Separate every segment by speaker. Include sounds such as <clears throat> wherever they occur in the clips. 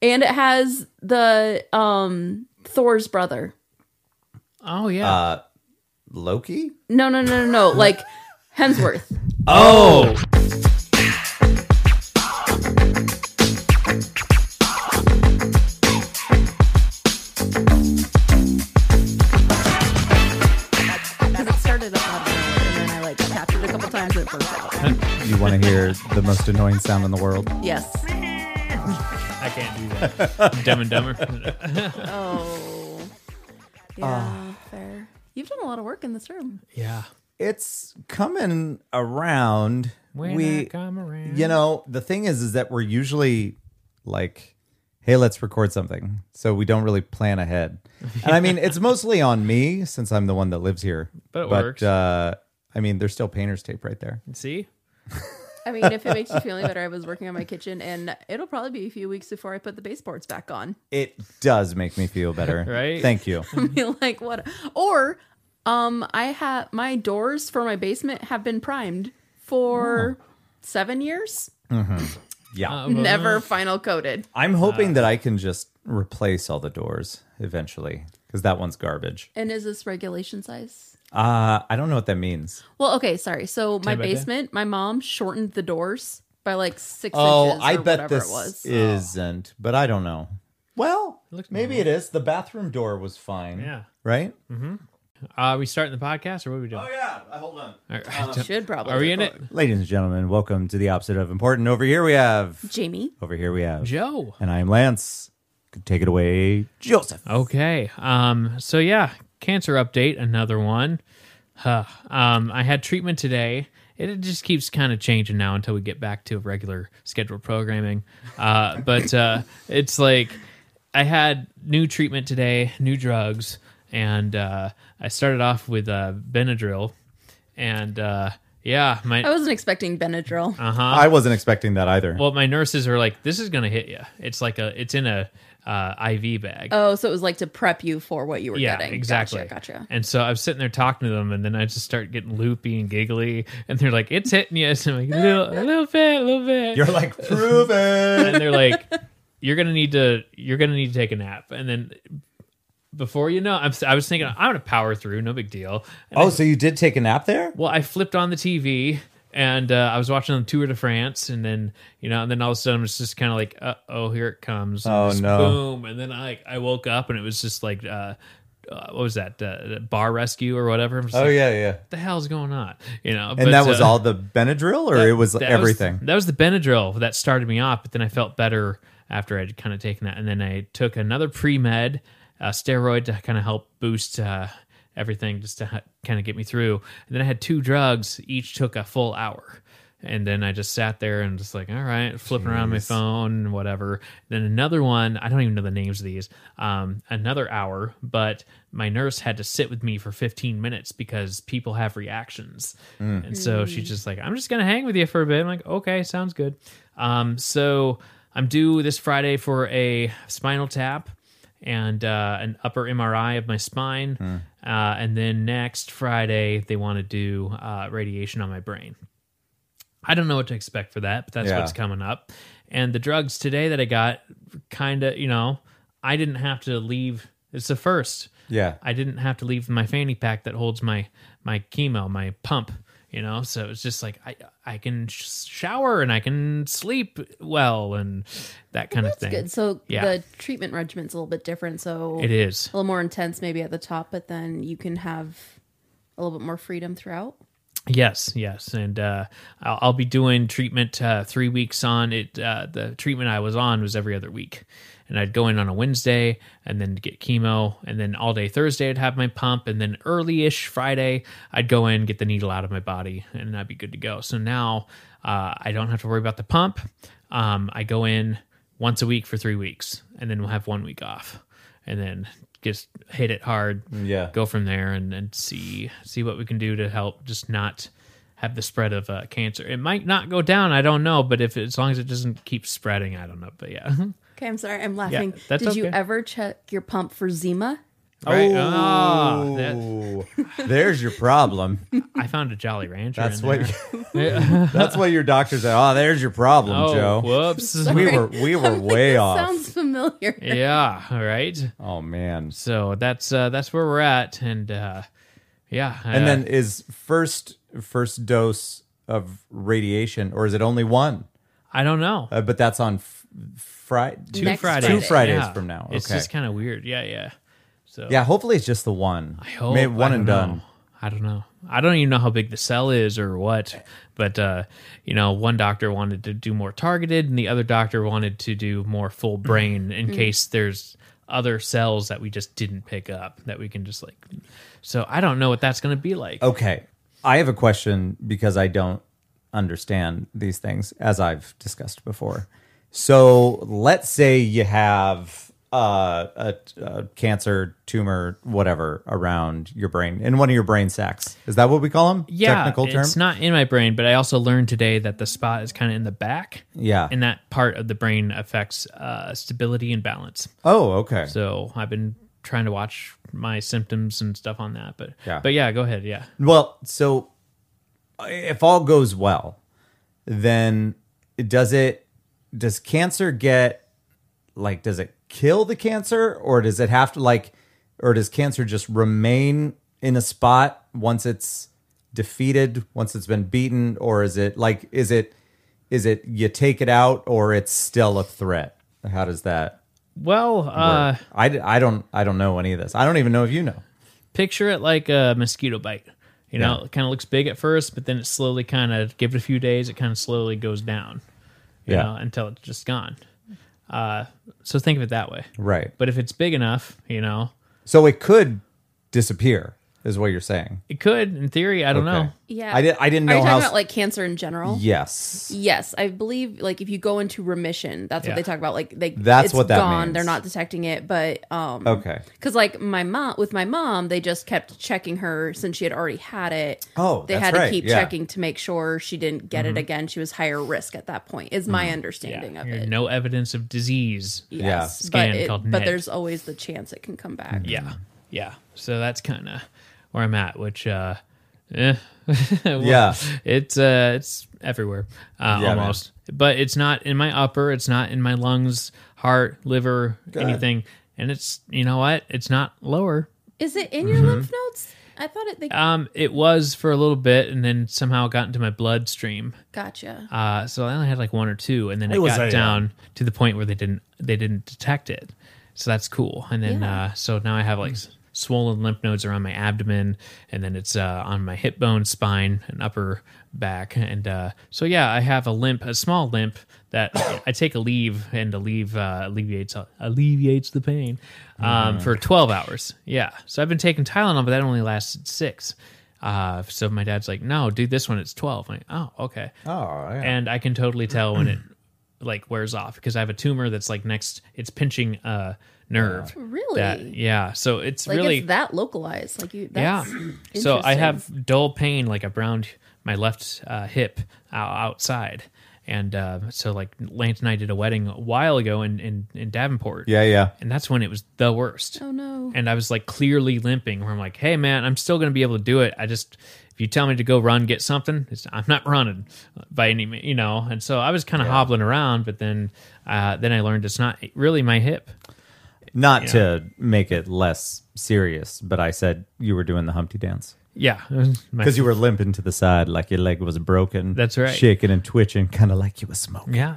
Speaker 1: and it has the um Thor's brother.
Speaker 2: Oh yeah.
Speaker 3: Uh, Loki?
Speaker 1: No, no, no, no, no. Like <laughs> Hemsworth.
Speaker 3: Oh!
Speaker 4: Because it started up out of nowhere, and then I like tapped it a couple times and it burst out.
Speaker 5: You want to hear the most annoying sound in the world?
Speaker 4: Yes.
Speaker 2: I can't do that. <laughs> Dumb and Dumber.
Speaker 1: Oh. Yeah, fair. You've done a lot of work in this room.
Speaker 2: yeah.
Speaker 5: It's coming around.
Speaker 2: When I
Speaker 5: we,
Speaker 2: come around.
Speaker 5: you know, the thing is, is that we're usually like, hey, let's record something. So we don't really plan ahead. And I
Speaker 2: <laughs>
Speaker 5: mean, it's mostly on me since I'm the one that lives here.
Speaker 2: But it works.
Speaker 5: Uh, I mean, there's still painter's tape right there.
Speaker 2: See?
Speaker 1: I mean, if it makes you feel any better, I was working on my kitchen and it'll probably be a few weeks before I put the baseboards back on. <laughs>
Speaker 5: It does make me feel better.
Speaker 2: <laughs> Right? Um,
Speaker 5: Thank you.
Speaker 1: I mean, like what or um I have my doors for my basement have been primed for 7 years,
Speaker 5: Yeah.
Speaker 2: Uh, Mm-hmm.
Speaker 1: never final coated.
Speaker 5: I'm hoping that I can just replace all the doors eventually because that one's garbage.
Speaker 1: And is this regulation size?
Speaker 5: Uh, I don't know what that means.
Speaker 1: Well, okay, sorry. So my
Speaker 2: about that.
Speaker 1: basement, my mom shortened the doors by like 6
Speaker 5: Oh,
Speaker 1: inches or
Speaker 5: I bet
Speaker 1: whatever
Speaker 5: this
Speaker 1: it was.
Speaker 5: isn't, but I don't know. Well,
Speaker 2: looks
Speaker 5: maybe Oh. it is. The bathroom door was fine.
Speaker 2: Yeah.
Speaker 5: Right?
Speaker 2: Are we starting the podcast or what are we doing?
Speaker 5: Oh, yeah. I hold on.
Speaker 2: All right.
Speaker 1: Should probably.
Speaker 2: Are we in it?
Speaker 5: Ladies and gentlemen, welcome to the opposite of important. Over here we have.
Speaker 1: Jamie?
Speaker 5: Over here we have.
Speaker 2: Joe.
Speaker 5: And I am Lance. Take it away, Joseph.
Speaker 2: Okay. Um. So yeah, cancer update. Another one. Huh. Um. I had treatment today. It it just keeps kind of changing now until we get back to regular scheduled programming. Uh. <laughs> But uh, it's like I had new treatment today, new drugs, and uh, I started off with uh, Benadryl, and uh, yeah, my
Speaker 1: I wasn't expecting Benadryl.
Speaker 2: Uh-huh.
Speaker 5: I wasn't expecting that either.
Speaker 2: well, my nurses are like, this is gonna hit you. It's like a, it's in a uh, IV bag.
Speaker 1: oh, so it was like to prep you for what you were
Speaker 2: yeah,
Speaker 1: getting.
Speaker 2: exactly.
Speaker 1: Gotcha. gotcha.
Speaker 2: And so I was sitting there talking to them, and then I just start getting loopy and giggly, and they're like, "It's hitting you." <laughs> So I'm like, "A little, a little bit, a little bit."
Speaker 5: You're like, prove
Speaker 2: <laughs>
Speaker 5: it. <laughs>
Speaker 2: and they're like, "You're gonna need to, you're gonna need to take a nap." And then before you know, I'm, I was thinking, "I'm gonna power through, no big deal." And
Speaker 5: oh, so you did take a nap there?
Speaker 2: Well, I flipped on the TV and uh, I was watching the Tour de France, and then you know, and then all of a sudden it's just kind of like, uh oh, here it comes! And
Speaker 5: Oh,
Speaker 2: just
Speaker 5: no.
Speaker 2: Boom! And then I I woke up and it was just like, uh, uh, what was that? Uh, bar rescue or whatever? I'm just
Speaker 5: Oh,
Speaker 2: like,
Speaker 5: yeah, yeah.
Speaker 2: What the hell's going on? You know, uh,
Speaker 5: And that was all the Benadryl, or it uh, was everything.
Speaker 2: that was the Benadryl that started me off, but then I felt better after I'd kind of taken that, and then I took another pre med uh, steroid to kind of help boost uh, everything, just to ha- kind of get me through. And then I had two drugs, each took a full hour. And then I just sat there and just like, all right, flipping around my phone and whatever. Then another one, I don't even know the names of these, um, another hour, but my nurse had to sit with me for 15 minutes because people have reactions. And so she's just like, I'm just going to hang with you for a bit. I'm like, okay, sounds good. Um, so I'm due this Friday for a spinal tap and uh, an upper MRI of my spine. Uh, and then next Friday, they want to do uh, radiation on my brain. I don't know what to expect for that, but that's
Speaker 5: Yeah.
Speaker 2: what's coming up. And the drugs today that I got, kind of, you know, I didn't have to leave. It's the first.
Speaker 5: Yeah.
Speaker 2: I didn't have to leave my fanny pack that holds my my chemo, my pump. You know, so it's just like I I can sh- shower and I can sleep well and that kind of
Speaker 1: That's
Speaker 2: thing.
Speaker 1: good. So
Speaker 2: Yeah.
Speaker 1: the treatment regimen's a little bit different. So
Speaker 2: It
Speaker 1: a
Speaker 2: is.
Speaker 1: little more intense maybe at the top, but then you can have a little bit more freedom throughout.
Speaker 2: Yes, yes, and uh, I'll, I'll be doing treatment uh, three weeks on it. Uh, the treatment I was on was every other week, and I'd go in on a Wednesday and then get chemo, and then all day Thursday I'd have my pump, and then early-ish Friday I'd go in get the needle out of my body, and I'd be good to go. So now uh, I don't have to worry about the pump. Um, I go in once a week for three weeks, and then we'll have one week off, and then just hit it hard
Speaker 5: Yeah.
Speaker 2: go from there and, and see see what we can do to help just not have the spread of uh, cancer. It might not go down, I don't know, but if as long as it doesn't keep spreading, I don't know. But yeah, <laughs>
Speaker 1: Okay, I'm sorry. I'm laughing.
Speaker 2: that's
Speaker 1: Did you
Speaker 2: okay.
Speaker 1: ever check your pump for Zima?
Speaker 2: right? Ah, that-
Speaker 5: There's
Speaker 2: <laughs>
Speaker 5: your problem.
Speaker 2: I found a Jolly Rancher.
Speaker 5: That's
Speaker 2: in
Speaker 5: what.
Speaker 2: there.
Speaker 5: <laughs> that's what your doctor said. Oh, there's your problem,
Speaker 2: Oh,
Speaker 5: Joe.
Speaker 2: whoops!
Speaker 1: <laughs>
Speaker 5: We were we were way off.
Speaker 1: Sounds familiar.
Speaker 4: familiar.
Speaker 2: yeah. All right.
Speaker 5: Oh man.
Speaker 2: So that's uh, that's where we're at, and uh, yeah.
Speaker 5: And
Speaker 2: uh,
Speaker 5: then is first first dose of radiation, or is it only one?
Speaker 2: I don't know.
Speaker 5: Uh, but that's on f- Friday.
Speaker 2: two
Speaker 1: Next
Speaker 2: Fridays.
Speaker 1: Friday.
Speaker 5: Two Fridays
Speaker 2: Yeah.
Speaker 5: from now.
Speaker 2: It's
Speaker 5: Okay.
Speaker 2: just kind of weird. Yeah. Yeah. So
Speaker 5: Yeah, hopefully it's just the one.
Speaker 2: I hope-
Speaker 5: Maybe one
Speaker 2: I
Speaker 5: and
Speaker 2: don't
Speaker 5: done.
Speaker 2: know. I don't know. I don't even know how big the cell is or what, but uh, you know, one doctor wanted to do more targeted, and the other doctor wanted to do more full brain in case there's other cells that we just didn't pick up that we can just like. So I don't know what that's going to be like.
Speaker 5: Okay. I have a question because I don't understand these things as I've discussed before. So let's say you have uh, a, a cancer tumor, whatever, around your brain in one of your brain sacs. Is that what we call them?
Speaker 2: yeah,
Speaker 5: Technical term?
Speaker 2: it's not in my brain, but I also learned today that the spot is kind of in the back.
Speaker 5: Yeah.
Speaker 2: and that part of the brain affects uh, stability and balance.
Speaker 5: oh, okay.
Speaker 2: So I've been trying to watch my symptoms and stuff on that. But
Speaker 5: Yeah.
Speaker 2: but yeah, go ahead. Yeah.
Speaker 5: Well, so uh, if all goes well, then does it does cancer get like does it kill the cancer or does it have to like or does cancer just remain in a spot once it's defeated, once it's been beaten or is it like is it is it you take it out or it's still a threat? How does that
Speaker 2: Well, uh,
Speaker 5: work? I, I don't I don't know any of this. I don't even know if you know.
Speaker 2: picture it like a mosquito bite. You know,
Speaker 5: Yeah.
Speaker 2: it kind of looks big at first, but then it slowly kind of give it a few days. It kind of slowly goes down. You
Speaker 5: Yeah.
Speaker 2: know, until it's just gone. Uh, so think of it that way.
Speaker 5: Right.
Speaker 2: But if it's big enough, you know,
Speaker 5: So it could disappear, is what you're saying.
Speaker 2: it could. In theory, I don't
Speaker 5: Okay.
Speaker 2: know.
Speaker 1: Yeah.
Speaker 5: I didn't. I didn't
Speaker 1: Are you
Speaker 5: know
Speaker 1: talking
Speaker 5: how.
Speaker 1: about like cancer in general?
Speaker 5: yes.
Speaker 1: Yes, I believe like if you go into remission, that's
Speaker 2: Yeah.
Speaker 1: what they talk about. Like they,
Speaker 5: That's
Speaker 1: it's
Speaker 5: what that
Speaker 1: gone.
Speaker 5: means.
Speaker 1: They're not detecting it, but um,
Speaker 5: Okay.
Speaker 1: Because like my mom, with my mom, they just kept checking her since she had already had it.
Speaker 5: Oh,
Speaker 1: they
Speaker 5: that's
Speaker 1: had to
Speaker 5: right,
Speaker 1: keep
Speaker 5: yeah.
Speaker 1: checking to make sure she didn't get
Speaker 2: Mm-hmm.
Speaker 1: it again. She was higher risk at that point. Is my understanding of it.
Speaker 2: No evidence of disease.
Speaker 1: yes,
Speaker 2: Scan
Speaker 1: but it,
Speaker 2: called
Speaker 1: but
Speaker 2: NET.
Speaker 1: there's always the chance it can come back.
Speaker 2: Yeah.
Speaker 5: Mm-hmm.
Speaker 2: Yeah. So that's kind of where I'm at, which, uh, <laughs> eh. Well,
Speaker 5: Yeah.
Speaker 2: It's, uh, it's everywhere, uh,
Speaker 5: Yeah, man.
Speaker 2: almost. But it's not in my upper, it's not in my lungs, heart, liver, anything. And it's, you know what? It's not lower.
Speaker 1: Is it in your
Speaker 5: Mm-hmm.
Speaker 1: lymph nodes? I thought it. They
Speaker 2: Um, it was for a little bit and then somehow got into my bloodstream.
Speaker 1: gotcha.
Speaker 2: Uh, so I only had like one or two, and then it,
Speaker 5: It was
Speaker 2: got
Speaker 5: a, uh,
Speaker 2: down to the point where they didn't they didn't detect it. So that's cool. And then uh, so now I have like s-
Speaker 5: Hmm.
Speaker 2: swollen lymph nodes around my abdomen, and then it's uh, on my hip bone, spine, and upper back. And uh, so yeah, I have a limp, a small limp that I take a leave, and the leave uh, alleviates alleviates the pain
Speaker 5: Mm-hmm.
Speaker 2: um, for twelve hours. Yeah. So I've been taking Tylenol, but that only lasted six. Uh, so my dad's like, no, do this one. It's 12. I'm like, oh, okay
Speaker 5: Oh, yeah.
Speaker 2: and I can totally tell when it like wears off because I have a tumor that's like next it's pinching a nerve.
Speaker 1: Really?
Speaker 2: That- yeah. So it's
Speaker 1: like
Speaker 2: really
Speaker 1: it's that localized. Like you.
Speaker 2: yeah.
Speaker 1: That's
Speaker 2: So I
Speaker 1: interesting.
Speaker 2: have dull pain like around my left uh, hip ou- outside. And uh, so, like Lance and I did a wedding a while ago in, in, in Davenport.
Speaker 5: Yeah. Yeah.
Speaker 2: And that's when it was the worst.
Speaker 1: Oh no.
Speaker 2: And I was like clearly limping, where I'm like, hey, man, I'm still going to be able to do it. I just, if you tell me to go run, get something, it's, I'm not running by any, me- you know. And so I was kind of hobbling around, but then, uh, then I learned it's not really my hip.
Speaker 5: Not to make it less serious, but I said you were doing the Humpty dance
Speaker 2: Yeah. My-
Speaker 5: because you were limping to the side like your leg was broken.
Speaker 2: That's right.
Speaker 5: Shaking and twitching, kind of like you was smoking.
Speaker 2: yeah.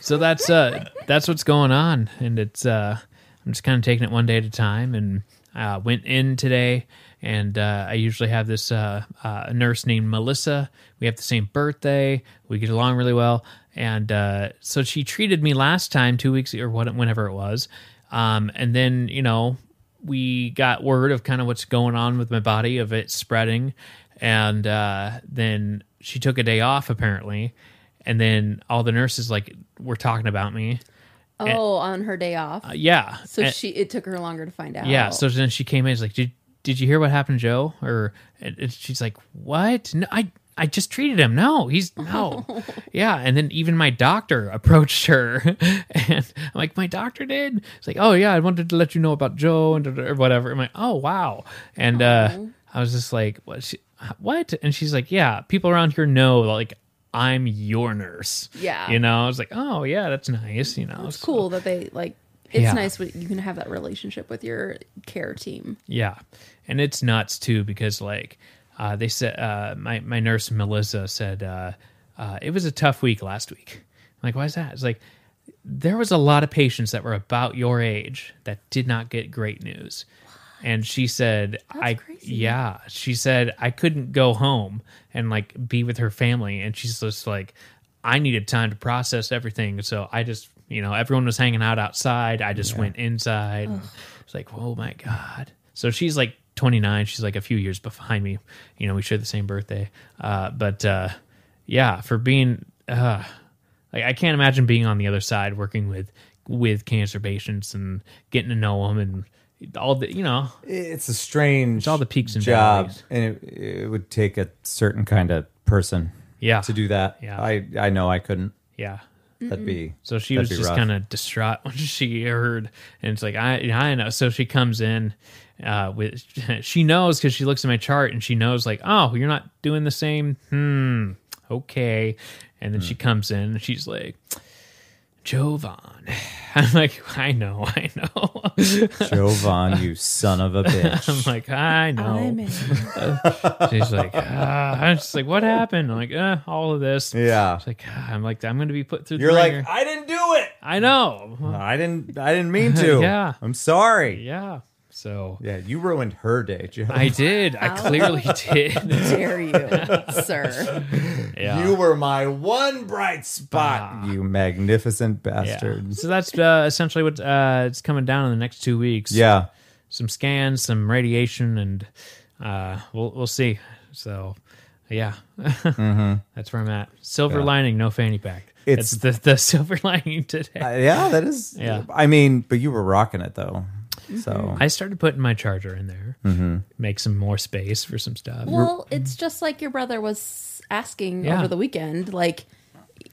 Speaker 2: So that's, uh, that's what's going on. And it's, uh, I'm just kind of taking it one day at a time. And uh, went in today. And uh, I usually have this uh, uh, nurse named Melissa. We have the same birthday. We get along really well. And uh, so she treated me last time, two weeks or what, whenever it was. Um, and then, you know, we got word of kind of what's going on with my body, of it spreading. And uh, then she took a day off, apparently. And then all the nurses, like, were talking about me.
Speaker 1: Oh, on her day off.
Speaker 2: Yeah.
Speaker 1: So
Speaker 2: And-
Speaker 1: she it took her longer to find out.
Speaker 2: Yeah. So then she came in. She's like, "Did did you hear what happened, Joe?" Or and, and she's like, "What? No, I I just treated him. No, he's no. yeah." And then even my doctor approached her, <laughs> and I'm like, "My doctor did." It's like, "Oh yeah, I wanted to let you know about Joe and da- da- or whatever." I'm like, "Oh wow," and uh, I was just like, "What?" She, what? And she's like, "Yeah, people around here know like." I'm your nurse.
Speaker 1: Yeah.
Speaker 2: You know, I was like, oh, yeah, that's nice. You know,
Speaker 1: it's
Speaker 2: so-
Speaker 1: cool that they like It's
Speaker 2: Yeah.
Speaker 1: nice when you can have that relationship with your care team.
Speaker 2: Yeah, and it's nuts too because like uh, they said, uh, my my nurse Melissa said uh, uh, it was a tough week last week. I'm like, why is that? It's like there was a lot of patients that were about your age that did not get great news. And she said, "I
Speaker 1: crazy.
Speaker 2: yeah." She said I couldn't go home and like be with her family, and she's just like, "I needed time to process everything." So I just, you know, everyone was hanging out outside. I just went inside. and It's like, oh my god. So she's like 29. She's like a few years behind me. You know, we share the same birthday. Uh, but uh, yeah, for being uh, like I can't imagine being on the other side working with with cancer patients and getting to know them and all the you know
Speaker 5: It's a strange
Speaker 2: all the peaks and
Speaker 5: job,
Speaker 2: valleys.
Speaker 5: and it, it would take a certain kind of person
Speaker 2: yeah
Speaker 5: to do that.
Speaker 2: Yeah.
Speaker 5: I I know I couldn't.
Speaker 2: yeah.
Speaker 5: That'd be
Speaker 2: So she
Speaker 5: that'd
Speaker 2: was
Speaker 5: be
Speaker 2: just
Speaker 5: rough.
Speaker 2: kind of distraught <laughs> when she heard, and it's like I I know. So she comes in uh, with <laughs> she knows because she looks at my chart and she knows like oh you're not doing the same hmm okay, and then
Speaker 5: Hmm.
Speaker 2: she comes in and she's like. Jovan, <laughs> I'm like I know, I know. <laughs>
Speaker 5: Jovan, you son of a
Speaker 2: I'm
Speaker 5: bitch.
Speaker 2: like I know.
Speaker 4: I'm in.
Speaker 2: She's like, ah. I'm just like, what happened? I'm like, eh, all of this.
Speaker 5: yeah.
Speaker 2: It's like, ah, I'm like, I'm going to be put through.
Speaker 5: You're
Speaker 2: the
Speaker 5: like,
Speaker 2: ringer.
Speaker 5: I didn't do it.
Speaker 2: I know.
Speaker 5: I didn't I didn't mean to.
Speaker 2: Uh-huh. <laughs> Yeah.
Speaker 5: I'm sorry.
Speaker 2: Yeah. So
Speaker 5: Yeah, you ruined her day, Joe.
Speaker 2: I did. I clearly <laughs> did.
Speaker 4: Dare
Speaker 2: <laughs>
Speaker 4: you, sir?
Speaker 2: Yeah.
Speaker 5: <laughs>
Speaker 2: Ah.
Speaker 5: You were my one bright spot, you magnificent
Speaker 2: yeah.
Speaker 5: bastards.
Speaker 2: So that's uh, essentially what uh, it's coming down in the next two weeks.
Speaker 5: Yeah.
Speaker 2: Some scans, some radiation, and uh, we'll we'll see. So, yeah, <laughs> that's where I'm at. Silver lining, no fanny pack.
Speaker 5: It's-
Speaker 2: It's, the <laughs> the silver lining today.
Speaker 5: Uh, yeah, that is.
Speaker 2: Yeah. Mm-hmm.
Speaker 5: I mean, but you were rocking it though. So
Speaker 2: I started putting my charger in there, make some more space for some stuff.
Speaker 1: Well, it's just like your brother was asking
Speaker 2: Yeah.
Speaker 1: over the weekend, like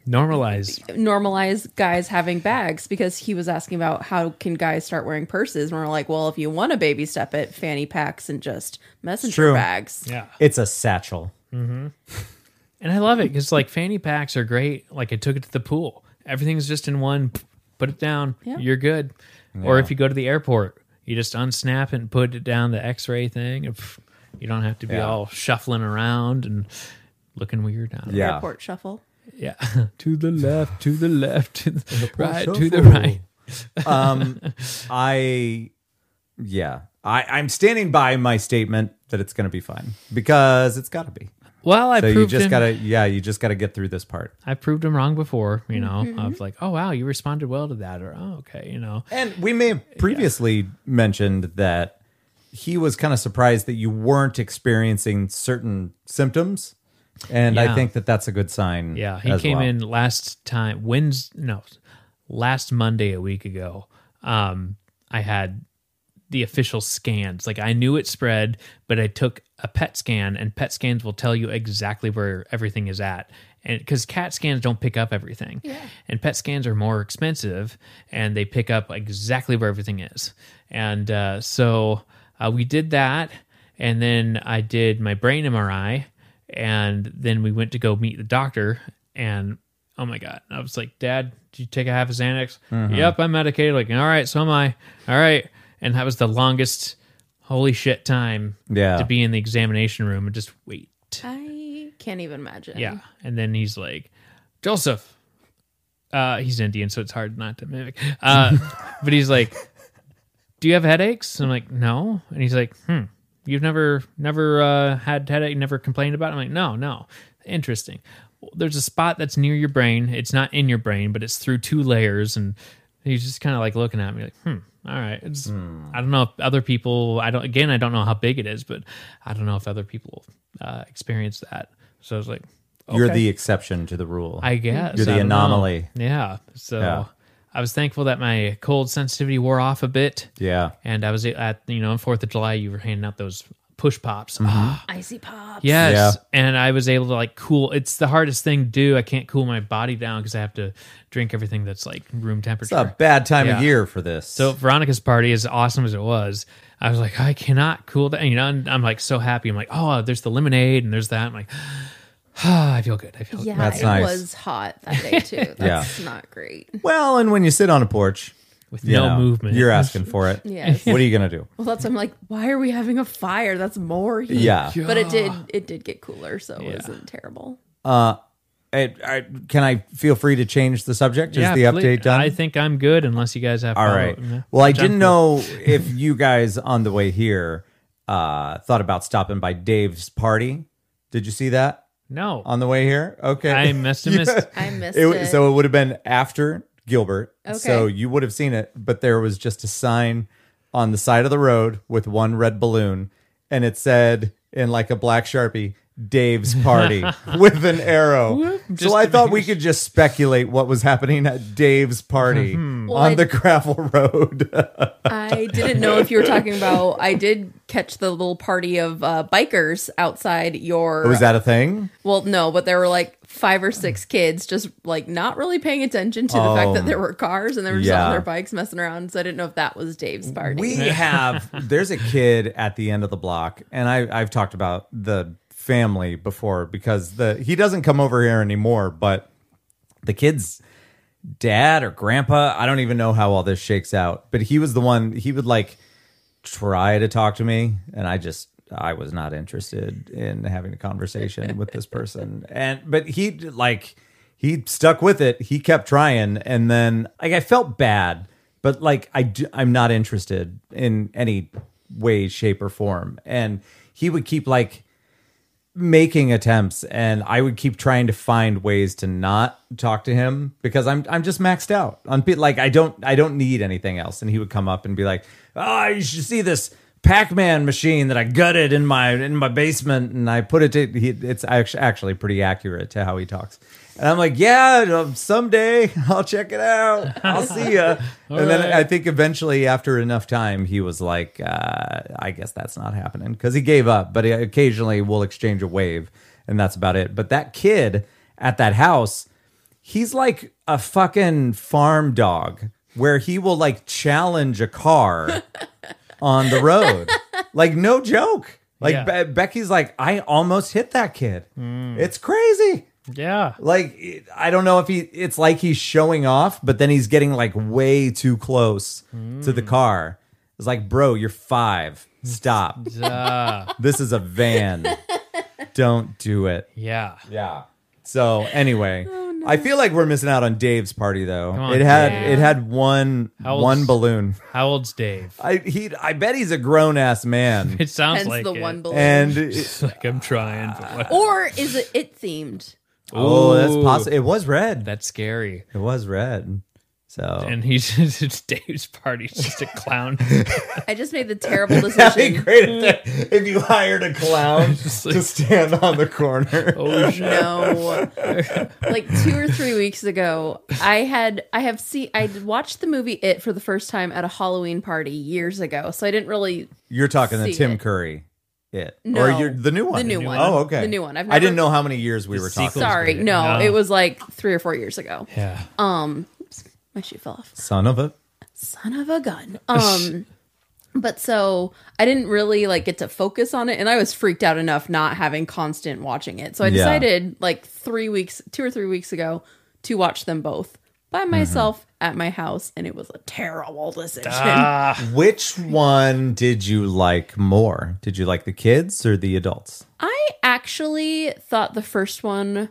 Speaker 2: Normalize.
Speaker 1: normalize guys having bags because he was asking about how can guys start wearing purses, and we're like, well, if you want to baby step it, fanny packs and just messenger
Speaker 5: True.
Speaker 1: bags.
Speaker 2: Yeah.
Speaker 5: it's a satchel.
Speaker 2: And I love it because like fanny packs are great. Like I took it to the pool. Everything's just in one. Put it down.
Speaker 1: Yeah.
Speaker 2: You're good. Or if you go to the airport, you just unsnap it and put it down the X-ray thing. And pff, you don't have to be
Speaker 5: Yeah.
Speaker 2: all shuffling around and looking weird. Down.
Speaker 5: Yeah.
Speaker 1: Airport shuffle.
Speaker 2: Yeah. <laughs> to the left. To the left. To the, <laughs> right. To the
Speaker 5: shuffle.
Speaker 2: right.
Speaker 5: Um,
Speaker 2: <laughs>
Speaker 5: I, yeah, I, I'm standing by my statement that it's going to be fine because it's got to be.
Speaker 2: Well, I
Speaker 5: So
Speaker 2: proved
Speaker 5: you just
Speaker 2: him-
Speaker 5: got to, yeah, you just got to get through this part.
Speaker 2: I proved him wrong before, you know, of like, oh wow, you responded well to that, or oh okay, you know,
Speaker 5: And we may have previously mentioned that he was kind of surprised that you weren't experiencing certain symptoms. And
Speaker 2: Yeah.
Speaker 5: I think that that's a good sign.
Speaker 2: yeah. He
Speaker 5: Mm-hmm. as
Speaker 2: came
Speaker 5: well.
Speaker 2: in last time Wednesday, no, last Monday a week ago. Um, I had the official scans. Like I knew it spread, but I took a PET scan, and PET scans will tell you exactly where everything is at. And because CAT scans don't pick up everything, and PET scans are more expensive, and they pick up exactly where everything is. And uh, so uh, we did that, and then I did my brain MRI, and then we went to go meet the doctor, and oh my god i was like dad did you take a half a xanax yep i'm medicated like all right so am i all right and that was the longest holy shit time
Speaker 5: Yeah.
Speaker 2: to be in the examination room and just wait
Speaker 1: I can't even imagine.
Speaker 2: yeah and then he's like joseph uh he's indian so it's hard not to mimic uh but he's like do you have headaches i'm like no and he's like hmm you've never never uh had headache never complained about it? i'm like no no interesting Well, there's a spot that's near your brain it's not in your brain but it's through two layers and he's just kind of like looking at me like hmm all right it's
Speaker 5: Hmm.
Speaker 2: i don't know if other people i don't again i don't know how big it is but i don't know if other people uh experience that so i was like
Speaker 5: You're
Speaker 2: okay.
Speaker 5: the exception to the rule.
Speaker 2: I guess
Speaker 5: You're the
Speaker 2: I don't know.
Speaker 5: anomaly.
Speaker 2: Yeah. So
Speaker 5: Yeah.
Speaker 2: I was thankful that my cold sensitivity wore off a bit,
Speaker 5: yeah.
Speaker 2: and I was at you know on Fourth of July you were handing out those push pops. Ah,
Speaker 4: Icy pops.
Speaker 2: yes,
Speaker 5: Mm-hmm. Yeah.
Speaker 2: and I was able to like cool. It's the hardest thing to do. I can't cool my body down because I have to drink everything that's like room temperature.
Speaker 5: It's a bad time
Speaker 2: Yeah.
Speaker 5: of year for this.
Speaker 2: So Veronica's party, as awesome as it was, I was like, I cannot cool down. You know, and I'm like so happy. I'm like, oh, there's the lemonade and there's that. I'm like, <sighs> ah, I feel good. I feel
Speaker 1: Yeah,
Speaker 5: That's
Speaker 1: it
Speaker 5: nice. <laughs>
Speaker 1: was hot that day too. That's not great.
Speaker 5: well, and when you sit on a porch
Speaker 2: with
Speaker 5: You
Speaker 2: no
Speaker 5: know,
Speaker 2: movement.
Speaker 5: You're asking for it.
Speaker 1: Yes.
Speaker 5: What are you gonna
Speaker 2: <laughs>
Speaker 5: do?
Speaker 1: Well, that's I'm like, why are we having a fire? That's more heat.
Speaker 5: Yeah.
Speaker 1: But it
Speaker 2: <gasps>
Speaker 1: did it did get cooler, so it
Speaker 2: Yeah.
Speaker 1: wasn't terrible.
Speaker 5: I, I, can I feel free to change the subject? Is
Speaker 2: Yeah,
Speaker 5: the
Speaker 2: please-
Speaker 5: update done?
Speaker 2: I think I'm good unless you guys have.
Speaker 5: All right.
Speaker 2: follow-
Speaker 5: Well, I
Speaker 2: Jump
Speaker 5: didn't know if you guys on the way here uh, thought about stopping by Dave's party. Did you see that
Speaker 2: No,
Speaker 5: on the way here? Okay. <laughs>
Speaker 2: I must have missed.
Speaker 4: I missed
Speaker 5: It
Speaker 4: it.
Speaker 5: w- So <laughs> it would have been after Gilbert.
Speaker 4: Okay.
Speaker 5: So you would have seen it, but there was just a sign on the side of the road with one red balloon, and it said in like a black sharpie, "Dave's
Speaker 2: <laughs>
Speaker 5: party" with an arrow.
Speaker 2: Just
Speaker 5: so I
Speaker 2: to
Speaker 5: thought
Speaker 2: make
Speaker 5: we could just speculate what was happening at Dave's party
Speaker 2: Mm-hmm.
Speaker 5: on
Speaker 1: I-
Speaker 5: the <laughs> gravel road.
Speaker 1: I didn't know if you were talking about I did catch the little party of uh, bikers outside your
Speaker 5: was that a thing?
Speaker 1: Well, no, but there were like five or six kids just like not really paying attention to the fact that there were cars and they were just
Speaker 5: Oh. yeah.
Speaker 1: on their bikes messing around. So I didn't know if that was Dave's party.
Speaker 5: We have there's a kid at the end of the block, and I I've talked about the family before because the he doesn't come over here anymore, but the kid's dad or grandpa, I don't even know how all this shakes out, but he was the one he would like try to talk to me and I just I was not interested in having a conversation with this person. And but he like he stuck with it. He kept trying and then like I felt bad, but like I d- I'm not interested in any way shape or form. And he would keep like making attempts and I would keep trying to find ways to not talk to him because I'm I'm just maxed out on pe- like I don't I don't need anything else and he would come up and be like, "Oh, you should see this Pac-Man machine that I gutted in my in my basement and I put it to he, it's act- actually pretty accurate to how he talks." And I'm like, "Yeah, um, someday <laughs> I'll check it out. I'll see ya." and then I think eventually after enough time he was like, uh, "I guess that's not happening" cuz he gave up, but he occasionally will exchange a wave and that's about it. But that kid at that house, he's like a fucking farm dog where he will like challenge a car on the road. like no joke. Like
Speaker 2: Yeah.
Speaker 5: Be- Becky's like I almost hit that kid. It's crazy.
Speaker 2: Yeah,
Speaker 5: Like it- I don't know if he it's like he's showing off but then he's getting like way too close to
Speaker 2: Hmm.
Speaker 5: the car. It's like bro, you're 5. Stop.
Speaker 2: Duh.
Speaker 5: this is a van. don't do it.
Speaker 2: yeah.
Speaker 5: Yeah. So anyway, I feel like we're missing out on Dave's party though.
Speaker 2: on,
Speaker 5: it had
Speaker 2: Dave.
Speaker 5: it had one
Speaker 2: How old's-
Speaker 5: one balloon.
Speaker 2: How old's Dave?
Speaker 5: I he I bet he's a grown ass man.
Speaker 2: <laughs> It sounds
Speaker 1: Hence
Speaker 2: like
Speaker 1: the
Speaker 2: it.
Speaker 1: one Ah. balloon.
Speaker 2: <laughs>
Speaker 5: and
Speaker 2: It's like I'm trying. But what?
Speaker 1: or is it it themed?
Speaker 5: oh, that's
Speaker 2: Ooh.
Speaker 5: possible. It was red.
Speaker 2: That's scary.
Speaker 5: It was red. So
Speaker 2: And <laughs> he's it's Dave's party. He's just a
Speaker 5: <laughs>
Speaker 2: clown.
Speaker 5: Oh,
Speaker 1: I just made the terrible
Speaker 5: that'd be
Speaker 1: decision.
Speaker 5: great if, that- if you hired
Speaker 1: <laughs>
Speaker 5: a clown
Speaker 2: like-
Speaker 5: to stand on the corner.
Speaker 2: oh shit!
Speaker 1: No, like two or three weeks ago, I had I have see I watched the movie It for the first time at a Halloween party years ago, so I didn't really
Speaker 5: You're talking the
Speaker 1: See
Speaker 5: Tim
Speaker 1: it.
Speaker 5: Curry. It.
Speaker 1: No.
Speaker 5: or you're the new one.
Speaker 1: The new one.
Speaker 5: Oh, okay.
Speaker 1: The new one. I've
Speaker 5: I didn't
Speaker 1: never-
Speaker 5: know how many years we were talking.
Speaker 2: sequel.
Speaker 1: sorry.
Speaker 2: great.
Speaker 1: No,
Speaker 2: No.
Speaker 1: it was like three or four years ago.
Speaker 2: Yeah.
Speaker 1: My shoe fell off.
Speaker 5: Son of a
Speaker 1: son of a gun.
Speaker 5: <laughs>
Speaker 1: Um, but so I didn't really like get to focus on it, and I was freaked out enough not having constant watching it. So I
Speaker 5: Yeah.
Speaker 1: decided like three weeks, two or three weeks ago, to watch them both by
Speaker 5: Mm-hmm.
Speaker 1: myself at my house, and it was a terrible decision.
Speaker 5: Ah.
Speaker 2: Ah.
Speaker 5: Which one did you like more? Did you like the kids or the adults?
Speaker 1: I actually thought the first one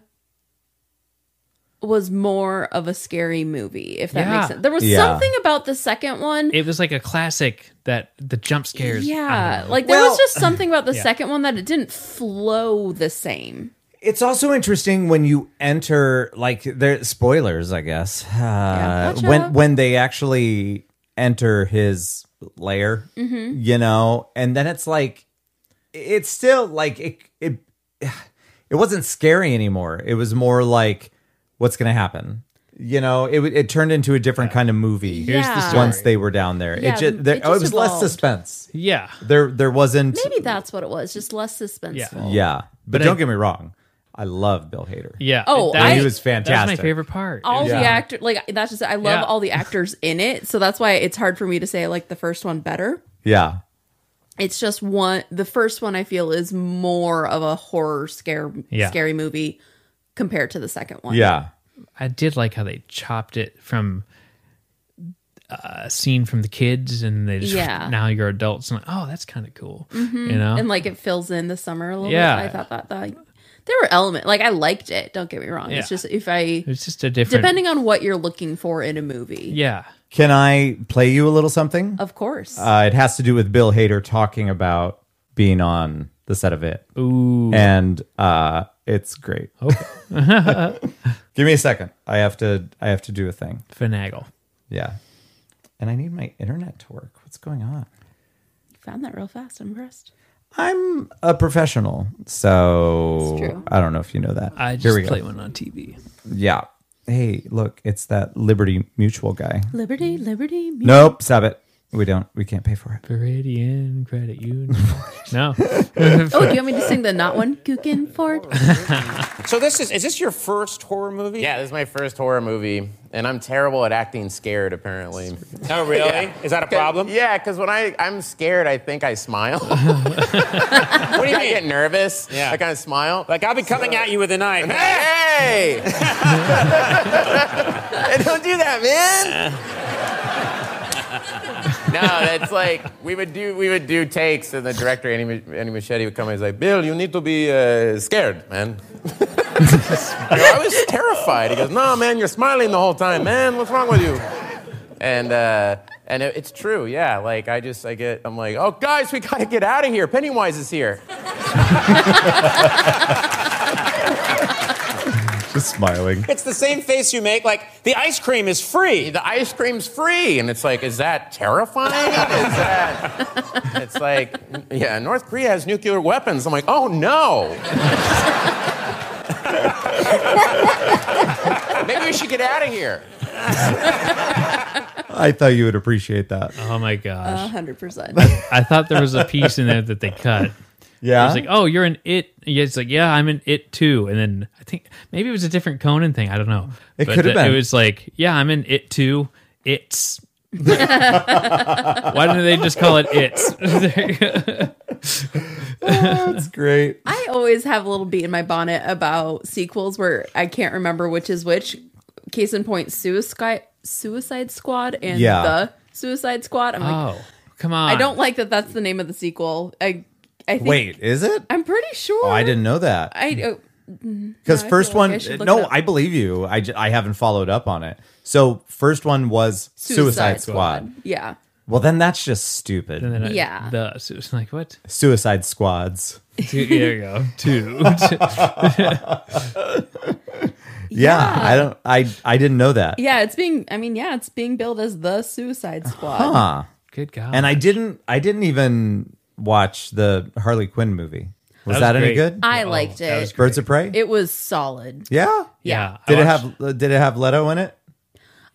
Speaker 1: was more of a scary movie, if that
Speaker 2: Yeah.
Speaker 1: makes sense. There was
Speaker 5: Yeah.
Speaker 1: something about the second one
Speaker 2: it was like a classic that the jump scares. I
Speaker 1: Yeah,
Speaker 2: don't know.
Speaker 1: like there
Speaker 5: Well-
Speaker 1: was just something about the second one that it didn't flow the same.
Speaker 5: It's also interesting when you enter like there spoilers, I guess. <sighs> Uh,
Speaker 1: watch
Speaker 5: when
Speaker 1: out.
Speaker 5: when they actually enter his lair,
Speaker 1: Mm-hmm.
Speaker 5: you know, and then it's like it's still like it it <sighs> it wasn't scary anymore. It was more like what's going to happen. You know, it w- it turned into a different kind of movie.
Speaker 2: Here's the
Speaker 1: Yeah.
Speaker 2: story.
Speaker 5: Once they were down there,
Speaker 1: Yeah,
Speaker 5: it just,
Speaker 1: it
Speaker 5: there, oh, it
Speaker 1: just
Speaker 5: was less
Speaker 1: evolved.
Speaker 5: suspense.
Speaker 2: yeah.
Speaker 5: There there wasn't
Speaker 1: Maybe that's what it was, just less suspenseful.
Speaker 2: Yeah.
Speaker 5: yeah, but,
Speaker 2: But I-
Speaker 5: don't get me wrong. I love Bill Hader.
Speaker 2: Yeah.
Speaker 1: Oh,
Speaker 2: That-
Speaker 1: I-
Speaker 5: He was
Speaker 2: That was
Speaker 5: fantastic.
Speaker 2: my favorite part.
Speaker 1: All
Speaker 5: Yeah.
Speaker 1: the actor like that's just I love
Speaker 2: Yeah.
Speaker 1: all the actors in it, so that's why it's hard for me to say I like the first one better.
Speaker 5: Yeah.
Speaker 1: It's just one the first one I feel is more of a horror scare
Speaker 2: Yeah.
Speaker 1: scary movie compared to the second one.
Speaker 5: Yeah.
Speaker 2: I did like how they chopped it from uh, scene from the kids, and they just
Speaker 1: Yeah. Mm-hmm.
Speaker 2: now you're adults, and like, oh, that's kind of cool, you know.
Speaker 1: and like it fills in the summer a little
Speaker 2: Yeah.
Speaker 1: bit. I thought that that there were elements like I liked it. Don't get me wrong. It's
Speaker 2: Yeah.
Speaker 1: just if I
Speaker 2: it's just a different
Speaker 1: depending on what you're looking for in a movie.
Speaker 2: Yeah,
Speaker 5: Can I play you a little something?
Speaker 1: Of course.
Speaker 5: Uh, it has to do with Bill Hader talking about being on the set of it.
Speaker 2: ooh,
Speaker 5: And uh, it's great. <laughs> Give me a second. I have to I have to do a thing.
Speaker 2: finagle.
Speaker 5: Yeah. And I need my internet to work. What's going on?
Speaker 1: Found that real fast. I'm impressed.
Speaker 5: I'm a professional,
Speaker 1: It's true.
Speaker 5: so I don't know if you know that.
Speaker 2: I
Speaker 5: Here
Speaker 2: just
Speaker 5: we
Speaker 2: play
Speaker 5: go.
Speaker 2: one on TV.
Speaker 5: Yeah. Hey, look, it's that Liberty Mutual guy.
Speaker 1: Liberty,
Speaker 5: Mm.
Speaker 1: liberty. mu-
Speaker 5: Nope, stop it. We don't. We can't
Speaker 2: <laughs>
Speaker 5: pay for it.
Speaker 2: Meridian Credit Union.
Speaker 5: <laughs>
Speaker 2: no,
Speaker 1: Oh, do you want me to sing the not one Gookin Ford?
Speaker 6: So this is is this your first horror movie?
Speaker 7: Yeah, this is my first horror movie, and I'm terrible at acting scared. Apparently,
Speaker 6: Oh, really? Is that a problem?
Speaker 7: yeah, because when I I'm scared, I think I smile. <laughs> what do you mean? I get nervous.
Speaker 6: Yeah.
Speaker 7: I kind of smile.
Speaker 6: Like I'll be coming at you with a knife.
Speaker 7: <laughs> hey! <laughs> Hey, don't do that, man. no, that's like we would do we would do takes, and the director Annie, Ma- Annie Machete would come and he's like, Bill, you need to be uh, scared, man. I go, I was terrified. He goes, No, man, you're smiling the whole time, man. What's wrong with you? And uh, and it, it's true, yeah. Like I just I get I'm like, oh guys, we gotta get out of here. Pennywise is here.
Speaker 5: Just smiling.
Speaker 6: It's the same face you make. Like the ice cream is free.
Speaker 7: the ice cream's free. And it's like, is that terrifying? is that. It's like, yeah, North Korea has nuclear weapons. I'm like, oh
Speaker 5: <laughs>
Speaker 7: no. Maybe we should get out of here.
Speaker 5: I thought you would appreciate that.
Speaker 2: oh my gosh!
Speaker 1: hundred percent.
Speaker 5: <laughs>
Speaker 2: I thought there was a piece in there that they cut. I
Speaker 5: yeah.
Speaker 2: was like, "Oh, you're in it." Yeah, it's like, "Yeah, I'm in it too." And then I think maybe it was a different Conan thing. I don't know.
Speaker 5: It could have
Speaker 2: th-
Speaker 5: been.
Speaker 2: It was like, "Yeah, I'm in it too." It's. <laughs> Why didn't they just call it it's? <laughs>
Speaker 5: <laughs> That's great.
Speaker 1: I always have a little bee in my bonnet about sequels where I can't remember which is which. Case in point, Suicide Suicide Squad and
Speaker 5: Yeah.
Speaker 1: the Suicide Squad. I'm like,
Speaker 2: oh, come on!
Speaker 1: I don't like that. That's the name of the sequel. I, I think,
Speaker 5: Wait, is it?
Speaker 1: I'm pretty sure.
Speaker 5: Oh, I didn't know that.
Speaker 1: I oh,
Speaker 5: Because
Speaker 1: no, I
Speaker 5: first
Speaker 1: feel like I
Speaker 5: one,
Speaker 1: should look it
Speaker 5: no,
Speaker 1: up.
Speaker 5: I believe you. I, j- I haven't followed up on it. So first one was Suicide, Squad.
Speaker 1: Yeah,
Speaker 5: Well, then that's just stupid.
Speaker 2: And then I-
Speaker 1: Yeah.
Speaker 2: the so it was like
Speaker 5: <laughs>
Speaker 2: what?
Speaker 5: Suicide Squads.
Speaker 2: Two, there you go. Two. <laughs>
Speaker 5: Yeah, I don't. I I didn't know that.
Speaker 1: yeah. It's being. I mean, yeah, it's being billed as the Suicide Squad.
Speaker 5: Huh.
Speaker 2: Good God.
Speaker 5: And I didn't. I didn't even watch the Harley Quinn movie. Was that,
Speaker 2: That was
Speaker 5: any
Speaker 2: great.
Speaker 5: good?
Speaker 1: I
Speaker 5: Oh,
Speaker 1: liked
Speaker 2: that was
Speaker 1: it.
Speaker 2: great.
Speaker 5: Birds of Prey.
Speaker 1: Uh, It was solid.
Speaker 5: yeah.
Speaker 2: yeah. I
Speaker 5: Did it
Speaker 2: watched-
Speaker 5: have Did it have Leto in it?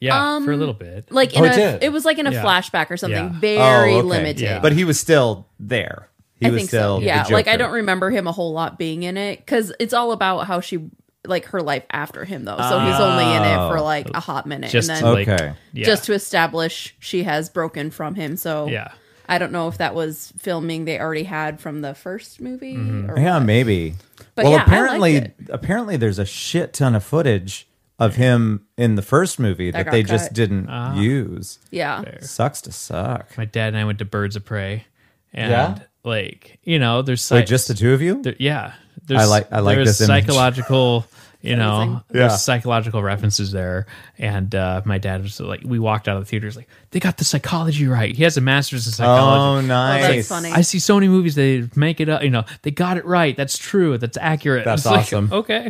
Speaker 2: Yeah,
Speaker 1: Um,
Speaker 2: for a little bit.
Speaker 1: Like
Speaker 5: Oh,
Speaker 1: in
Speaker 5: it
Speaker 1: a,
Speaker 5: did.
Speaker 1: it, was like in a
Speaker 2: Yeah.
Speaker 1: flashback or something.
Speaker 2: Yeah. Oh,
Speaker 1: Very
Speaker 5: okay.
Speaker 1: limited.
Speaker 2: Yeah.
Speaker 5: But he was still there. He
Speaker 1: I
Speaker 5: was
Speaker 1: think
Speaker 5: still.
Speaker 1: so.
Speaker 5: the
Speaker 1: Yeah, like I
Speaker 5: Joker.
Speaker 1: don't remember him a whole lot being in it because it's all about how she like her life after him though. So he's only in it
Speaker 5: Oh.
Speaker 1: for like a hot minute,
Speaker 2: Just
Speaker 1: and
Speaker 2: to,
Speaker 1: then
Speaker 2: like,
Speaker 5: Okay.
Speaker 2: yeah.
Speaker 1: just to establish she has broken from him. So
Speaker 2: yeah.
Speaker 1: I don't know if that was filming they already had from the first movie.
Speaker 2: Mm-hmm.
Speaker 1: Or
Speaker 5: Yeah, maybe.
Speaker 1: But
Speaker 5: well,
Speaker 1: yeah, I liked
Speaker 5: apparently,
Speaker 1: it.
Speaker 5: apparently, there's a shit ton of footage of him in the first movie that,
Speaker 1: got
Speaker 5: they just
Speaker 1: cut.
Speaker 5: didn't use.
Speaker 1: yeah,
Speaker 5: Sucks to suck.
Speaker 2: my dad and I went to Birds of Prey, and
Speaker 5: Yeah?
Speaker 2: like you know, there's
Speaker 5: Wait,
Speaker 2: psych-
Speaker 5: just the two of you?
Speaker 2: there- yeah, there's
Speaker 5: I like- I like
Speaker 2: there's
Speaker 5: this image.
Speaker 1: <laughs>
Speaker 2: psychological, you know,
Speaker 5: Yeah.
Speaker 2: there's psychological references there, and uh, my dad was like, we walked out of the theater, he's like they got the psychology right. He has a master's in
Speaker 5: Oh,
Speaker 2: psychology.
Speaker 5: nice.
Speaker 1: that's funny.
Speaker 2: I see so many movies they make it up, you know, they got it right. That's true. That's accurate.
Speaker 5: That's
Speaker 2: It's like,
Speaker 5: awesome.
Speaker 2: <laughs> okay.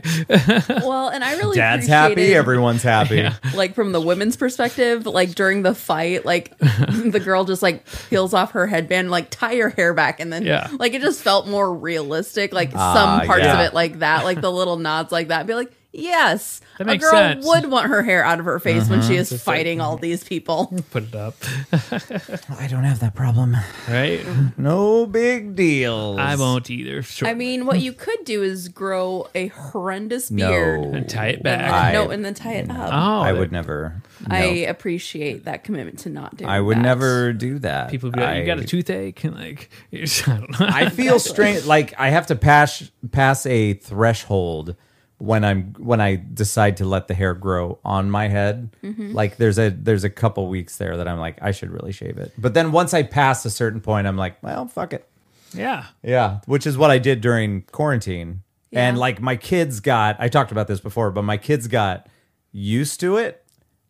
Speaker 1: well, and
Speaker 5: <laughs>
Speaker 1: I really
Speaker 5: Dad's
Speaker 1: appreciated-
Speaker 5: happy. Everyone's happy.
Speaker 1: like from the women's perspective, like during the fight, like <laughs> the girl just like peels off her headband, like tie your hair back, and then
Speaker 2: Yeah.
Speaker 1: like it just felt more realistic. Like
Speaker 5: Ah,
Speaker 1: some parts
Speaker 5: yeah.
Speaker 1: of it, like that, like the little nods, like that, be like, yes,
Speaker 2: That
Speaker 1: a
Speaker 2: makes
Speaker 1: girl
Speaker 2: sense.
Speaker 1: would want her hair out of her face when
Speaker 5: Uh-huh.
Speaker 1: she is fighting all these people.
Speaker 2: Put it up. <laughs>
Speaker 5: I don't have that problem.
Speaker 2: Right?
Speaker 5: No big deal.
Speaker 2: I won't either. Sure.
Speaker 1: I mean, what you could do is grow a horrendous
Speaker 5: No.
Speaker 1: beard.
Speaker 2: and tie it
Speaker 1: And then,
Speaker 2: back.
Speaker 1: no, and then tie it up.
Speaker 2: oh,
Speaker 5: I would never. No.
Speaker 1: I
Speaker 5: I,
Speaker 1: appreciate that commitment to not do.
Speaker 5: would
Speaker 1: that.
Speaker 5: never do that.
Speaker 2: people be like,
Speaker 5: I-
Speaker 2: you got a toothache, <laughs> and like, I don't know.
Speaker 5: I feel strange. Like I have to pass pass a threshold when I'm when I decide to let the hair grow on my head. Like there's a there's a couple weeks there that I'm like I should really shave it. But then once I pass a certain point, I'm like, well, fuck it.
Speaker 2: <laughs> Yeah.
Speaker 5: Yeah, which is what I did during quarantine. And like my kids got, I talked about this before, but my kids got used to it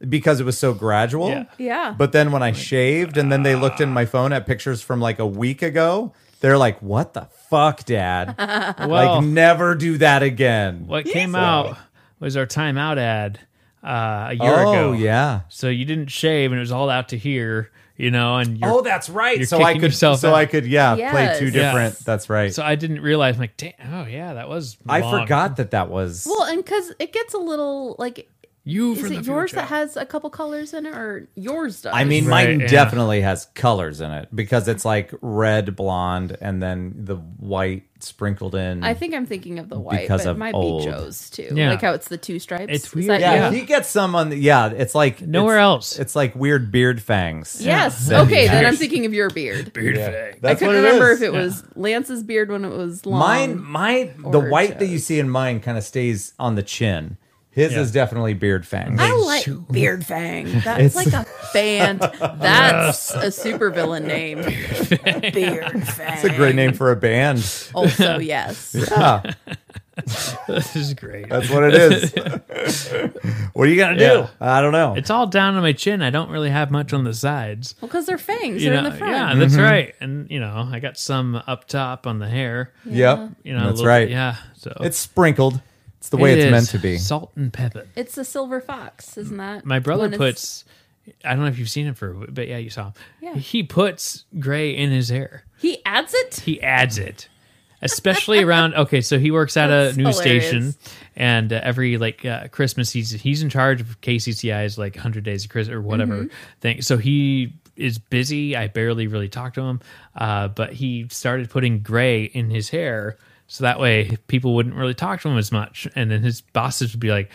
Speaker 5: because it was so gradual.
Speaker 2: Yeah.
Speaker 1: Yeah.
Speaker 5: But then when I shaved and then they looked in my phone at pictures from like a week ago, they're like, what the fuck,
Speaker 2: <laughs>
Speaker 5: dad?
Speaker 2: Well,
Speaker 5: like, never do that again.
Speaker 2: what came out was our timeout ad uh, a year ago.
Speaker 5: Oh, yeah.
Speaker 2: So you didn't shave, and it was all out to here, you know. And you're,
Speaker 5: Oh, that's right.
Speaker 2: you're
Speaker 5: So I
Speaker 2: kicking
Speaker 5: could, so
Speaker 2: yourself out.
Speaker 5: I could, yeah, play two
Speaker 1: Yes.
Speaker 5: different.
Speaker 2: Yeah.
Speaker 5: That's right.
Speaker 2: so I didn't realize. I'm like, damn. Oh yeah, that was.
Speaker 5: I
Speaker 2: long.
Speaker 5: forgot that that was.
Speaker 1: Well, and because it gets a little like,
Speaker 2: you.
Speaker 1: is
Speaker 2: for the
Speaker 1: it yours
Speaker 2: future. <laughs>
Speaker 1: that has a couple colors in it, or yours does?
Speaker 5: I mean,
Speaker 2: Right,
Speaker 5: mine
Speaker 2: yeah.
Speaker 5: definitely has colors in it because it's like red, blonde, and then the white sprinkled in.
Speaker 1: I think I'm thinking of the white,
Speaker 5: Because
Speaker 1: but
Speaker 5: of
Speaker 1: it might
Speaker 5: old.
Speaker 1: be Joe's too.
Speaker 2: Yeah.
Speaker 1: Like how it's the two stripes.
Speaker 2: It's
Speaker 1: Is
Speaker 2: weird.
Speaker 1: that
Speaker 5: yeah,
Speaker 2: Yeah.
Speaker 1: you?
Speaker 5: he gets some on. The, yeah, it's like
Speaker 2: Nowhere
Speaker 5: it's-
Speaker 2: else.
Speaker 5: It's like weird beard fangs.
Speaker 1: Yes.
Speaker 2: Yeah.
Speaker 1: Okay, then I'm
Speaker 2: Yours.
Speaker 1: thinking of your beard. I
Speaker 5: That's
Speaker 1: couldn't
Speaker 5: what
Speaker 1: remember
Speaker 5: is.
Speaker 1: if it was Lance's beard when it was long.
Speaker 5: mine. My the
Speaker 1: or
Speaker 5: white that
Speaker 1: Joe's.
Speaker 5: you see in mine kind of stays on the chin. His
Speaker 2: Yeah.
Speaker 5: is definitely beard fangs.
Speaker 1: I like Beard Fang.
Speaker 5: <laughs>
Speaker 1: That's like a band. That's a supervillain name. Beard Fang.
Speaker 5: That's a great name for a band.
Speaker 2: <laughs>
Speaker 1: Also, yes.
Speaker 5: Yeah,
Speaker 2: this is great.
Speaker 5: that's what it
Speaker 2: <laughs>
Speaker 5: is. what are you gonna do?
Speaker 2: Yeah.
Speaker 5: I don't know.
Speaker 2: It's all down on my chin. I don't really have much on the sides.
Speaker 1: Well, because they're fangs.
Speaker 2: You
Speaker 1: they're
Speaker 2: know,
Speaker 1: in the front.
Speaker 2: yeah,
Speaker 5: Mm-hmm.
Speaker 2: that's right. And you know, I got some up top on the hair.
Speaker 5: yep,
Speaker 2: You know, a
Speaker 5: that's
Speaker 2: little-
Speaker 5: right.
Speaker 2: Yeah, so
Speaker 5: It's sprinkled. It's the way
Speaker 2: It
Speaker 5: it's
Speaker 2: is
Speaker 5: meant to be.
Speaker 2: Salt and pepper.
Speaker 1: It's a silver fox, isn't that?
Speaker 2: My brother
Speaker 1: when it's-
Speaker 2: puts. I don't know if you've seen him for, but yeah, you saw him.
Speaker 1: Yeah.
Speaker 2: He puts gray in his hair.
Speaker 1: He adds it.
Speaker 2: He adds it, especially
Speaker 1: <laughs>
Speaker 2: around. Okay, so he works at a
Speaker 1: That's
Speaker 2: news
Speaker 1: hilarious.
Speaker 2: station, and uh, every like uh, Christmas, he's he's in charge of KCCI's like hundred days of Christmas or whatever
Speaker 1: Mm-hmm.
Speaker 2: thing. So he is busy. I barely really talk to him, uh, but he started putting gray in his hair. So that way, people wouldn't really talk to him as much, and then his bosses would be like,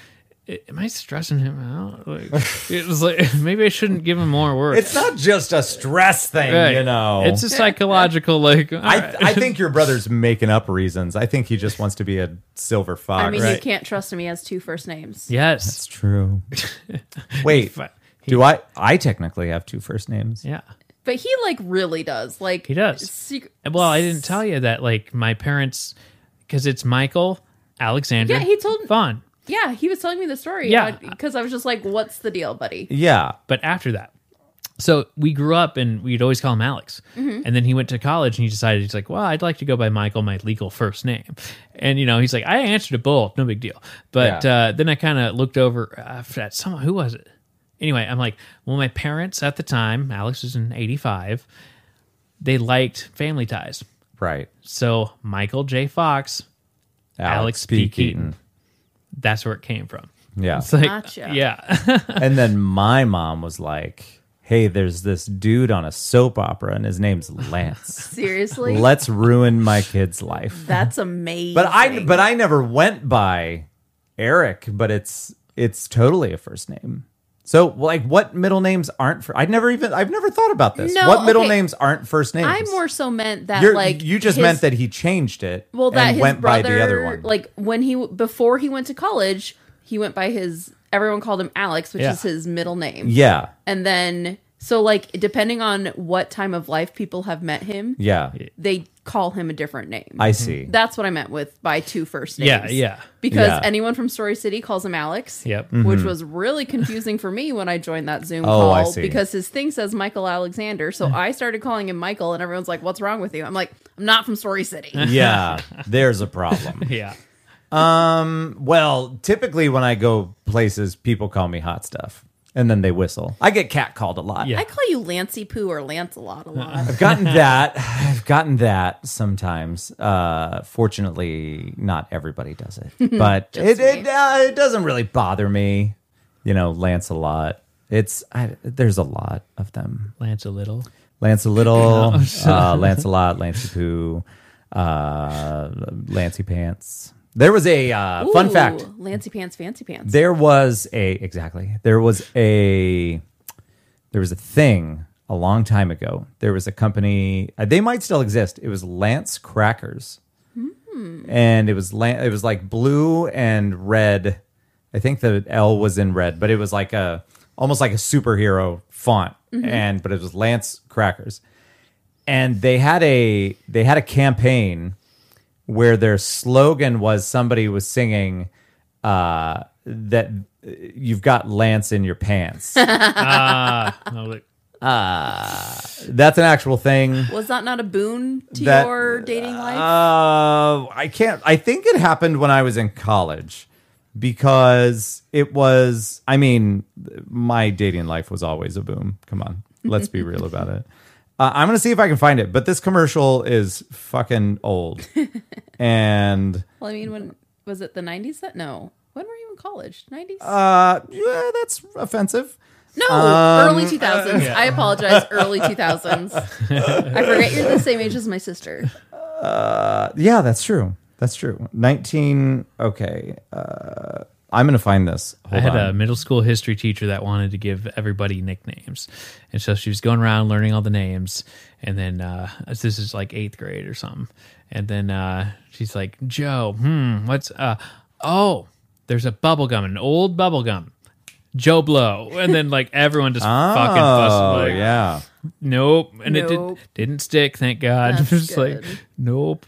Speaker 2: "Am I stressing him out?"
Speaker 5: <laughs>
Speaker 2: Like, it was like maybe I shouldn't give him more work.
Speaker 5: It's not just a stress thing,
Speaker 2: Right.
Speaker 5: you know.
Speaker 2: It's a psychological like. all
Speaker 5: I,
Speaker 2: right. <laughs>
Speaker 5: I think your brother's making up reasons. I think he just wants to be a silver fox.
Speaker 1: I mean, you
Speaker 2: Right.
Speaker 1: can't trust him. He has two first names.
Speaker 2: yes, <laughs>
Speaker 5: It's true. Wait,
Speaker 2: Fi-
Speaker 5: do I? I technically have two first names.
Speaker 2: Yeah.
Speaker 1: But he like really does. Like
Speaker 2: He does.
Speaker 1: Secret-
Speaker 2: Well, I didn't tell you that, like, my parents, because it's Michael, Alexander,
Speaker 1: Yeah, he told-
Speaker 2: Vaughn.
Speaker 1: yeah, he was telling me the story.
Speaker 2: Yeah.
Speaker 1: because I was just like, "What's the deal, buddy?"
Speaker 5: Yeah,
Speaker 2: But after that, so we grew up and we'd always call him Alex.
Speaker 1: Mm-hmm.
Speaker 2: And then he went to college and he decided, he's like, well, I'd like to go by Michael, my legal first name. And, you know, he's like, I answered to both, no big deal. But
Speaker 5: Yeah.
Speaker 2: uh, then I kind of looked over uh, at someone, who was it? Anyway, I'm like, well, my parents at the time, Alex was in 85, they liked family ties.
Speaker 5: right.
Speaker 2: So Michael J. Fox, Alex P. Keaton. that's where it came from. <laughs>
Speaker 5: Yeah,
Speaker 2: It's like,
Speaker 1: Gotcha.
Speaker 2: yeah, <laughs>
Speaker 5: and then my mom was like, "Hey, there's this dude on a soap opera, and his name's
Speaker 1: <laughs>
Speaker 5: Lance. <laughs>
Speaker 1: Seriously,
Speaker 5: Let's ruin my kid's life."
Speaker 1: that's amazing.
Speaker 5: But I, but I never went by Eric. But it's it's totally a first name. So like, what middle names aren't? For, I never even I've never thought about this.
Speaker 1: No,
Speaker 5: what middle
Speaker 1: okay.
Speaker 5: names aren't first names?
Speaker 1: I more so meant that
Speaker 5: You're-
Speaker 1: like
Speaker 5: you just
Speaker 1: his-
Speaker 5: meant that he changed it.
Speaker 1: well that
Speaker 5: and
Speaker 1: his
Speaker 5: went
Speaker 1: brother
Speaker 5: by the other one.
Speaker 1: like when he w- before he went to college he went by his everyone called him Alex which
Speaker 2: Yeah.
Speaker 1: is his middle name
Speaker 5: yeah,
Speaker 1: and then so like depending on what time of life people have met him
Speaker 5: yeah.
Speaker 1: they call him a different name
Speaker 5: I see.
Speaker 1: that's what I meant with by two first names
Speaker 2: yeah, yeah.
Speaker 1: because
Speaker 5: Yeah. Mm-hmm.
Speaker 1: anyone from Story City calls him Alex
Speaker 2: Yep.
Speaker 1: which was really confusing for me when I joined that Zoom
Speaker 5: Oh, I
Speaker 1: call
Speaker 5: see.
Speaker 1: because his thing says Michael Alexander.
Speaker 2: Mm.
Speaker 1: So I started calling him Michael, and everyone's like, "What's wrong with you?" I'm like, "I'm not from Story City."
Speaker 2: <laughs>
Speaker 5: <laughs> yeah, there's
Speaker 1: <laughs>
Speaker 5: a problem.
Speaker 2: Yeah.
Speaker 5: Well, typically when I go places, people call me hot stuff, and then they whistle. I get catcalled a lot.
Speaker 2: Yeah.
Speaker 1: I call you Lancy Poo or Lancelot a lot.
Speaker 2: <laughs>
Speaker 5: I've gotten that. I've gotten that sometimes. Uh, fortunately, not everybody does it, but it it, uh, it doesn't really bother me. You know, Lancelot. It's I, there's a lot of them.
Speaker 2: Lance a little.
Speaker 5: Lance a little, uh, Lancelot, Lancy Poo, uh, Lancy Pants. There was a uh, fun
Speaker 1: Ooh,
Speaker 5: fact.
Speaker 1: Lancy Pants, Fancy Pants.
Speaker 5: There was a exactly. There was a there was a thing a long time ago. There was a company. uh, They might still exist. It was Lance Crackers, and it was la- it was like blue and red. I think the L was in red, but it was like a almost like a superhero font, and but it was Lance Crackers, and they had a they had a campaign where their slogan was somebody was singing uh, that uh, you've got Lance in your pants. <laughs>
Speaker 2: I'll look-
Speaker 5: That's an actual thing.
Speaker 1: Was that not a boon to
Speaker 5: That-
Speaker 1: your dating life?
Speaker 5: Uh, I can't. I think it happened when I was in college because it was. I mean, my dating life was always a boom. Come on, let's be real about it. Uh, I'm gonna see if I can find it, but this commercial is fucking <laughs> old, and
Speaker 1: well, I mean, when was it the 90s that? No. When were you in college? 90s?
Speaker 5: uh, yeah, that's offensive.
Speaker 1: no, early 2000s. I apologize, early 2000s. I forget you're the same age as my sister.
Speaker 5: Yeah, that's true. That's true. 19. Okay, uh, I'm gonna find this.
Speaker 2: I
Speaker 5: Hold
Speaker 2: had
Speaker 5: on.
Speaker 2: a middle school history teacher that wanted to give everybody nicknames, and so she was going around learning all the names. And then uh, this is like eighth grade or something. And then uh, she's like, "Joe, hmm, what's uh? Oh, there's a bubble gum, an old bubble gum, Joe Blow." And then like
Speaker 1: <laughs>
Speaker 2: everyone just fucking
Speaker 5: oh
Speaker 2: fussed. Like,
Speaker 5: yeah.
Speaker 2: Nope. And
Speaker 1: Nope.
Speaker 2: it did, didn't stick, thank God. <laughs>
Speaker 1: That's
Speaker 2: Just
Speaker 1: good.
Speaker 2: like, nope.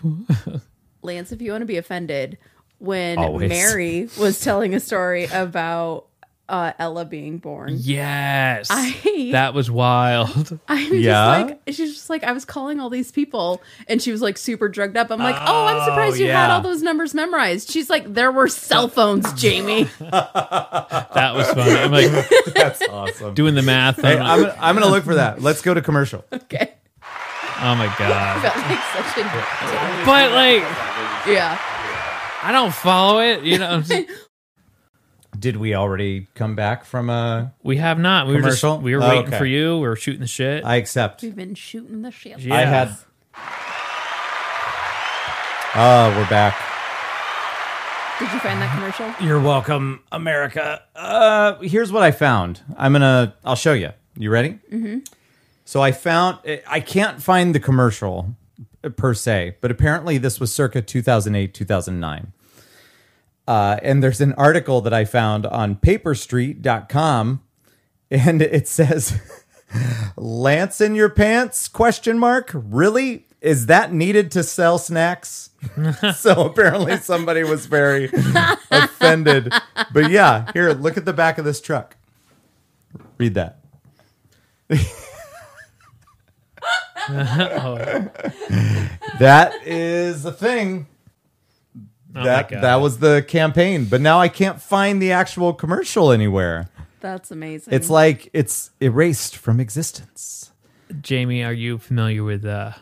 Speaker 1: Lance, if you want to be offended, when
Speaker 5: Always.
Speaker 1: Mary was telling a story about uh, Ella being born.
Speaker 2: Yes.
Speaker 1: I- <laughs>
Speaker 2: that was wild.
Speaker 1: I'm
Speaker 5: Yeah?
Speaker 1: just like she's just like I was calling all these people and she was like super drugged up. I'm like, "Oh, I'm surprised you had
Speaker 2: yeah.
Speaker 1: all those numbers memorized." She's like, "There were cell phones, Jamie." <laughs>
Speaker 2: That was fun. I'm like
Speaker 5: <laughs> That's awesome.
Speaker 2: doing the math.
Speaker 5: Hey,
Speaker 2: I'm like,
Speaker 5: I'm, gonna- I'm gonna look for that. Let's go to commercial.
Speaker 1: okay. <laughs>
Speaker 2: oh my God.
Speaker 1: Felt like such a
Speaker 2: But like,
Speaker 1: Yeah.
Speaker 2: I don't follow it. You know,
Speaker 5: Did we already come back from uh, a?
Speaker 2: we have not. We were
Speaker 5: Commercial?
Speaker 2: just, we were
Speaker 5: Oh,
Speaker 2: waiting
Speaker 5: okay.
Speaker 2: for you. We were shooting the shit.
Speaker 5: I accept.
Speaker 1: We've been shooting the shit.
Speaker 2: Yeah.
Speaker 5: I had. Oh, we're back.
Speaker 1: Did you find that commercial?
Speaker 5: You're welcome, America. Uh, here's what I found. I'm gonna. I'll show you. You ready? Mm-hmm. So I found. I can't find the commercial per se, but apparently this was circa 2008, 2009. Uh, and there's an article that I found on paperstreet.com and it says Lance in your pants question mark really is that needed to sell snacks <laughs> so apparently somebody was very offended but yeah here look at the back of this truck
Speaker 2: <laughs>
Speaker 5: read that that is the thing
Speaker 2: Oh
Speaker 5: that
Speaker 2: my God.
Speaker 5: that was the campaign but now i can't find the actual commercial anywhere
Speaker 1: That's amazing.
Speaker 2: Mm-hmm.
Speaker 5: it's like it's erased from existence
Speaker 2: Jamie, are you familiar with uh,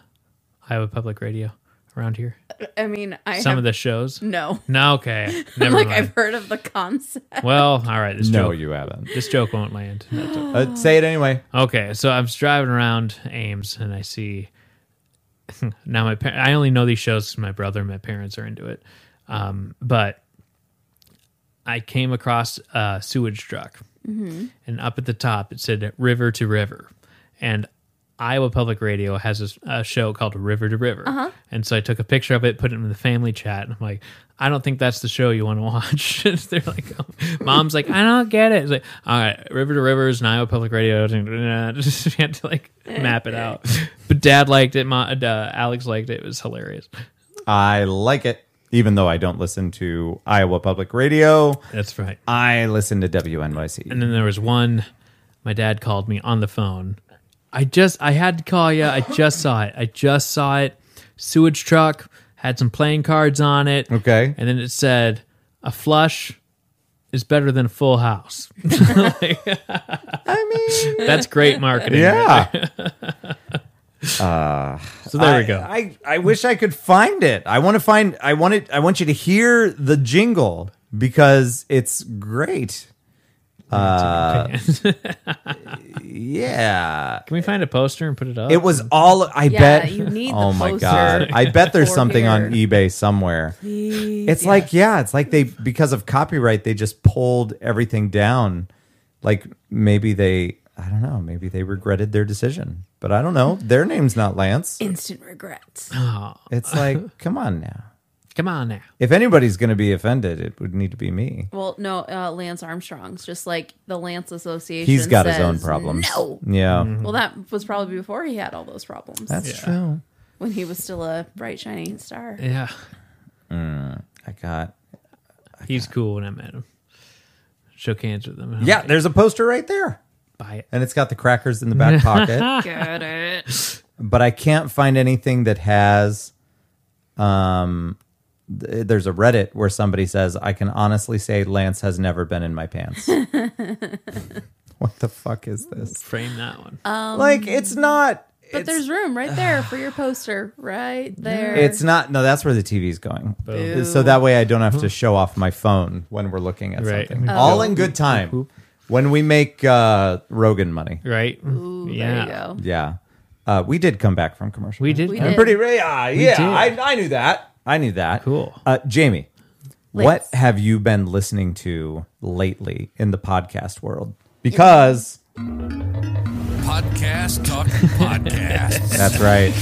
Speaker 2: Iowa Public Radio around here?
Speaker 1: I mean, I
Speaker 2: Some
Speaker 1: have,
Speaker 2: of the shows?
Speaker 1: no. <laughs>
Speaker 2: No, okay. Never
Speaker 1: like
Speaker 2: mind.
Speaker 1: I've heard of the concept.
Speaker 2: Well, all right. This
Speaker 5: no
Speaker 2: joke,
Speaker 5: you haven't
Speaker 2: <sighs> this joke won't land.
Speaker 5: Uh, say it anyway.
Speaker 2: Okay, so I'm driving around Ames and I see. <laughs> now my par- I only know these shows 'cause my brother and my parents are into it, um, but I came across a sewage truck, and up at the top it said "River to River," and Iowa Public Radio has a s- a, show called River to River, and so I took a picture of it, put it in the family chat, and I'm like. I don't think that's the show you want to watch. <laughs> They're like, oh. mom's like, I don't get it. It's like, all right, River to River is an Iowa Public Radio. <laughs> Just you had to like map it out. But Dad liked it. Ma, uh, Alex liked it. It was hilarious.
Speaker 5: I like it, even though I don't listen to Iowa Public Radio.
Speaker 2: That's right.
Speaker 5: I listen to WNYC.
Speaker 2: And then there was one. My dad called me on the phone. I just I had to call you. I just saw it. I just saw it. Sewage truck had some playing cards on it.
Speaker 5: Okay.
Speaker 2: And then it said a flush is better than a full house. <laughs>
Speaker 5: I mean,
Speaker 2: That's great marketing.
Speaker 5: yeah.
Speaker 2: <laughs> So there we
Speaker 5: I-
Speaker 2: go.
Speaker 5: I, I wish I could find it. I want to find. I want it. I want you to hear the jingle because it's great. Uh,
Speaker 2: <laughs>
Speaker 5: Yeah,
Speaker 2: Can we find a poster and put it up?
Speaker 5: it was all.
Speaker 1: <laughs>
Speaker 5: I
Speaker 1: Yeah,
Speaker 5: bet
Speaker 1: you need the
Speaker 5: Oh my
Speaker 1: poster <laughs>
Speaker 5: god! I bet there's
Speaker 1: for
Speaker 5: something on
Speaker 1: here.
Speaker 5: eBay somewhere. It's like yeah, it's like they because of copyright they just pulled everything down. Like maybe they I don't know, maybe they regretted their decision. But I don't know. Their name's not Lance.
Speaker 1: Instant regrets. <laughs>
Speaker 5: It's like come on now.
Speaker 2: Come on now.
Speaker 5: If anybody's going to be offended, it would need to be me.
Speaker 1: Well, no, uh, Lance Armstrong's just like the Lance Association.
Speaker 5: He's got his own
Speaker 1: says,
Speaker 5: problems.
Speaker 1: No. Mm-hmm.
Speaker 5: Yeah.
Speaker 1: Well, that was probably before he had all those problems.
Speaker 5: That's true.
Speaker 1: when he was still a bright shining star.
Speaker 2: Yeah.
Speaker 5: I got.
Speaker 2: He's cool when I met him. Shook hands with him.
Speaker 5: Yeah, there's a poster right there.
Speaker 2: Buy it.
Speaker 5: And it's got the crackers in the <laughs> back pocket.
Speaker 1: Got it.
Speaker 5: But I can't find anything that has. Um, th- there's a Reddit where somebody says, I can honestly say Lance has never been in
Speaker 1: <laughs>
Speaker 5: my pants. what the fuck is
Speaker 2: <laughs>
Speaker 5: this?
Speaker 2: Frame that one.
Speaker 5: like, it's not.
Speaker 1: Um, But there's room right there for
Speaker 2: <sighs>
Speaker 1: your poster, right there.
Speaker 5: It's not. No, that's where the TV's going.
Speaker 2: Boom.
Speaker 5: So that way I don't have to show off my phone when we're looking at
Speaker 2: Right.
Speaker 1: Oh.
Speaker 5: something. All in good time. When we make uh, Rogan money.
Speaker 2: right?
Speaker 1: Ooh,
Speaker 2: yeah.
Speaker 1: There you go.
Speaker 5: Yeah. Uh, we did come back from commercial.
Speaker 2: We did.
Speaker 1: We
Speaker 2: that.
Speaker 5: I'm
Speaker 1: did.
Speaker 5: pretty. Yeah, yeah.
Speaker 2: did.
Speaker 5: I, I knew that. I knew that.
Speaker 2: Cool.
Speaker 5: Uh, Jamie,
Speaker 1: Lance.
Speaker 5: what have you been listening to lately in the podcast world? Because
Speaker 8: Podcast talking podcasts.
Speaker 5: that's right.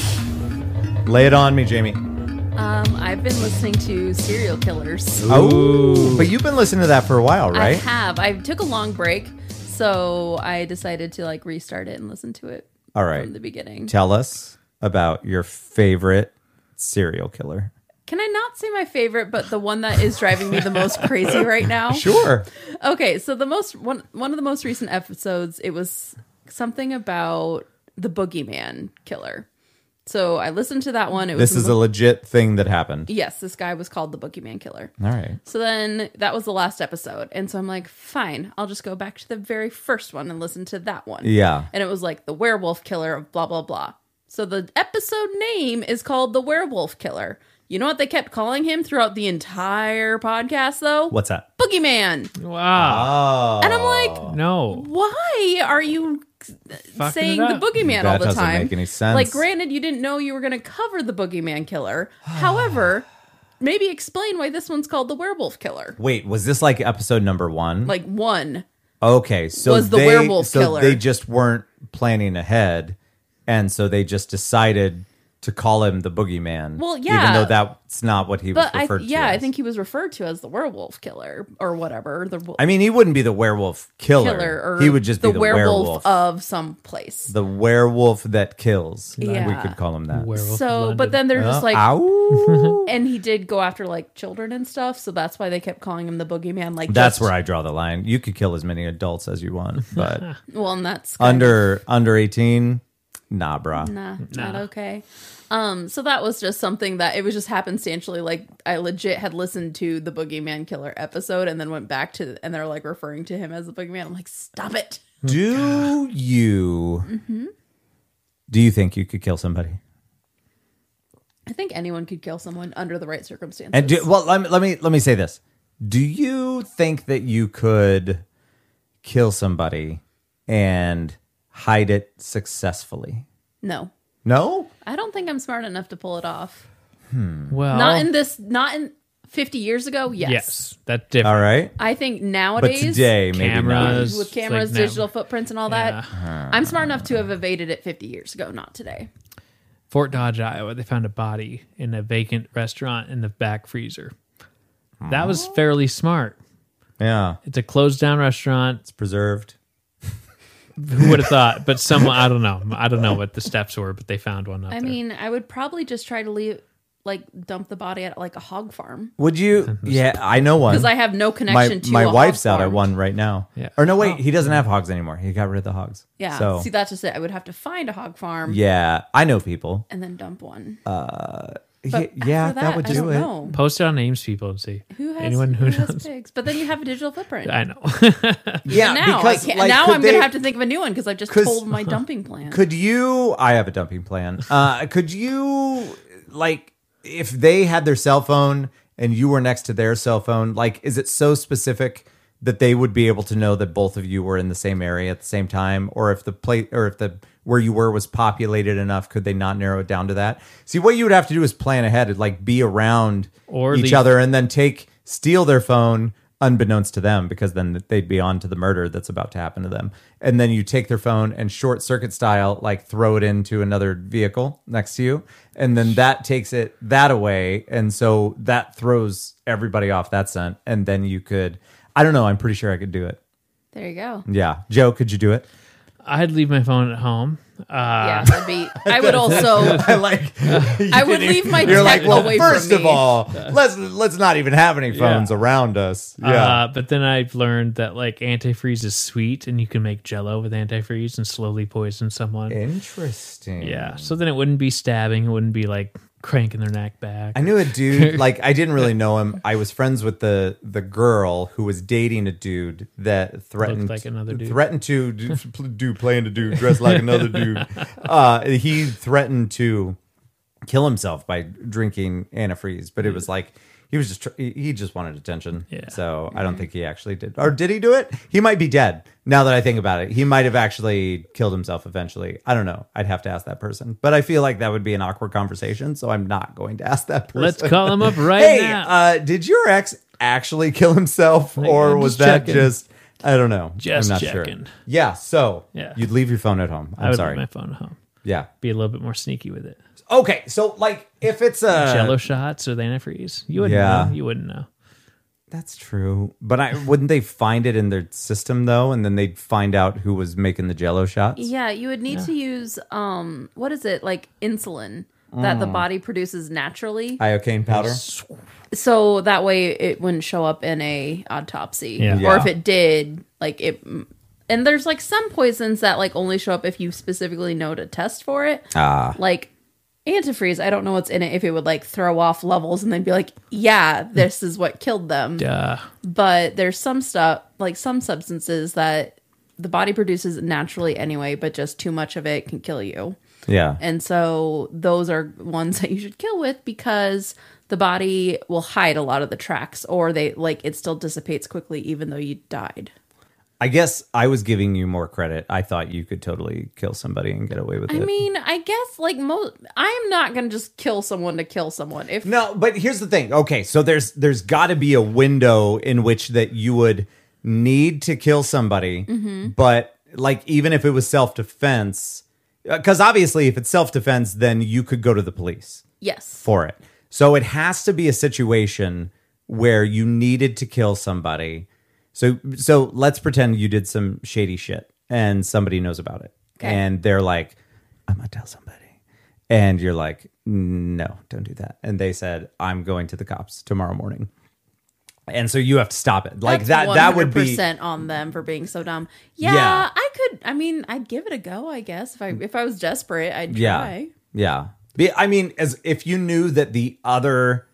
Speaker 5: Lay it on me, Jamie.
Speaker 1: Um, I've been listening to serial killers.
Speaker 5: Oh, but you've been listening to that for a while,
Speaker 1: I
Speaker 5: right?
Speaker 1: have. I took a long break, so I decided to like restart it and listen to it
Speaker 5: All
Speaker 1: from
Speaker 5: right.
Speaker 1: the beginning.
Speaker 5: Tell us about your favorite serial killer.
Speaker 1: Can I not say my favorite, but the one that is driving me the most crazy right now?
Speaker 5: <laughs> Sure.
Speaker 1: Okay, so the most one one of the most recent episodes, it was something about the boogeyman killer. So I listened to that one. It was
Speaker 5: This is a legit thing that happened.
Speaker 1: yes, this guy was called the boogeyman killer.
Speaker 5: All right.
Speaker 1: So then that was the last episode. And so I'm like, fine, I'll just go back to the very first one and listen to that one.
Speaker 5: Yeah.
Speaker 1: And it was like the werewolf killer of blah, blah, blah. So the episode name is called The Werewolf Killer. You know what they kept calling him throughout the entire podcast, though?
Speaker 5: What's that?
Speaker 1: Boogeyman.
Speaker 2: Wow.
Speaker 5: Oh.
Speaker 1: And I'm like,
Speaker 2: no.
Speaker 1: why are you saying
Speaker 2: it
Speaker 1: the
Speaker 2: up.
Speaker 1: boogeyman
Speaker 5: That
Speaker 1: all the
Speaker 5: doesn't
Speaker 1: time?
Speaker 5: make any sense.
Speaker 1: Like, granted, you didn't know you were going to cover the boogeyman killer.
Speaker 5: <sighs>
Speaker 1: However, maybe explain why this one's called the werewolf killer.
Speaker 5: Wait, was this like episode number one?
Speaker 1: Like one,
Speaker 5: okay, so
Speaker 1: was the
Speaker 5: they,
Speaker 1: werewolf
Speaker 5: so
Speaker 1: killer.
Speaker 5: They just weren't planning ahead, and so they just decided to call him the boogeyman.
Speaker 1: Well,
Speaker 5: even
Speaker 1: yeah.
Speaker 5: though that's not what he
Speaker 1: but
Speaker 5: was
Speaker 1: I
Speaker 5: referred to.
Speaker 1: yeah, I
Speaker 5: as.
Speaker 1: think he was referred to as the werewolf killer or whatever. The wo-
Speaker 5: I mean, he wouldn't be the werewolf killer.
Speaker 1: killer or
Speaker 5: he would just
Speaker 1: the
Speaker 5: be the werewolf,
Speaker 1: of some place.
Speaker 5: the werewolf that kills. we
Speaker 1: Yeah.
Speaker 5: could call him that.
Speaker 2: Werewolf
Speaker 1: So,
Speaker 2: London.
Speaker 1: but then they're
Speaker 5: Uh,
Speaker 1: just like, <laughs>
Speaker 5: ow. <laughs>
Speaker 1: and he did go after like children and stuff, so that's why they kept calling him the boogeyman. Like
Speaker 5: That's
Speaker 1: just-
Speaker 5: where I draw the line. You could kill as many adults as you want, but <laughs>
Speaker 1: Well, and that's kind of-
Speaker 5: under under eighteen, nah, brah.
Speaker 1: Nah, not okay. Um, so that was just something that it was just happenstantially like I legit had listened to the Boogeyman Killer episode and then went back to and they're like referring to him as the Boogeyman. I'm like, stop it. Oh,
Speaker 5: Do you?
Speaker 1: Mm-hmm.
Speaker 5: Do you think you could kill somebody?
Speaker 1: I think anyone could kill someone under the right circumstances.
Speaker 5: And do, well, let me, let me let me say this. Do you think that you could kill somebody and hide it successfully?
Speaker 1: no.
Speaker 5: No.
Speaker 1: I don't think I'm smart enough to pull it off.
Speaker 2: well,
Speaker 1: Not in this not in fifty years ago, yes.
Speaker 2: Oh. yes. that's different.
Speaker 5: All right.
Speaker 1: I think
Speaker 5: But
Speaker 1: nowadays
Speaker 5: today, maybe
Speaker 2: Cameras.
Speaker 1: with
Speaker 2: It's like
Speaker 1: cameras,
Speaker 2: now-
Speaker 1: digital footprints and all that,
Speaker 5: Uh-huh.
Speaker 1: I'm smart enough to have evaded it fifty years ago, not today.
Speaker 2: Fort Dodge, Iowa. They found a body in a vacant restaurant in the back freezer. That was fairly smart.
Speaker 5: not. Yeah,
Speaker 2: It's a closed down restaurant.
Speaker 5: it's preserved.
Speaker 2: Who would have thought? But someone, I don't know. I don't know what the steps were, but they found one. Out
Speaker 1: I
Speaker 2: there.
Speaker 1: mean, I would probably just try to leave, like, dump the body at like a hog farm
Speaker 5: Would
Speaker 2: <laughs>
Speaker 5: you? Yeah, I know one.
Speaker 1: because I have no connection
Speaker 5: my
Speaker 1: to
Speaker 5: my
Speaker 1: a
Speaker 5: wife's
Speaker 1: hog
Speaker 5: out at
Speaker 1: farm. Oh.
Speaker 5: one right now.
Speaker 2: Yeah.
Speaker 5: Or no, wait, he doesn't have hogs anymore. He got rid of the hogs.
Speaker 1: Yeah,
Speaker 5: So
Speaker 1: see, that's just it. I would have to find a hog farm
Speaker 5: yeah, I know people.
Speaker 1: and then dump one.
Speaker 5: Y- yeah,
Speaker 1: After
Speaker 5: that, would
Speaker 1: I
Speaker 5: do
Speaker 1: don't
Speaker 5: it.
Speaker 1: Know.
Speaker 2: post it on names, people, and see
Speaker 1: Who has
Speaker 2: anyone who,
Speaker 1: has
Speaker 2: knows.
Speaker 1: pigs? But then you have a digital footprint.
Speaker 2: I know. <laughs>
Speaker 5: Yeah,
Speaker 1: now
Speaker 5: Uh, because
Speaker 1: I can't,
Speaker 5: like,
Speaker 1: now
Speaker 5: could
Speaker 1: I'm
Speaker 5: they-
Speaker 1: gonna have to think of a new one because I've just
Speaker 5: 'cause-
Speaker 1: told
Speaker 5: <laughs>
Speaker 1: my dumping plan.
Speaker 5: Could you? I have a dumping plan. Uh, <laughs> could you, like, if they had their cell phone and you were next to their cell phone, like, is it so specific that they would be able to know that both of you were in the same area at the same time, or if the plate or if the where you were was populated enough, could they not narrow it down to that? See, what you would have to do is plan ahead and like be around
Speaker 2: Or
Speaker 5: each
Speaker 2: the-
Speaker 5: other, and then take steal their phone. unbeknownst to them because then they'd be on to the murder that's about to happen to them. And then you take their phone and short circuit style, like throw it into another vehicle next to you. And then that takes it that away. And so that throws everybody off that scent. And then you could, I don't know, I'm pretty sure I could do it.
Speaker 1: There you go.
Speaker 5: Yeah. Joe, could you do it? <laughs>
Speaker 2: I'd leave my phone at home.
Speaker 5: Uh,
Speaker 1: yeah, that'd be. I would
Speaker 5: <laughs>
Speaker 1: also.
Speaker 5: I
Speaker 1: <laughs>
Speaker 5: like.
Speaker 1: I would leave my
Speaker 5: You're
Speaker 1: tech
Speaker 5: like, well,
Speaker 1: away
Speaker 5: first
Speaker 1: from
Speaker 5: of
Speaker 1: me. <laughs>
Speaker 5: all, let's let's not even have any phones around us. Yeah.
Speaker 2: Uh, but then I've learned that like antifreeze is sweet, and you can make Jello with antifreeze and slowly poison someone.
Speaker 5: Interesting.
Speaker 2: yeah. So then it wouldn't be stabbing. It wouldn't be like cranking their neck back.
Speaker 5: I knew a
Speaker 2: <laughs>
Speaker 5: dude like I didn't really know him. I was friends with the the girl who was dating a dude that threatened
Speaker 2: like another dude.
Speaker 5: threatened to <laughs> do, do plan to do dress like another dude.
Speaker 2: <laughs>
Speaker 5: Uh, he threatened to kill himself by drinking antifreeze, but it was like he was just tr- he he just wanted attention.
Speaker 2: Mm. Yeah.
Speaker 5: So I don't
Speaker 2: Mm-hmm.
Speaker 5: think he actually did, or did he do it? He might be dead. Now that I think about it, he might have actually killed himself eventually. I don't know. I'd have to ask that person, but I feel like that would be an awkward conversation, so I'm not going to ask that person.
Speaker 2: Let's call him up right
Speaker 5: <laughs> Hey,
Speaker 2: now.
Speaker 5: uh, did your ex actually kill himself, or
Speaker 2: I'm
Speaker 5: was
Speaker 2: just
Speaker 5: that
Speaker 2: checking.
Speaker 5: just? I don't know.
Speaker 2: Just
Speaker 5: I'm not
Speaker 2: checking.
Speaker 5: sure. Yeah. So
Speaker 2: Yeah.
Speaker 5: you'd leave your phone at home.
Speaker 2: I
Speaker 5: I'm
Speaker 2: would
Speaker 5: sorry.
Speaker 2: leave my phone at home.
Speaker 5: yeah.
Speaker 2: Be a little bit more sneaky with it.
Speaker 5: Okay. So like, if it's a
Speaker 2: Jello shots or the antifreeze. You wouldn't
Speaker 5: Uh, yeah.
Speaker 2: know. You wouldn't know.
Speaker 5: That's true. But I wouldn't they find it in their system though, and then they'd find out who was making the jello shots?
Speaker 1: Yeah, you would need to use um, what is it like insulin that
Speaker 5: Mm.
Speaker 1: the body produces naturally,
Speaker 5: Iocane powder.
Speaker 1: so that way it wouldn't show up in a autopsy,
Speaker 2: Yeah.
Speaker 1: or if
Speaker 5: Yeah.
Speaker 1: it did, like it. And there's like some poisons that like only show up if you specifically know to test for it,
Speaker 5: Ah.
Speaker 1: like antifreeze. I don't know what's in it if it would like throw off levels and then be like, yeah, this is what killed them.
Speaker 2: Duh.
Speaker 1: but there's some stuff like some substances that the body produces naturally anyway but just too much of it can kill you
Speaker 5: Yeah.
Speaker 1: and so those are ones <laughs> that you should kill with because the body will hide a lot of the tracks or they like it still dissipates quickly even though you died
Speaker 5: I guess I was giving you more credit. I thought you could totally kill somebody and get away with
Speaker 1: i
Speaker 5: it.
Speaker 1: mean i guess like most i'm not gonna just kill someone to kill someone if
Speaker 5: no, but here's the thing. Okay, so there's there's got to be a window in which that you would need to kill somebody,
Speaker 1: Mm-hmm.
Speaker 5: but like even if it was self defense, because obviously if it's self defense, then you could go to the police.
Speaker 1: yes
Speaker 5: for it. So it has to be a situation where you needed to kill somebody. So so let's pretend you did some shady shit and somebody knows about it.
Speaker 1: Okay.
Speaker 5: And they're like, I'm gonna tell somebody. And you're like, no, don't do that. And they said, I'm going to the cops tomorrow morning. And so you have to stop it. Like
Speaker 1: That's
Speaker 5: that that would be
Speaker 1: 100% on them for being so dumb yeah,
Speaker 5: Yeah.
Speaker 1: i could i mean i'd give it a go i guess if i if i was desperate i'd try
Speaker 5: Yeah. Yeah. Be- I mean, as if you knew that the other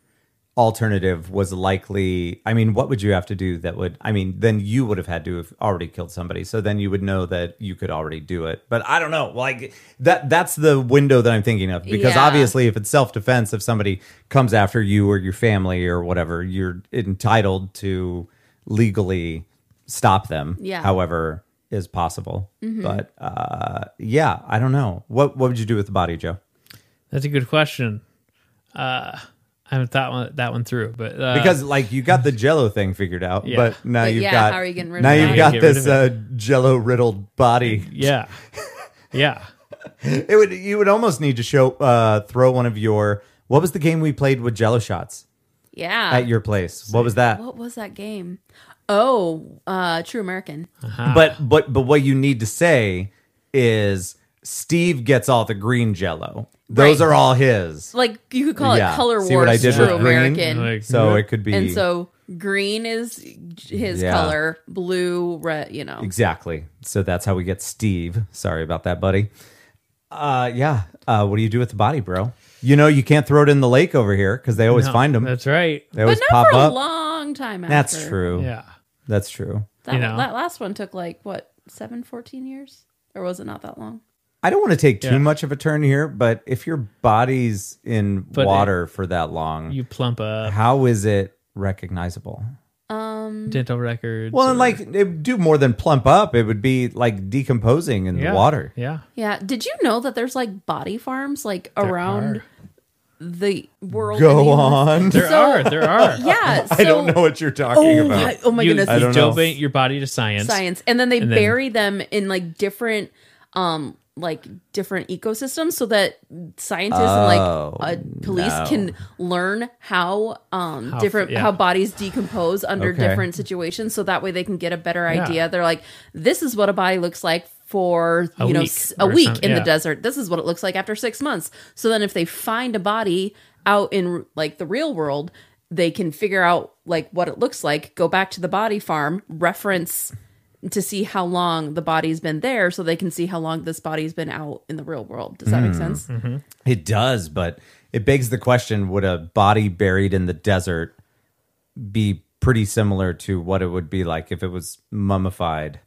Speaker 5: alternative was likely, I mean, what would you have to do that would, I mean, then you would have had to have already killed somebody. So then you would know that you could already do it. But I don't know. Like that, that's the window that I'm thinking of because
Speaker 1: Yeah.
Speaker 5: obviously if it's self defense, if somebody comes after you or your family or whatever, you're entitled to legally stop them.
Speaker 1: Yeah. Mm-hmm.
Speaker 5: However, is possible. But uh, yeah, I don't know. What what would you do with the body, Joe?
Speaker 2: That's a good question. Uh, I haven't thought one, that one through, but uh,
Speaker 5: Because like you got the Jello thing figured out,
Speaker 2: Yeah.
Speaker 5: but now
Speaker 1: But
Speaker 5: you've
Speaker 1: yeah,
Speaker 5: got
Speaker 1: how are you getting rid of
Speaker 5: now
Speaker 1: it?
Speaker 5: you've
Speaker 1: How
Speaker 5: got
Speaker 2: do you get
Speaker 5: this
Speaker 2: rid of
Speaker 5: uh, Jello riddled body. <laughs>
Speaker 2: yeah, yeah.
Speaker 5: It would you would almost need to show uh, throw one of your what was the game we played with Jello shots
Speaker 1: yeah
Speaker 5: at your place? What was that?
Speaker 1: What was that game? Oh, uh True American.
Speaker 5: But but but what you need to say is Steve gets all the green Jello. Those
Speaker 1: Right.
Speaker 5: are all his.
Speaker 1: Like you could call
Speaker 5: Yeah.
Speaker 1: it Color Wars
Speaker 5: See what I did
Speaker 1: True
Speaker 5: with green?
Speaker 1: American.
Speaker 2: Like,
Speaker 5: So it could be
Speaker 1: and so green is his
Speaker 5: Yeah.
Speaker 1: color, blue, red, you know.
Speaker 5: Exactly. So that's how we get Steve. Sorry about that, buddy. Uh, yeah. Uh, what do you do with the body, bro? You know, you can't throw it in the lake over here because they always
Speaker 2: no,
Speaker 5: find them.
Speaker 2: That's right.
Speaker 5: They
Speaker 1: But
Speaker 5: always
Speaker 1: not
Speaker 5: pop
Speaker 1: for
Speaker 5: up.
Speaker 1: a long time after.
Speaker 5: that's true.
Speaker 2: Yeah.
Speaker 5: That's true.
Speaker 1: That,
Speaker 2: You
Speaker 1: one-
Speaker 2: know.
Speaker 1: that last one took like what, 7 14 years? Or was it not that long?
Speaker 5: I don't want to take too
Speaker 2: Yeah.
Speaker 5: much of a turn here, but if your body's in
Speaker 2: But
Speaker 5: water for that long,
Speaker 2: You plump up
Speaker 5: how is it recognizable?
Speaker 1: Mm.
Speaker 2: dental records.
Speaker 5: Well,
Speaker 2: or-
Speaker 5: and like it would do more than plump up. It would be like decomposing in
Speaker 2: yeah,
Speaker 5: the water.
Speaker 2: Yeah.
Speaker 1: Yeah, did you know that there's like body farms like around
Speaker 2: are.
Speaker 1: the world.
Speaker 5: Go
Speaker 1: anymore.
Speaker 5: on.
Speaker 2: There
Speaker 1: So- <laughs>
Speaker 2: are, there are.
Speaker 1: Yeah.
Speaker 5: <laughs> I don't
Speaker 1: so-
Speaker 5: know what you're talking
Speaker 1: Oh
Speaker 5: about.
Speaker 1: my, oh my
Speaker 2: you,
Speaker 1: goodness.
Speaker 2: you
Speaker 5: don't know.
Speaker 2: donate your body to science.
Speaker 1: science and then they
Speaker 2: And then-
Speaker 1: bury them in like different um like different ecosystems so that scientists
Speaker 5: Oh,
Speaker 1: and like uh, police
Speaker 5: no.
Speaker 1: can learn how um different
Speaker 2: yeah.
Speaker 1: how bodies decompose under
Speaker 5: Okay.
Speaker 1: different situations so that way they can get a better
Speaker 2: Yeah.
Speaker 1: idea they're like this is what a body looks like for
Speaker 2: A
Speaker 1: you know
Speaker 2: week
Speaker 1: s- a
Speaker 2: or
Speaker 1: week in
Speaker 2: something, yeah.
Speaker 1: the desert this is what it looks like after 6 months so then if they find a body out in like the real world they can figure out like what it looks like go back to the body farm reference to see how long the body's been there so they can see how long this body's been out in the real world. Does that
Speaker 2: Hmm.
Speaker 1: make sense?
Speaker 5: It does, but it begs the question would a body buried in the desert be pretty similar to what it would be like if it was mummified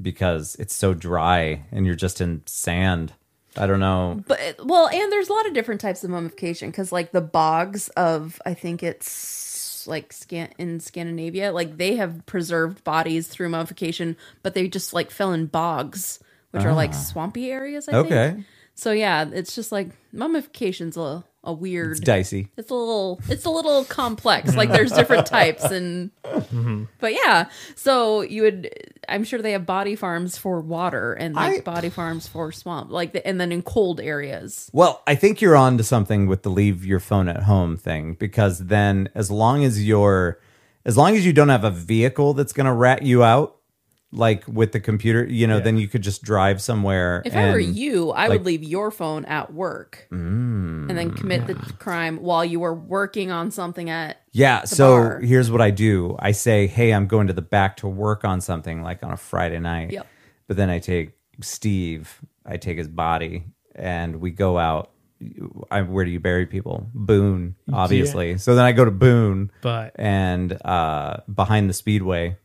Speaker 5: because it's so dry and you're just in sand? I don't know.
Speaker 1: But well, and there's a lot of different types of mummification cuz like the bogs of I think it's like scan in Scandinavia, like they have preserved bodies through mummification, but they just like fell in bogs, which are like swampy areas, I think.
Speaker 5: Ah. Okay.
Speaker 1: So yeah, it's just like mummification's a, a weird
Speaker 5: It's dicey.
Speaker 1: it's a little it's a little complex like there's different types and
Speaker 5: Mm-hmm.
Speaker 1: but yeah so you would i'm sure they have body farms for water and like
Speaker 5: I-
Speaker 1: body farms for swamp like the, and then in cold areas
Speaker 5: Well, I think you're on to something with the leave your phone at home thing because then as long as you're as long as you don't have a vehicle that's going to rat you out like with the computer, you know, then you could just drive somewhere
Speaker 1: if
Speaker 5: and
Speaker 1: i were you i
Speaker 5: like- Mm.
Speaker 1: would leave your phone at work and then commit the crime while you were working on something at
Speaker 5: Yeah. So
Speaker 1: bar.
Speaker 5: here's what I do I say, hey, I'm going to the back to work on something like on a Friday night.
Speaker 1: Yep.
Speaker 5: But then I take Steve, I take his body, and we go out. I, where do you bury people? Boone, obviously. So then I go to Boone
Speaker 2: But-
Speaker 5: and uh, behind the speedway.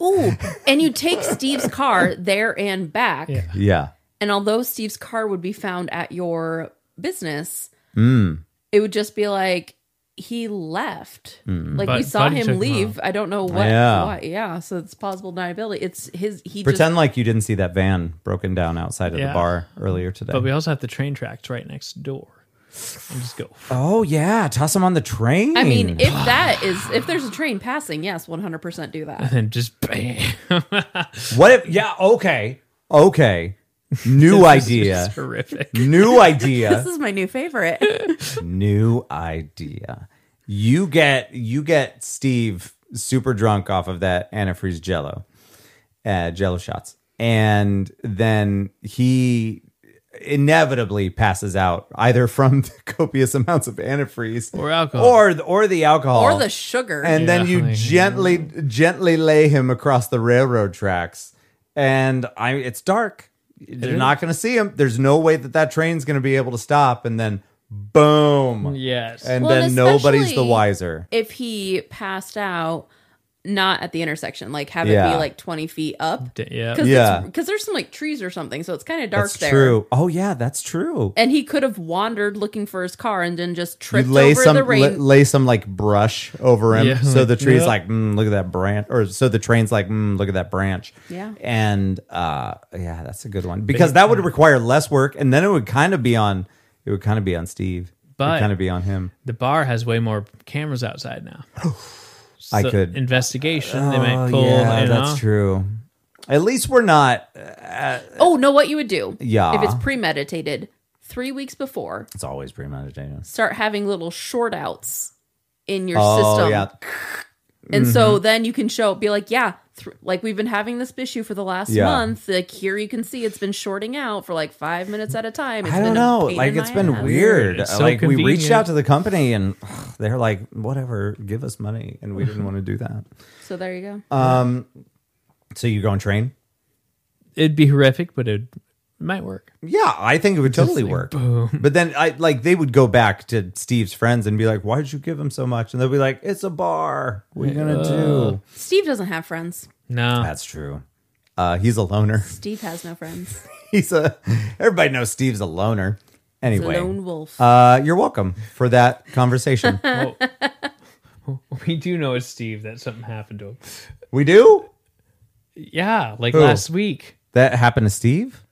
Speaker 1: oh and you take steve's car there and back
Speaker 5: Yeah.
Speaker 1: And although Steve's car would be found at your business,
Speaker 5: Mm.
Speaker 1: it would just be like he left. Like we
Speaker 2: But-
Speaker 1: saw
Speaker 2: but he took
Speaker 1: him
Speaker 2: him
Speaker 1: leave. I don't know what.
Speaker 5: Mm. Yeah.
Speaker 1: Yeah. Why. yeah. So it's plausible deniability. It's his. He
Speaker 5: Pretend like you didn't see that van broken down outside of
Speaker 2: Yeah.
Speaker 5: the bar earlier today.
Speaker 2: But we also have the train tracks right next door. And just go.
Speaker 5: oh, yeah. Toss him on the train.
Speaker 1: Just, I mean, if
Speaker 5: <sighs>
Speaker 1: that is if there's a train passing, yes, one hundred percent do that.
Speaker 2: And just
Speaker 5: <laughs>
Speaker 2: bam.
Speaker 5: what if, yeah, okay. Okay. New idea.
Speaker 2: <laughs> It's horrific.
Speaker 1: <laughs>
Speaker 5: New idea.
Speaker 1: This is my new
Speaker 5: <laughs>
Speaker 1: favorite.
Speaker 5: New idea. You get you get Steve super drunk off of that antifreeze jello. Uh jello shots. And then he inevitably passes out either from <laughs> the copious amounts of antifreeze
Speaker 2: Or alcohol.
Speaker 5: or the, or the alcohol
Speaker 1: or the sugar.
Speaker 5: and then you
Speaker 2: like-
Speaker 5: gently gently lay him across the railroad tracks and i it's dark you're not going to see him there's no way that that train's going to be able to stop and then boom
Speaker 2: Yes.
Speaker 5: and
Speaker 1: Well, and
Speaker 5: then nobody's the
Speaker 1: especially-
Speaker 5: wiser
Speaker 1: if he passed out not at the intersection like have it
Speaker 5: Yeah.
Speaker 1: be like 20 feet up
Speaker 2: D- yeah.
Speaker 1: because
Speaker 5: Yeah.
Speaker 1: there's some like trees or something so it's kind of dark
Speaker 5: that's
Speaker 1: there
Speaker 5: true oh yeah that's true
Speaker 1: and he could have wandered looking for his car and then just
Speaker 5: you
Speaker 1: tripped
Speaker 5: lay
Speaker 1: over
Speaker 5: some
Speaker 1: the
Speaker 5: la-
Speaker 1: rain.
Speaker 5: lay some like brush over him
Speaker 2: Yeah,
Speaker 5: so
Speaker 2: like,
Speaker 5: the tree's
Speaker 2: yeah.
Speaker 5: like mm, look at that branch or so the train's like mm, look at that branch
Speaker 1: Yeah.
Speaker 5: and uh yeah that's a good one because that would require less work and then it would kind of be on it would kind of be on steve it
Speaker 2: But-
Speaker 5: would kind of be on him
Speaker 2: The bar has way more cameras outside now.
Speaker 5: <sighs> I
Speaker 2: So
Speaker 5: could- Oh,
Speaker 2: investigation. they might pull. you know?
Speaker 5: that's true at least we're not
Speaker 1: oh, no, what you would do?
Speaker 5: Yeah.
Speaker 1: If it's premeditated, three weeks before,
Speaker 5: it's always premeditated
Speaker 1: start having little short outs in your
Speaker 5: oh
Speaker 1: system.
Speaker 5: yeah
Speaker 1: And
Speaker 5: Mm-hmm.
Speaker 1: so then you can show, be like, yeah, th- like we've been having this issue for the last
Speaker 5: Yeah.
Speaker 1: month. Like here you can see it's been shorting out for like five minutes at a time. It's
Speaker 5: I don't
Speaker 1: been a
Speaker 5: know.
Speaker 1: pain
Speaker 5: Like
Speaker 1: in
Speaker 5: it's
Speaker 1: my
Speaker 5: been
Speaker 1: ass.
Speaker 5: weird.
Speaker 2: It's so
Speaker 5: like we reached
Speaker 2: convenient.
Speaker 5: out to the company and <sighs> ugh, they're like, whatever, give us money, and we didn't want to do that.
Speaker 1: So there you go.
Speaker 5: Uh, So you go on train?
Speaker 2: It'd be horrific, but it, it might work.
Speaker 5: Yeah, I think it would totally
Speaker 2: like,
Speaker 5: work. But then I like they would go back to Steve's friends and be like, "Why did you give him so much?" And they'll be like, "It's a bar. What are you gonna do?"
Speaker 1: Steve doesn't have friends.
Speaker 5: <laughs>
Speaker 2: No.
Speaker 5: That's true. Uh, he's a loner. <laughs>
Speaker 1: Steve has no friends.
Speaker 5: He's a. Everybody knows Steve's a loner.
Speaker 1: He's
Speaker 5: Anyway,
Speaker 1: a lone wolf.
Speaker 5: uh, you're welcome for that
Speaker 1: <laughs>
Speaker 5: conversation.
Speaker 2: Oh. We do know it's Steve that something happened to him.
Speaker 5: we do
Speaker 2: Yeah, like
Speaker 5: Who?
Speaker 2: last week.
Speaker 5: that happened to Steve.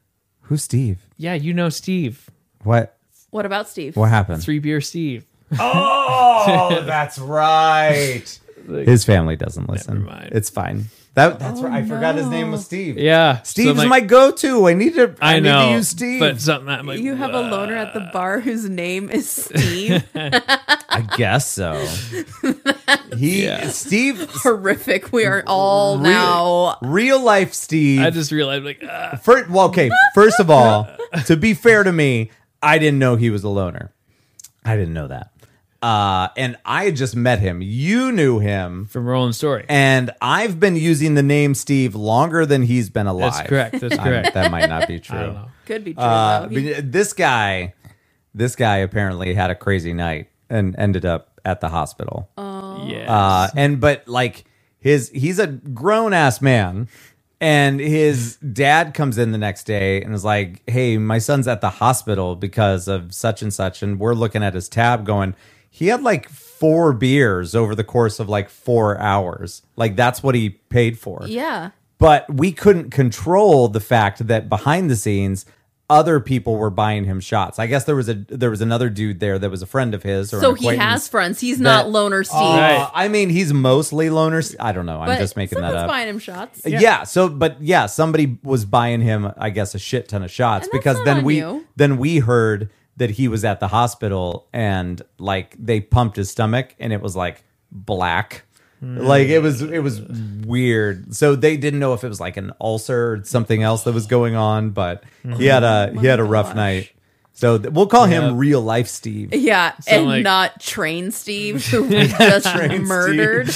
Speaker 5: Who's Steve?
Speaker 2: Yeah, you know Steve.
Speaker 5: What?
Speaker 1: What about Steve?
Speaker 2: <laughs>
Speaker 5: What happened?
Speaker 2: Three beer Steve.
Speaker 5: Oh, that's right. His family doesn't listen.
Speaker 2: Never mind.
Speaker 5: It's fine. That that's
Speaker 1: Oh,
Speaker 5: right. I forgot his name was Steve.
Speaker 2: Yeah, so
Speaker 5: Steve's
Speaker 2: I'm
Speaker 5: my go-to. I need to. I,
Speaker 2: I know.
Speaker 5: need to use Steve.
Speaker 2: but something I'm like,
Speaker 1: You have a loner at the bar whose name
Speaker 5: <laughs>
Speaker 1: is Steve.
Speaker 5: I guess so. <laughs> he Steve
Speaker 1: Horrific. We are all now.
Speaker 5: real life Steve.
Speaker 2: I just realized like, ah,
Speaker 5: Fir- well, okay. First
Speaker 2: <laughs>
Speaker 5: of all, to be fair to me, I didn't know he was a loner. I didn't know that. Uh, and I had just met him. You knew him,
Speaker 2: from Rolling Story.
Speaker 5: and I've been using the name Steve longer than he's been alive.
Speaker 2: That's correct. That's
Speaker 5: I'm-
Speaker 2: correct.
Speaker 5: That might <laughs> not be true.
Speaker 2: I don't know.
Speaker 1: Could be true.
Speaker 5: Uh,
Speaker 1: though. He-
Speaker 5: but this guy, this guy apparently had a crazy night and ended up at the hospital.
Speaker 1: Oh,
Speaker 2: Yeah.
Speaker 5: Uh, and but like his he's a grown ass man, and his dad comes in the next day and is like, "Hey, my son's at the hospital because of such and such," and we're looking at his tab going. He had like four beers over the course of like four hours. Like that's what he paid for
Speaker 1: yeah.
Speaker 5: but we couldn't control the fact that behind the scenes other people were buying him shots. I guess there was a there was another dude there that was a friend of his or
Speaker 1: So
Speaker 5: an
Speaker 1: he has
Speaker 5: acquaintance.
Speaker 1: friends. He's not
Speaker 5: that-
Speaker 1: loner Steve.
Speaker 5: Uh,
Speaker 2: Right.
Speaker 5: I mean, he's mostly loner. I don't know. I'm
Speaker 1: but
Speaker 5: just making that
Speaker 1: someone's
Speaker 5: up.
Speaker 1: buying him shots.
Speaker 5: Yeah. So, but yeah, somebody was buying him, I guess, a shit ton of shots
Speaker 1: And that's
Speaker 5: because
Speaker 1: not
Speaker 5: then
Speaker 1: on
Speaker 5: we
Speaker 1: you.
Speaker 5: then we heard that he was at the hospital and like they pumped his stomach and it was like black.
Speaker 1: Hmm.
Speaker 5: Like it was, it was weird. So they didn't know if it was like an ulcer or something else that was going on, but he had a he had a rough
Speaker 1: Hmm. gosh.
Speaker 5: night. So th- we'll call
Speaker 2: Yeah.
Speaker 5: him real life Steve.
Speaker 1: Yeah,
Speaker 2: So,
Speaker 1: and
Speaker 2: like-
Speaker 1: not train
Speaker 2: <laughs>
Speaker 1: Steve, who we just murdered.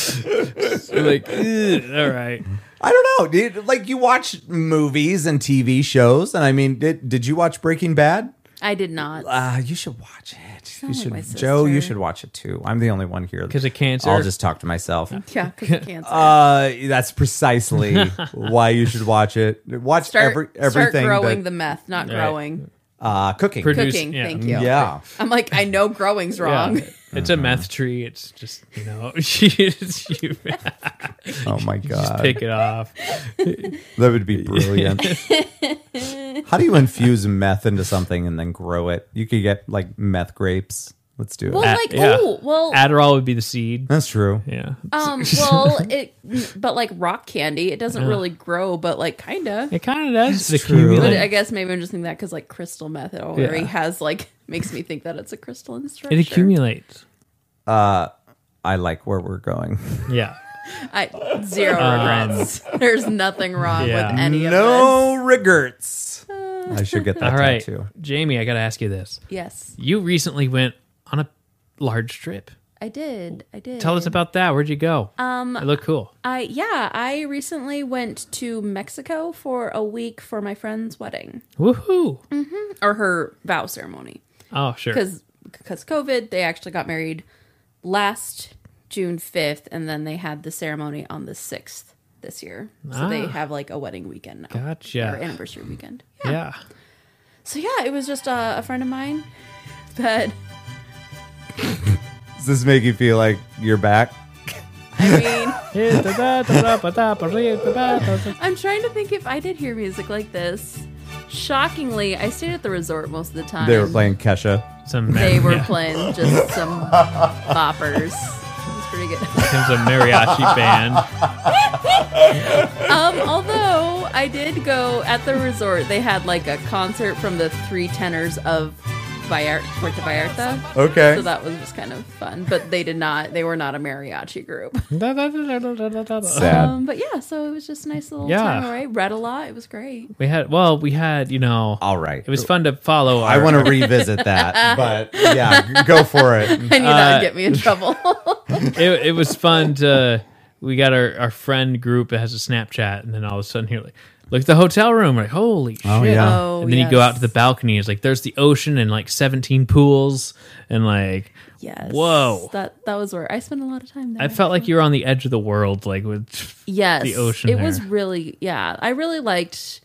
Speaker 2: like, "Ugh, all right.
Speaker 5: I don't know, dude. Like you watch movies and TV shows, and I mean, did did you watch Breaking Bad?
Speaker 1: I
Speaker 2: <laughs>
Speaker 1: did not.
Speaker 5: Uh, you should watch it. You
Speaker 1: like my
Speaker 5: should, Joe. You
Speaker 1: sister.
Speaker 5: should watch it too. I'm the only one here
Speaker 2: 'Cause of cancer?
Speaker 5: I'll just talk to myself.
Speaker 2: <laughs>
Speaker 1: yeah, because of cancer.
Speaker 5: Uh, that's precisely
Speaker 1: <laughs>
Speaker 5: why you should watch it. Watch
Speaker 1: start,
Speaker 5: every
Speaker 1: start
Speaker 5: everything.
Speaker 1: growing the
Speaker 5: that,
Speaker 1: meth, not
Speaker 2: Right.
Speaker 1: growing.
Speaker 5: uh, cooking.
Speaker 2: Produce-
Speaker 1: Cooking,
Speaker 2: yeah.
Speaker 1: thank you.
Speaker 5: Yeah,
Speaker 1: I'm like, I know growing's wrong.
Speaker 2: Yeah. <laughs> It's a meth tree. It's just, you know, <laughs> it's- you <laughs>
Speaker 5: Oh my
Speaker 2: just
Speaker 5: god,
Speaker 2: pick it off.
Speaker 5: that would
Speaker 2: <laughs>
Speaker 5: be brilliant. How do you infuse meth into something and then grow it? You could get like meth grapes. Let's do it.
Speaker 1: Well,
Speaker 2: At-
Speaker 1: like,
Speaker 2: yeah.
Speaker 1: oh, well,
Speaker 2: Adderall would be the seed.
Speaker 5: that's true.
Speaker 2: Yeah. <laughs>
Speaker 1: um, well, it, but like rock candy, it
Speaker 2: Uh-huh.
Speaker 1: doesn't really grow, but like, kinda.
Speaker 2: It kind of does.
Speaker 5: That's
Speaker 2: It's
Speaker 5: true.
Speaker 1: But
Speaker 2: accumulates.
Speaker 1: I guess maybe I'm just thinking that because like crystal meth, it already
Speaker 2: Yeah.
Speaker 1: has like makes me think that it's a crystalline structure.
Speaker 2: It accumulates.
Speaker 5: I like where we're going.
Speaker 2: Yeah.
Speaker 1: I, zero regrets. There's nothing wrong
Speaker 2: Um, yeah.
Speaker 1: with any of <laughs>
Speaker 5: no regrets. I should get that
Speaker 2: All right.
Speaker 5: tattoo.
Speaker 2: Jamie, I got to ask you this.
Speaker 1: this. Yes,
Speaker 2: You recently went on a large trip.
Speaker 1: I did. I did.
Speaker 2: Tell us about that. Where'd you go? Mm-hmm. Um, it looked cool.
Speaker 1: I yeah, I recently went to Mexico for a week for my friend's wedding
Speaker 2: Woohoo!
Speaker 1: or her vow ceremony
Speaker 2: Oh, sure.
Speaker 1: because because COVID, they actually got married last June 5th and then they had the ceremony on the 6th this year. So they
Speaker 2: Ah.
Speaker 1: have like a wedding weekend now. Or
Speaker 2: Gotcha.
Speaker 1: anniversary weekend.
Speaker 2: Yeah.
Speaker 1: So yeah, it was just a, a friend of mine that
Speaker 5: Does this make you feel like you're back?
Speaker 1: I
Speaker 2: <laughs>
Speaker 1: mean,
Speaker 2: That's
Speaker 1: I'm trying to think if I did hear music like this. Shockingly, I stayed at the resort most of the time.
Speaker 5: They were playing Kesha.
Speaker 2: a
Speaker 1: They were
Speaker 2: <laughs> yeah,
Speaker 1: playing just some boppers. It's pretty good.
Speaker 2: becomes a mariachi band.
Speaker 1: Um, although I did go at the resort, they had like a concert from the three tenors of Vallar- Puerto Vallarta.
Speaker 5: Okay.
Speaker 1: So that was just kind of fun, but they did not. They were not a mariachi group.
Speaker 5: Sad.
Speaker 1: Um, but yeah, so it was just a nice little
Speaker 2: Yeah.
Speaker 1: time away. Read a lot. It was great.
Speaker 2: We had well, we had you know,
Speaker 5: All right.
Speaker 2: it was fun to follow.
Speaker 5: I
Speaker 2: our-
Speaker 5: want to
Speaker 1: <laughs>
Speaker 5: revisit that, but yeah, go for
Speaker 1: I
Speaker 5: it.
Speaker 1: knew that would get me in trouble.
Speaker 2: it, it was fun to we got our, our friend group that has a Snapchat, and then all of a sudden you're like, look at the hotel room, We're like holy
Speaker 5: Oh,
Speaker 2: shit.
Speaker 5: yeah.
Speaker 1: Oh,
Speaker 2: and then you go out to
Speaker 1: yes. <laughs>
Speaker 2: the balcony. It's like there's the ocean and like 17 pools, and like
Speaker 1: Oh, Yes.
Speaker 2: Whoa.
Speaker 1: That that was where I spent a lot of time there.
Speaker 2: I felt like you were on the edge of the world, like with
Speaker 1: yes
Speaker 2: the ocean
Speaker 1: it was
Speaker 2: there.
Speaker 1: really yeah i really liked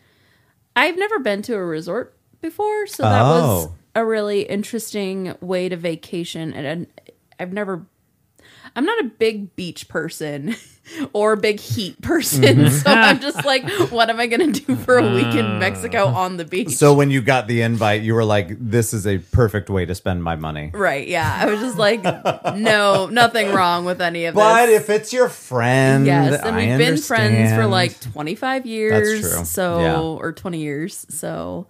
Speaker 1: i've never been to a resort before so that was
Speaker 5: Oh.
Speaker 1: a really interesting way to vacation and, and i've never I'm not a big beach person <laughs> or a big heat person,
Speaker 5: Mm-hmm.
Speaker 1: so I'm just like, what am I gonna do for a week in Mexico on the beach?
Speaker 5: Ah. So when you got the invite, you were like, "This is a perfect way to spend my money."
Speaker 1: right, yeah, I was just like, no, nothing wrong with any of
Speaker 5: But
Speaker 1: this.
Speaker 5: if it's your friend,
Speaker 1: yes, and
Speaker 5: Mm, I
Speaker 1: we've been friends for
Speaker 5: understand.
Speaker 1: like 25 years,
Speaker 5: true.
Speaker 1: so
Speaker 5: Yeah.
Speaker 1: or 20 years, so.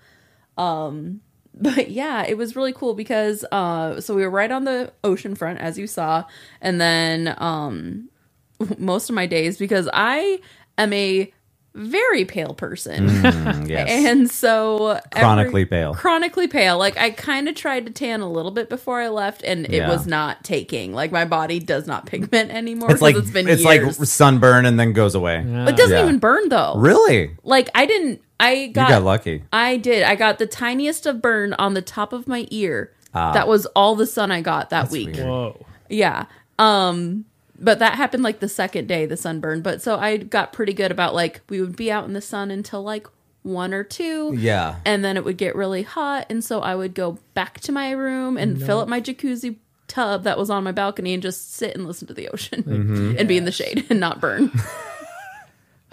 Speaker 1: Um, but yeah, it was really cool because uh, so we were right on the ocean front, as you saw, and then um, <laughs> most of my days because I am a very pale person.
Speaker 5: Mm, yes.
Speaker 1: And so every-
Speaker 5: Chronically pale.
Speaker 1: Chronically pale. Like I kind of tried to tan a little bit before I left and it
Speaker 5: Yeah.
Speaker 1: was not taking. Like my body does not pigment anymore
Speaker 5: it's
Speaker 1: because
Speaker 5: like
Speaker 1: it's been
Speaker 5: it's
Speaker 1: years.
Speaker 5: like sunburn and then goes away.
Speaker 1: it doesn't
Speaker 5: Yeah.
Speaker 1: even burn though.
Speaker 5: Really,
Speaker 1: Like I didn't I got,
Speaker 5: you got lucky.
Speaker 1: I did. I got the tiniest of burn on the top of my ear. that was all the sun I got that week.
Speaker 5: Ah. weird.
Speaker 2: Whoa.
Speaker 1: Yeah. Um but that happened like the second day, the sunburn. But so I got pretty good about like we would be out in the sun until like one or two.
Speaker 5: Yeah.
Speaker 1: And then it would get really hot. And so I would go back to my room and fill up my jacuzzi tub that was on my balcony and just sit and listen to the ocean
Speaker 5: Mm-hmm.
Speaker 1: <laughs> and be in the shade and not burn.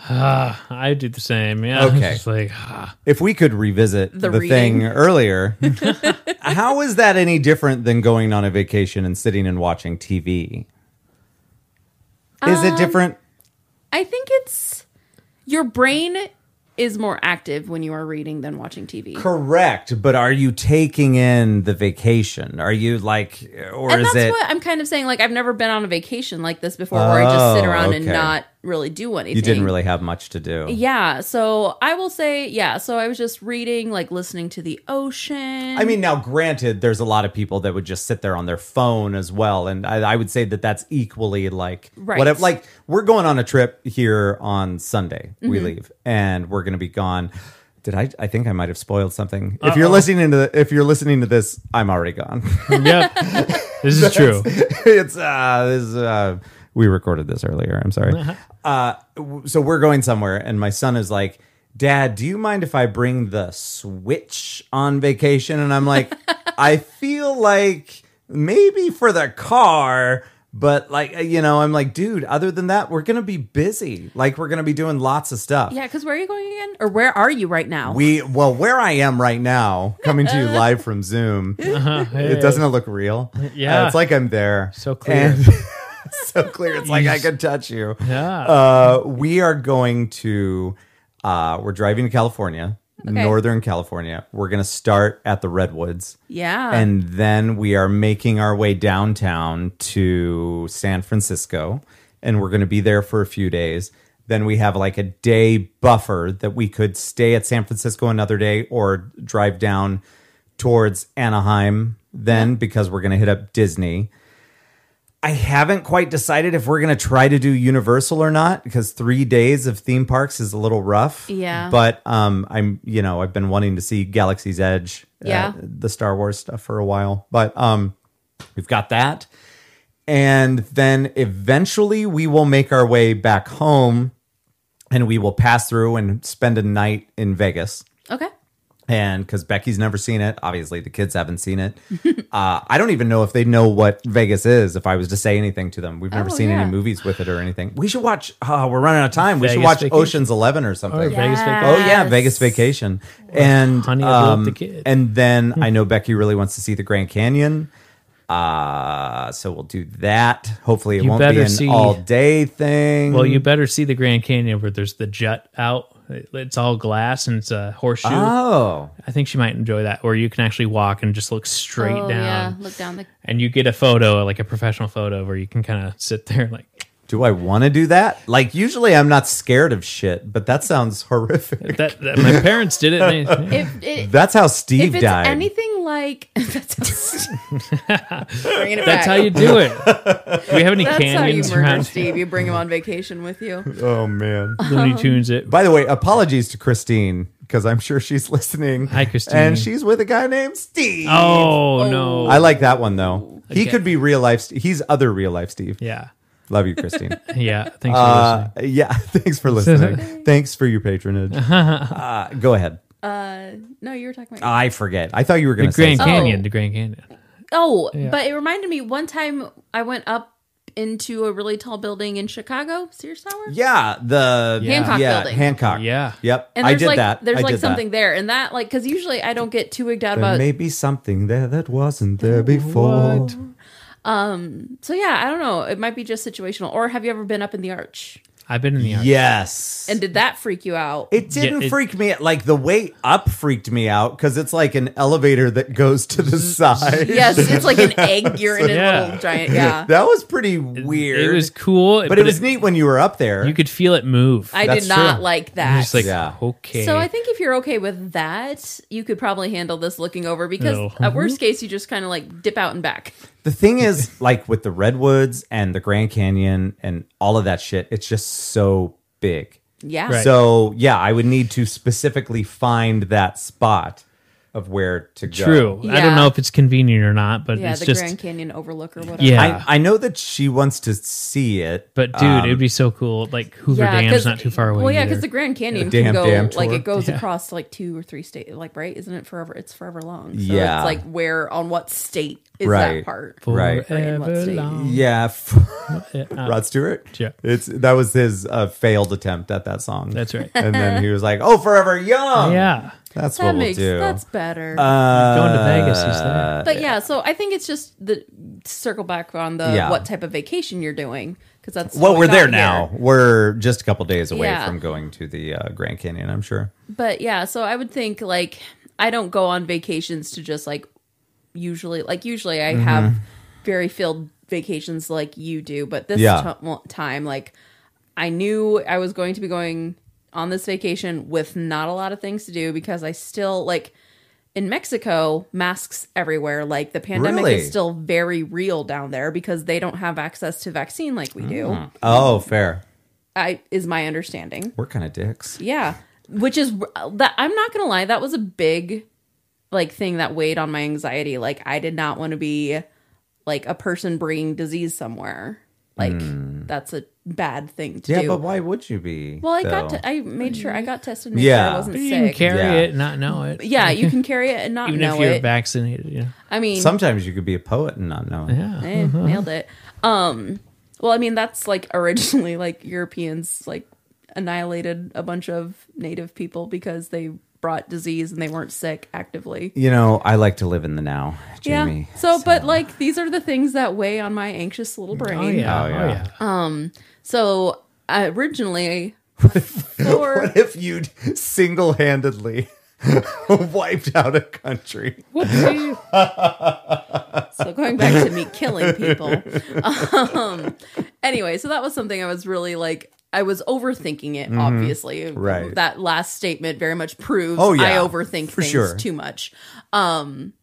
Speaker 2: I did the same. Yeah.
Speaker 5: Okay.
Speaker 2: It's just like, ah.
Speaker 5: If we could revisit the,
Speaker 1: reading. <laughs>
Speaker 5: thing earlier, how is that any different than going on a vacation and sitting and watching TV? Is
Speaker 1: Um,
Speaker 5: it different?
Speaker 1: I think it's your brain is more active when you are reading than watching TV.
Speaker 5: Correct, but are you taking in the vacation? Are you like, or
Speaker 1: and
Speaker 5: is
Speaker 1: that's
Speaker 5: it?
Speaker 1: what I'm kind of saying. Like I've never been on a vacation like this before, where I just sit
Speaker 5: Oh,
Speaker 1: around and
Speaker 5: okay.
Speaker 1: not really do anything.
Speaker 5: you didn't really have much to do.
Speaker 1: Yeah. So I will say, yeah. So I was just reading, like listening to the ocean.
Speaker 5: I mean, now granted, there's a lot of people that would just sit there on their phone as well, and I, I would say that that's equally like
Speaker 1: Right.
Speaker 5: whatever. Like we're going on a trip here on Sunday. We leave, and we're going to be gone. Did I? I think I might have spoiled something. If you're listening to the, if you're listening to this, I'm already gone. <laughs>
Speaker 1: <laughs>
Speaker 2: yep. This is true.
Speaker 5: it's uh, this is, uh, we recorded this earlier. I'm sorry. Uh, w- so we're going somewhere, and my son is like. Dad, do you mind if I bring the Switch on vacation? And I'm like, I feel like maybe for the car, but like, uh, you know, I'm like, dude, other than that, we're going to be busy. Like, we're going to be doing lots of stuff.
Speaker 1: yeah. Because where are you going again, or where are you right now?
Speaker 5: We, well, where I am right now, coming to you live from Zoom, it doesn't look real.
Speaker 2: Uh-huh. Yeah.
Speaker 5: Uh, it's like I'm there.
Speaker 2: So clear.
Speaker 5: <laughs> so clear. It's like I could touch you.
Speaker 2: Yeah.
Speaker 5: Uh, we are going to, uh, we're driving to California,
Speaker 1: Okay.
Speaker 5: Northern California. We're going to start at the Redwoods.
Speaker 1: yeah.
Speaker 5: And then we are making our way downtown to San Francisco, and we're going to be there for a few days. Then we have like a day buffer that we could stay at San Francisco another day or drive down towards Anaheim then because we're going to hit up Disney. I haven't quite decided if we're going to try to do Universal or not because 3 days of theme parks is a little rough.
Speaker 1: Yeah.
Speaker 5: But um I'm, you know, I've been wanting to see Galaxy's Edge uh,
Speaker 1: Yeah.
Speaker 5: the Star Wars stuff for a while, but um, we've got that. And then eventually we will make our way back home and we will pass through and spend a night in Vegas.
Speaker 1: okay.
Speaker 5: And because Becky's never seen it, obviously the kids haven't
Speaker 1: <laughs>
Speaker 5: seen it. uh, I don't even know if they know what Vegas is. If I was to say anything to them, we've never
Speaker 1: Oh,
Speaker 5: seen
Speaker 1: yeah.
Speaker 5: any movies with it or anything. We should watch. Oh, we're running out of time. we should
Speaker 2: Vegas
Speaker 5: watch
Speaker 2: Vacation?
Speaker 5: Ocean's Eleven or something.
Speaker 2: Or Vegas Vacation.
Speaker 5: Oh yeah, Vegas Vacation, and
Speaker 2: Honey, I Blew Up
Speaker 5: um,
Speaker 2: the Hmm. Kid.
Speaker 5: and then I know Becky really wants to see the Grand Canyon, uh, so we'll do that. Hopefully, it
Speaker 2: You
Speaker 5: won't be
Speaker 2: better
Speaker 5: an
Speaker 2: see-
Speaker 5: all day thing.
Speaker 2: Well, you better see the Grand Canyon where there's the jut out. It- It's all glass and it's a horseshoe.
Speaker 5: oh
Speaker 2: I think she might enjoy that. Or you can actually walk and just look straight
Speaker 1: Oh, Yeah.
Speaker 2: down.
Speaker 1: Look down the.
Speaker 2: And you get a photo, like a professional photo, where you can kind of sit there <laughs> like,
Speaker 5: do I want to do that? Like usually, I'm not scared of shit, but that sounds <laughs> horrific.
Speaker 2: that, that my parents did it.
Speaker 5: <laughs>
Speaker 2: and they-
Speaker 1: If it,
Speaker 5: That's how
Speaker 1: if
Speaker 5: Steve
Speaker 1: it's
Speaker 5: died.
Speaker 1: anything like <laughs> that's bringing it back.
Speaker 2: that's how you do it. Do we have any
Speaker 1: That's how you
Speaker 2: canyons
Speaker 1: murder
Speaker 2: <laughs> around
Speaker 1: Steve. You bring him on vacation with you.
Speaker 5: <laughs> oh man.
Speaker 2: Looney Tunes? It.
Speaker 5: By the way, apologies to Christine because I'm sure she's listening.
Speaker 2: Hi, Christine.
Speaker 5: And she's with a guy named Steve.
Speaker 2: Oh, no.
Speaker 5: I like that one though. He
Speaker 2: Okay.
Speaker 5: could be real life. St- He's other real life Steve.
Speaker 2: yeah.
Speaker 5: Love you,
Speaker 2: <laughs>
Speaker 5: Christine.
Speaker 2: Yeah. Thanks for listening.
Speaker 5: uh, yeah. <laughs> Thanks
Speaker 2: <laughs>
Speaker 5: for listening. thanks for your patronage. Uh, go ahead.
Speaker 1: No, you were talking about.
Speaker 5: I forget. I thought you were going
Speaker 2: The
Speaker 5: to say.
Speaker 2: Grand
Speaker 5: something.
Speaker 2: Canyon.
Speaker 1: Oh.
Speaker 2: The Grand Canyon.
Speaker 1: Oh, but it reminded me one time I went up into a really tall building in Chicago, Sears Tower.
Speaker 5: Yeah, the
Speaker 2: Yeah.
Speaker 1: Hancock
Speaker 5: yeah,
Speaker 1: building.
Speaker 5: Hancock.
Speaker 2: Yeah.
Speaker 5: Yep.
Speaker 1: And
Speaker 5: I
Speaker 1: there's
Speaker 5: did
Speaker 1: like
Speaker 5: that.
Speaker 1: there's
Speaker 5: I
Speaker 1: like
Speaker 5: did that.
Speaker 1: something there, and that like because usually I don't get too wigged out
Speaker 5: There
Speaker 1: about.
Speaker 5: may be something there that wasn't there before.
Speaker 2: What?
Speaker 1: so yeah, I don't know. It might be just situational. Or have you ever been up in the arch?
Speaker 2: I've been in the arch.
Speaker 5: Yes.
Speaker 1: And did that freak you out?
Speaker 5: It didn't
Speaker 2: Yeah, it-
Speaker 5: freak me like the way up freaked me out because it's like an elevator that goes
Speaker 2: <laughs>
Speaker 5: to the side.
Speaker 1: yes, it's like an egg. You're in a
Speaker 2: Yeah.
Speaker 1: little giant. Yeah,
Speaker 5: <laughs> That was pretty weird.
Speaker 2: It was cool,
Speaker 5: but, it was neat when you were up there.
Speaker 2: You could feel it move.
Speaker 1: I
Speaker 5: That's
Speaker 1: did not
Speaker 5: true.
Speaker 1: like
Speaker 2: I'm
Speaker 1: that.
Speaker 2: just like,
Speaker 5: Yeah.
Speaker 2: okay.
Speaker 1: So I think if you're okay with that, you could probably handle this looking over because
Speaker 2: No. Mm-hmm.
Speaker 1: at worst case, you just kind of like dip out and back.
Speaker 5: the thing is, like with the redwoods and the Grand Canyon and all of that shit, it's just so big.
Speaker 1: Yeah.
Speaker 2: Right.
Speaker 5: So yeah, I would need to specifically find that spot of where to go.
Speaker 2: True. I
Speaker 1: Yeah.
Speaker 2: don't know if it's convenient or not, but
Speaker 1: Yeah,
Speaker 2: it's
Speaker 1: the
Speaker 2: just.
Speaker 1: Grand Canyon overlook or whatever.
Speaker 2: yeah.
Speaker 5: I, I know that she wants to see it, Uh,
Speaker 2: but dude, it'd be so cool. Like Hoover
Speaker 1: Yeah,
Speaker 2: Dam's
Speaker 1: 'cause-
Speaker 2: not too far away.
Speaker 1: Well, yeah,
Speaker 2: either.
Speaker 1: because the Grand Canyon
Speaker 5: The
Speaker 1: can
Speaker 5: damn
Speaker 1: go
Speaker 5: dam
Speaker 1: like
Speaker 5: tour.
Speaker 1: it goes
Speaker 2: Yeah.
Speaker 1: across to like two or three state, like right? Isn't it forever? It's forever long. So
Speaker 5: Yeah.
Speaker 1: it's like where on what state is
Speaker 5: Right.
Speaker 1: that part?
Speaker 5: right.
Speaker 1: in what
Speaker 2: Forever
Speaker 1: state?
Speaker 2: long.
Speaker 5: yeah, <laughs> Rod Stewart.
Speaker 2: uh, yeah.
Speaker 5: it's that was his uh, failed attempt at that song.
Speaker 2: That's right.
Speaker 5: And then he was like, "Oh, Forever Young."
Speaker 2: yeah.
Speaker 5: that's
Speaker 1: That
Speaker 5: what
Speaker 1: makes
Speaker 5: we'll do. Uh,
Speaker 1: that's better.
Speaker 2: Going to Vegas, he's there.
Speaker 1: but yeah, so I think it's just the circle back on the
Speaker 5: Yeah.
Speaker 1: what type of vacation you're doing because that's
Speaker 5: well,
Speaker 1: how I
Speaker 5: we're
Speaker 1: got
Speaker 5: there
Speaker 1: here.
Speaker 5: now. We're just a couple days away
Speaker 1: Yeah.
Speaker 5: from going to the uh, Grand Canyon. I'm sure.
Speaker 1: But yeah, so I would think like I don't go on vacations to just like usually like usually I have
Speaker 5: Mm-hmm.
Speaker 1: very filled vacations like you do, but this
Speaker 5: Yeah.
Speaker 1: ti- time like I knew I was going to be going on this vacation with not a lot of things to do because I still like in Mexico, masks everywhere. Like the pandemic
Speaker 5: Really?
Speaker 1: is still very real down there because they don't have access to vaccine like we do.
Speaker 5: Oh, fair.
Speaker 1: I is my understanding.
Speaker 5: We're kind of dicks.
Speaker 1: Yeah, which is that I'm not gonna lie, that was a big like thing that weighed on my anxiety. Like I did not want to be like a person bringing disease somewhere. Like that's a bad thing to
Speaker 5: Hmm. Yeah,
Speaker 1: do.
Speaker 5: but why would you be?
Speaker 1: well, I got
Speaker 5: though?
Speaker 1: to. I made sure I got tested. Made
Speaker 5: Yeah.
Speaker 1: sure I wasn't
Speaker 2: You can
Speaker 1: sick.
Speaker 2: carry
Speaker 5: Yeah.
Speaker 2: it, and not know it.
Speaker 1: yeah, you can carry it and not
Speaker 2: Even
Speaker 1: know
Speaker 2: if you're
Speaker 1: it.
Speaker 2: vaccinated, yeah.
Speaker 1: I mean,
Speaker 5: Sometimes you could be a poet and not know it.
Speaker 2: Yeah.
Speaker 1: Eh, nailed it. Um, well, I mean, that's like <laughs> originally like Europeans like annihilated a bunch of native people because they brought disease and they weren't sick actively.
Speaker 5: You know, I like to live in the now, Jamie.
Speaker 1: Yeah. So, but like these are the things that weigh on my anxious little brain.
Speaker 2: Oh yeah.
Speaker 5: Oh,
Speaker 2: Oh
Speaker 5: yeah.
Speaker 2: yeah.
Speaker 1: So I originally,
Speaker 5: <laughs> What
Speaker 1: for
Speaker 5: if you single-handedly <laughs> wiped out a country?
Speaker 1: so going back
Speaker 5: <laughs>
Speaker 1: to me killing people. Um, anyway, so that was something I was really like. I was overthinking it, obviously.
Speaker 5: Mm-hmm. Right.
Speaker 1: That last statement very much proves
Speaker 5: Oh, yeah.
Speaker 1: I overthink
Speaker 5: For
Speaker 1: things
Speaker 5: sure.
Speaker 1: too much. Um,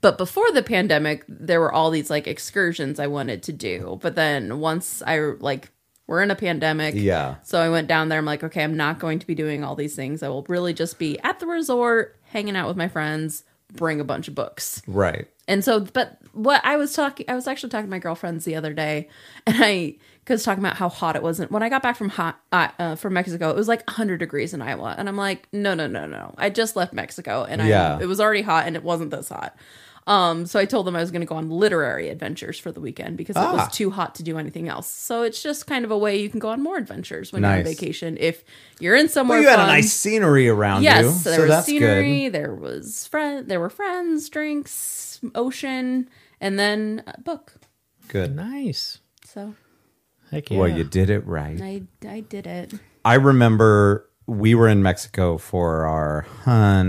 Speaker 1: but before the pandemic, there were all these like excursions I wanted to do. But then once I like, we're in a pandemic.
Speaker 5: Yeah.
Speaker 1: So I went down there. I'm like, okay, I'm not going to be doing all these things. I will really just be at the resort, hanging out with my friends, bring a bunch of books.
Speaker 5: Right.
Speaker 1: And so, but what I was talking, I was actually talking to my girlfriends the other day, and I was talking about how hot it was. And when I got back from hot uh, uh, from Mexico, it was like 100 degrees in Iowa, and I'm like, no, no, no, no. I just left Mexico, and I
Speaker 5: Yeah.
Speaker 1: it was already hot, and it wasn't this hot. Um, so I told them I was going to go on literary adventures for the weekend because it
Speaker 5: Ah.
Speaker 1: was too hot to do anything else. So it's just kind of a way you can go on more adventures when you're on
Speaker 5: Nice.
Speaker 1: vacation if you're in somewhere.
Speaker 5: Well, you had a
Speaker 1: fun.
Speaker 5: nice scenery around you,
Speaker 1: Yes, there
Speaker 5: so
Speaker 1: was
Speaker 5: that's
Speaker 1: scenery.
Speaker 5: good.
Speaker 1: There was friend. There were friends, drinks, ocean, and then a book.
Speaker 5: Good.
Speaker 2: Nice.
Speaker 1: So
Speaker 2: Heck yeah.
Speaker 5: Well, you did it right.
Speaker 1: I I did it.
Speaker 5: I remember we were in Mexico for our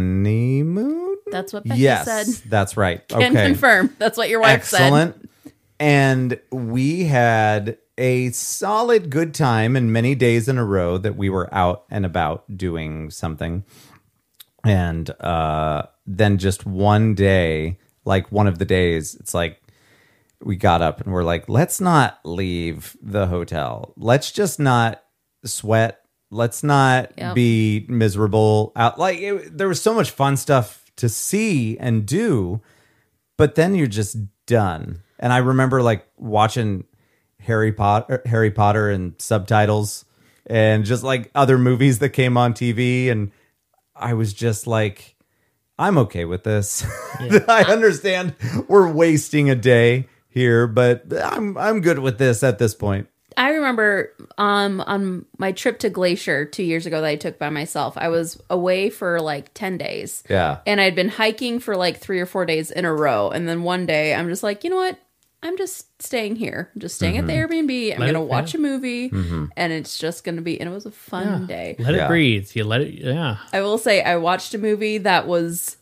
Speaker 5: honeymoon.
Speaker 1: That's what Becky
Speaker 5: yes,
Speaker 1: said. <laughs>
Speaker 5: that's right.
Speaker 1: Can
Speaker 5: okay,
Speaker 1: confirm. That's what your wife said.
Speaker 5: excellent. And we had a solid good time and many days in a row that we were out and about doing something. And uh, then just one day, like one of the days, it's like we got up and we're like, let's not leave the hotel. Let's just not sweat. Let's not
Speaker 1: Yep.
Speaker 5: be miserable out. Like it, there was so much fun stuff to see and do, but then you're just done. And I remember like watching Harry Potter, Harry Potter and subtitles and just like other movies that came on TV. And I was just like, <laughs> I'm okay with this. I understand we're wasting a day here, but I'm I'm good with this at this point.
Speaker 1: I remember um on my trip to Glacier two years ago that I took by myself. I was away for like ten days.
Speaker 5: Yeah.
Speaker 1: And I'd been hiking for like three or four days in a row. And then one day I'm just like, you know what? I'm just staying here. I'm just staying at the Airbnb. I'm
Speaker 2: Mm-hmm. Let
Speaker 1: gonna
Speaker 2: it-
Speaker 1: watch
Speaker 2: yeah. Mm-hmm.
Speaker 1: a movie and it's just gonna be and it was a fun day.
Speaker 2: Let
Speaker 5: Yeah.
Speaker 2: it breathe. You let it. Yeah.
Speaker 1: I will say I watched a movie that was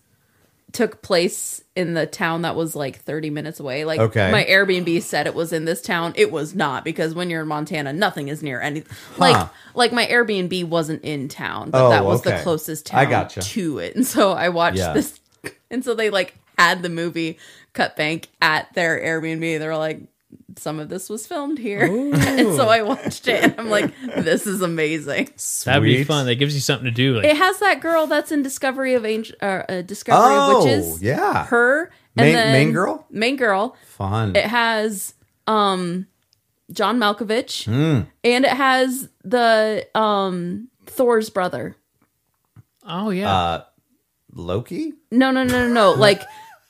Speaker 1: took place in the town that was like 30 minutes away. Like
Speaker 5: Okay.
Speaker 1: my Airbnb said it was in this town. It was not because when you're in Montana, nothing is near any like like my Airbnb wasn't in town, but
Speaker 5: Oh,
Speaker 1: that was
Speaker 5: okay.
Speaker 1: the closest town
Speaker 5: I gotcha.
Speaker 1: to it. And so I watched
Speaker 5: Yeah.
Speaker 1: this and so they like had the movie Cut Bank at their Airbnb. They were like some of this was filmed here. <laughs> and so I watched it and I'm like, this is amazing.
Speaker 2: That'd be
Speaker 5: Sweet.
Speaker 2: fun. That gives you something to do. Like,
Speaker 1: It has that girl that's in Discovery of Angel, uh, uh, Discovery
Speaker 5: Oh,
Speaker 1: of Witches.
Speaker 5: yeah.
Speaker 1: her and
Speaker 5: Main-
Speaker 1: then
Speaker 5: main girl?
Speaker 1: main girl.
Speaker 5: Fun.
Speaker 1: It has um, John Malkovich,
Speaker 5: Hmm.
Speaker 1: and it has the um, Thor's brother.
Speaker 2: oh yeah.
Speaker 5: Uh,
Speaker 3: Loki?
Speaker 1: No, no, no, no,
Speaker 5: <laughs>
Speaker 1: no. like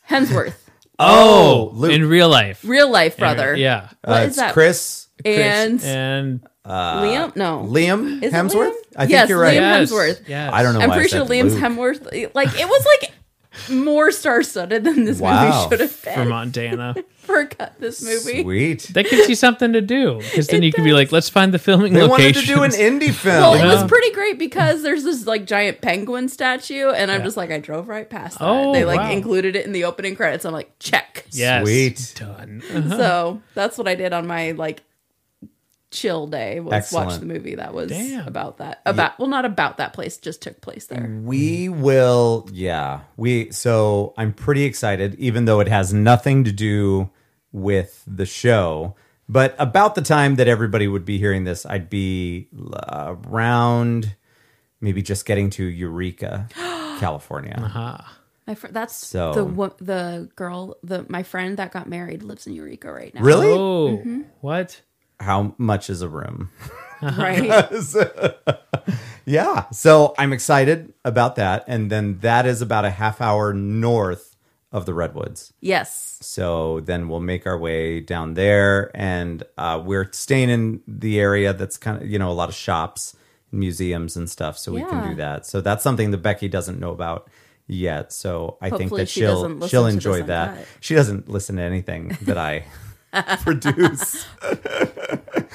Speaker 1: Hemsworth,
Speaker 2: oh,
Speaker 5: Luke.
Speaker 2: in real life.
Speaker 1: real life brother.
Speaker 2: Yeah.
Speaker 1: what
Speaker 5: Uh,
Speaker 1: is
Speaker 5: it's
Speaker 1: that?
Speaker 5: Chris
Speaker 1: and
Speaker 2: And
Speaker 1: Liam. No,
Speaker 5: Uh, Liam
Speaker 1: Is it
Speaker 5: Hemsworth.
Speaker 1: Liam?
Speaker 5: I think
Speaker 1: Yes,
Speaker 5: you're right.
Speaker 1: Liam.
Speaker 2: yes,
Speaker 1: Hemsworth.
Speaker 2: yes.
Speaker 5: I don't know.
Speaker 1: I'm
Speaker 5: why I
Speaker 1: pretty sure
Speaker 5: said
Speaker 1: Liam's
Speaker 5: Luke.
Speaker 1: Hemsworth. Like it was like. More star-studded than this
Speaker 5: Wow.
Speaker 1: movie should have
Speaker 2: For
Speaker 1: been
Speaker 2: Montana,
Speaker 1: for cut this movie.
Speaker 5: Sweet.
Speaker 2: that gives you something to do because then
Speaker 1: It
Speaker 2: you can be
Speaker 1: does.
Speaker 2: like, let's find the filming
Speaker 5: They wanted
Speaker 2: location.
Speaker 5: to do an indie film.
Speaker 1: Well, it
Speaker 2: Yeah.
Speaker 1: was pretty great because there's this like giant penguin statue, and I'm just like, I drove right past that.
Speaker 2: Oh,
Speaker 1: they like
Speaker 2: wow.
Speaker 1: included it in the opening credits. I'm like, check.
Speaker 2: <laughs> yes.
Speaker 5: Sweet.
Speaker 2: done. Uh-huh.
Speaker 1: So that's what I did on my like chill day was watch
Speaker 5: Excellent.
Speaker 1: the movie that was
Speaker 2: Damn.
Speaker 1: about that about well not about that place just took place
Speaker 5: Mm.
Speaker 1: there
Speaker 5: We will, yeah. We so I'm pretty excited, even though it has nothing to do with the show. But about the time that everybody would be hearing this, I'd be uh, around, maybe just getting to Eureka, California.
Speaker 1: my fr- that's
Speaker 5: So-
Speaker 1: the wo- the girl the my friend that got married lives in eureka right now
Speaker 5: Really?
Speaker 2: Oh,
Speaker 1: Mm-hmm.
Speaker 5: <laughs>
Speaker 2: what?
Speaker 5: How much is a room? <laughs>
Speaker 1: right
Speaker 5: Yeah. So I'm excited about that, and then that is about a half hour north of the Redwoods.
Speaker 1: yes
Speaker 5: So then we'll make our way down there, and uh, we're staying in the area that's kind of you know a lot of shops, and museums, and stuff. So we can
Speaker 1: Yeah.
Speaker 5: do that. So that's something that Becky doesn't know about yet. So I think
Speaker 1: Hopefully
Speaker 5: that
Speaker 1: she doesn't
Speaker 5: she'll
Speaker 1: listen
Speaker 5: she'll
Speaker 1: to this
Speaker 5: enjoy
Speaker 1: and
Speaker 5: that.
Speaker 1: that.
Speaker 5: She doesn't listen to anything
Speaker 1: <laughs>
Speaker 5: that I produce.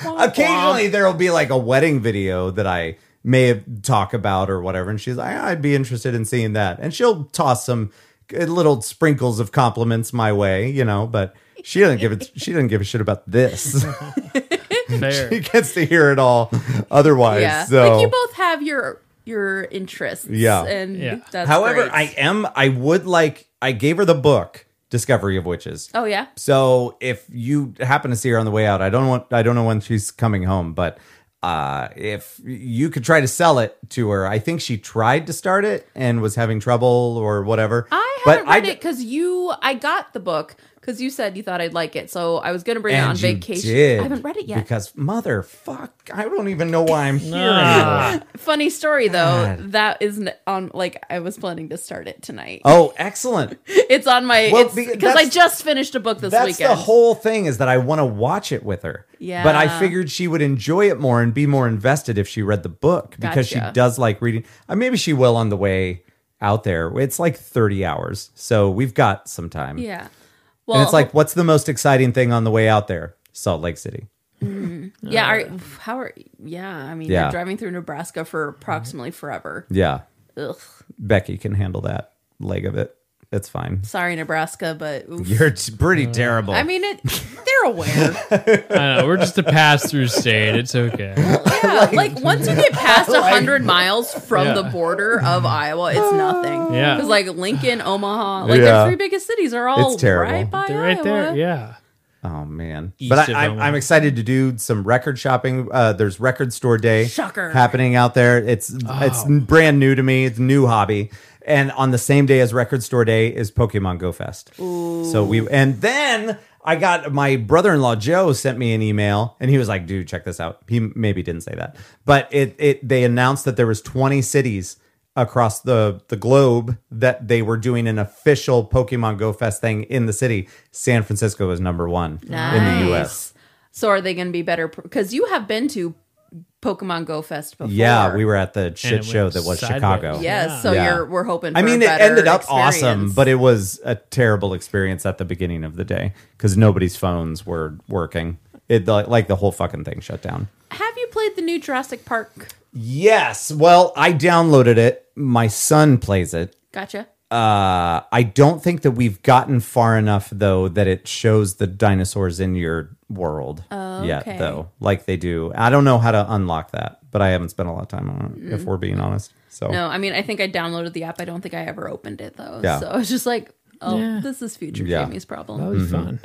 Speaker 5: Occasionally there will be like a wedding video that I may have talk about or whatever, and she's like, I'd be interested in seeing that, and she'll toss some good little sprinkles of compliments my way, you know, but. She doesn't
Speaker 1: <laughs>
Speaker 5: give it. She doesn't give a shit about this. <laughs>
Speaker 2: Fair.
Speaker 5: she gets to hear it all. Otherwise,
Speaker 1: yeah
Speaker 5: so
Speaker 1: like you both have your your interests
Speaker 5: Yeah.
Speaker 1: and
Speaker 2: Yeah.
Speaker 1: that's
Speaker 5: However,
Speaker 1: great.
Speaker 5: I am. I would like. I gave her the book, Discovery of Witches.
Speaker 1: oh yeah
Speaker 5: So if you happen to see her on the way out, I don't want. I don't know when she's coming home, but uh, if you could try to sell it to her, I think she tried to start it and was having trouble or whatever.
Speaker 1: I
Speaker 5: But
Speaker 1: haven't read
Speaker 5: d-
Speaker 1: it because you. I got the book because you said you thought I'd like it, so I was going to bring it
Speaker 5: and
Speaker 1: on
Speaker 5: you
Speaker 1: vacation.
Speaker 5: did,
Speaker 1: I haven't read it yet.
Speaker 5: because motherfuck, I don't even know why I'm here
Speaker 2: Ah.
Speaker 5: anymore.
Speaker 1: Funny story though,
Speaker 5: God.
Speaker 1: that is n- on. Like I was planning to start it tonight.
Speaker 5: Oh, excellent!
Speaker 1: It's on my.
Speaker 5: Well,
Speaker 1: it's
Speaker 5: be-
Speaker 1: because I
Speaker 5: that's-
Speaker 1: just finished a book this
Speaker 5: That's
Speaker 1: weekend.
Speaker 5: the whole thing is that I want to watch it with her.
Speaker 1: Yeah.
Speaker 5: But I figured she would enjoy it more and be more invested if she read the book because she
Speaker 1: Gotcha.
Speaker 5: does like reading. Uh, maybe she will on the way out there. It's like 30 hours. So we've got some time.
Speaker 1: yeah. Well,
Speaker 5: And it's like, what's the most exciting thing on the way out there? Salt Lake City.
Speaker 1: yeah. Are, how are? Yeah. I mean,
Speaker 5: uh, Yeah.
Speaker 1: you're driving through Nebraska for approximately forever.
Speaker 5: Yeah.
Speaker 1: Ugh.
Speaker 5: Becky can handle that leg of it. It's fine. <laughs>
Speaker 1: Sorry, Nebraska, but oof.
Speaker 5: You're t- pretty
Speaker 2: Uh,
Speaker 5: terrible.
Speaker 1: I mean, it. They're aware.
Speaker 2: I know. We're just a pass through state.
Speaker 1: <laughs>
Speaker 2: It's okay.
Speaker 1: Yeah,
Speaker 5: <laughs>
Speaker 1: like, once you get past a 100 miles from
Speaker 2: Yeah.
Speaker 1: the border of Iowa, it's nothing.
Speaker 2: <laughs> Yeah.
Speaker 1: Because, like, Lincoln, Omaha, like,
Speaker 5: Yeah.
Speaker 1: the three biggest cities are all
Speaker 5: It's terrible.
Speaker 1: right by
Speaker 2: They're right
Speaker 1: Iowa.
Speaker 2: there. Yeah.
Speaker 5: oh, man.
Speaker 2: East
Speaker 5: but
Speaker 2: of
Speaker 5: I, I'm,
Speaker 2: Omaha.
Speaker 5: I'm excited to do some record shopping. Uh, there's Record Store Day.
Speaker 1: Shocker.
Speaker 5: happening out there. It's it's brand new to me. It's a new hobby. And on the same day as Record Store Day is Pokemon Go Fest. So we and then I got my brother-in-law Joe sent me an email and he was like, "Dude, check this out." He maybe didn't say that. But it it they announced that there was 20 cities across the the globe that they were doing an official Pokemon Go Fest thing in the city, San Francisco was number one in the U.S.
Speaker 1: So are they going to be better? Because you have been to Pokemon Go Fest before.
Speaker 5: Yeah, we were at the shit
Speaker 2: it
Speaker 5: show
Speaker 2: went
Speaker 5: that was
Speaker 2: sideways.
Speaker 5: Chicago.
Speaker 1: Yes, so
Speaker 5: Yeah.
Speaker 1: you're we're hoping. For
Speaker 5: I mean,
Speaker 1: a
Speaker 5: it
Speaker 1: better
Speaker 5: ended up awesome,
Speaker 1: experience.
Speaker 5: but it was a terrible experience at the beginning of the day because nobody's phones were working. It like, like the whole fucking thing shut down.
Speaker 1: have you played the new Jurassic Park?
Speaker 5: Yes. Well, I downloaded it. My son plays it.
Speaker 1: Gotcha.
Speaker 5: Uh, I don't think that we've gotten far enough though that it shows the dinosaurs in your world yet
Speaker 1: Oh, okay.
Speaker 5: though, like they do. I don't know how to unlock that, but I haven't spent a lot of time on it if we're being honest. So
Speaker 1: Mm. No, I mean, I think I downloaded the app. I don't think I ever opened it though.
Speaker 5: Yeah.
Speaker 1: So I was just like, oh,
Speaker 2: Yeah. Oh.
Speaker 1: this is future
Speaker 5: Yeah.
Speaker 1: Jamie's problem.
Speaker 2: That was
Speaker 5: Mm-hmm.
Speaker 2: fun.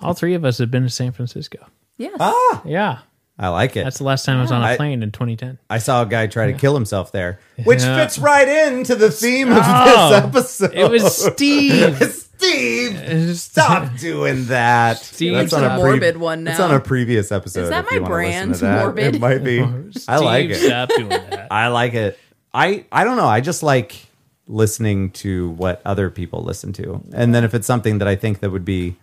Speaker 2: All three of us have been to San Francisco.
Speaker 1: Yes.
Speaker 5: Ah,
Speaker 2: Yeah.
Speaker 5: I like it.
Speaker 2: That's the last time I was on a
Speaker 5: I-
Speaker 2: plane in
Speaker 5: <laughs>
Speaker 2: 2010.
Speaker 5: I saw a guy try to kill himself there,
Speaker 2: <laughs>
Speaker 5: which
Speaker 2: Yeah.
Speaker 5: fits right into the theme of
Speaker 2: Oh,
Speaker 5: this episode.
Speaker 2: It was Steve.
Speaker 5: <laughs> Steve.
Speaker 2: It was- <laughs>
Speaker 5: Stop doing that.
Speaker 2: Steve's
Speaker 1: a morbid one
Speaker 5: That's
Speaker 1: now.
Speaker 5: on a previous episode.
Speaker 1: that
Speaker 5: if
Speaker 1: my
Speaker 5: you wanna listen
Speaker 1: brand,
Speaker 5: to that.
Speaker 1: morbid?
Speaker 5: It
Speaker 2: <laughs>
Speaker 5: might be. I
Speaker 2: <laughs>
Speaker 5: like
Speaker 2: Steve,
Speaker 5: it.
Speaker 2: Stop doing
Speaker 5: <laughs>
Speaker 2: that.
Speaker 5: I like it. I I don't know. I just like listening to what other people listen to, and then if it's something that I think that would be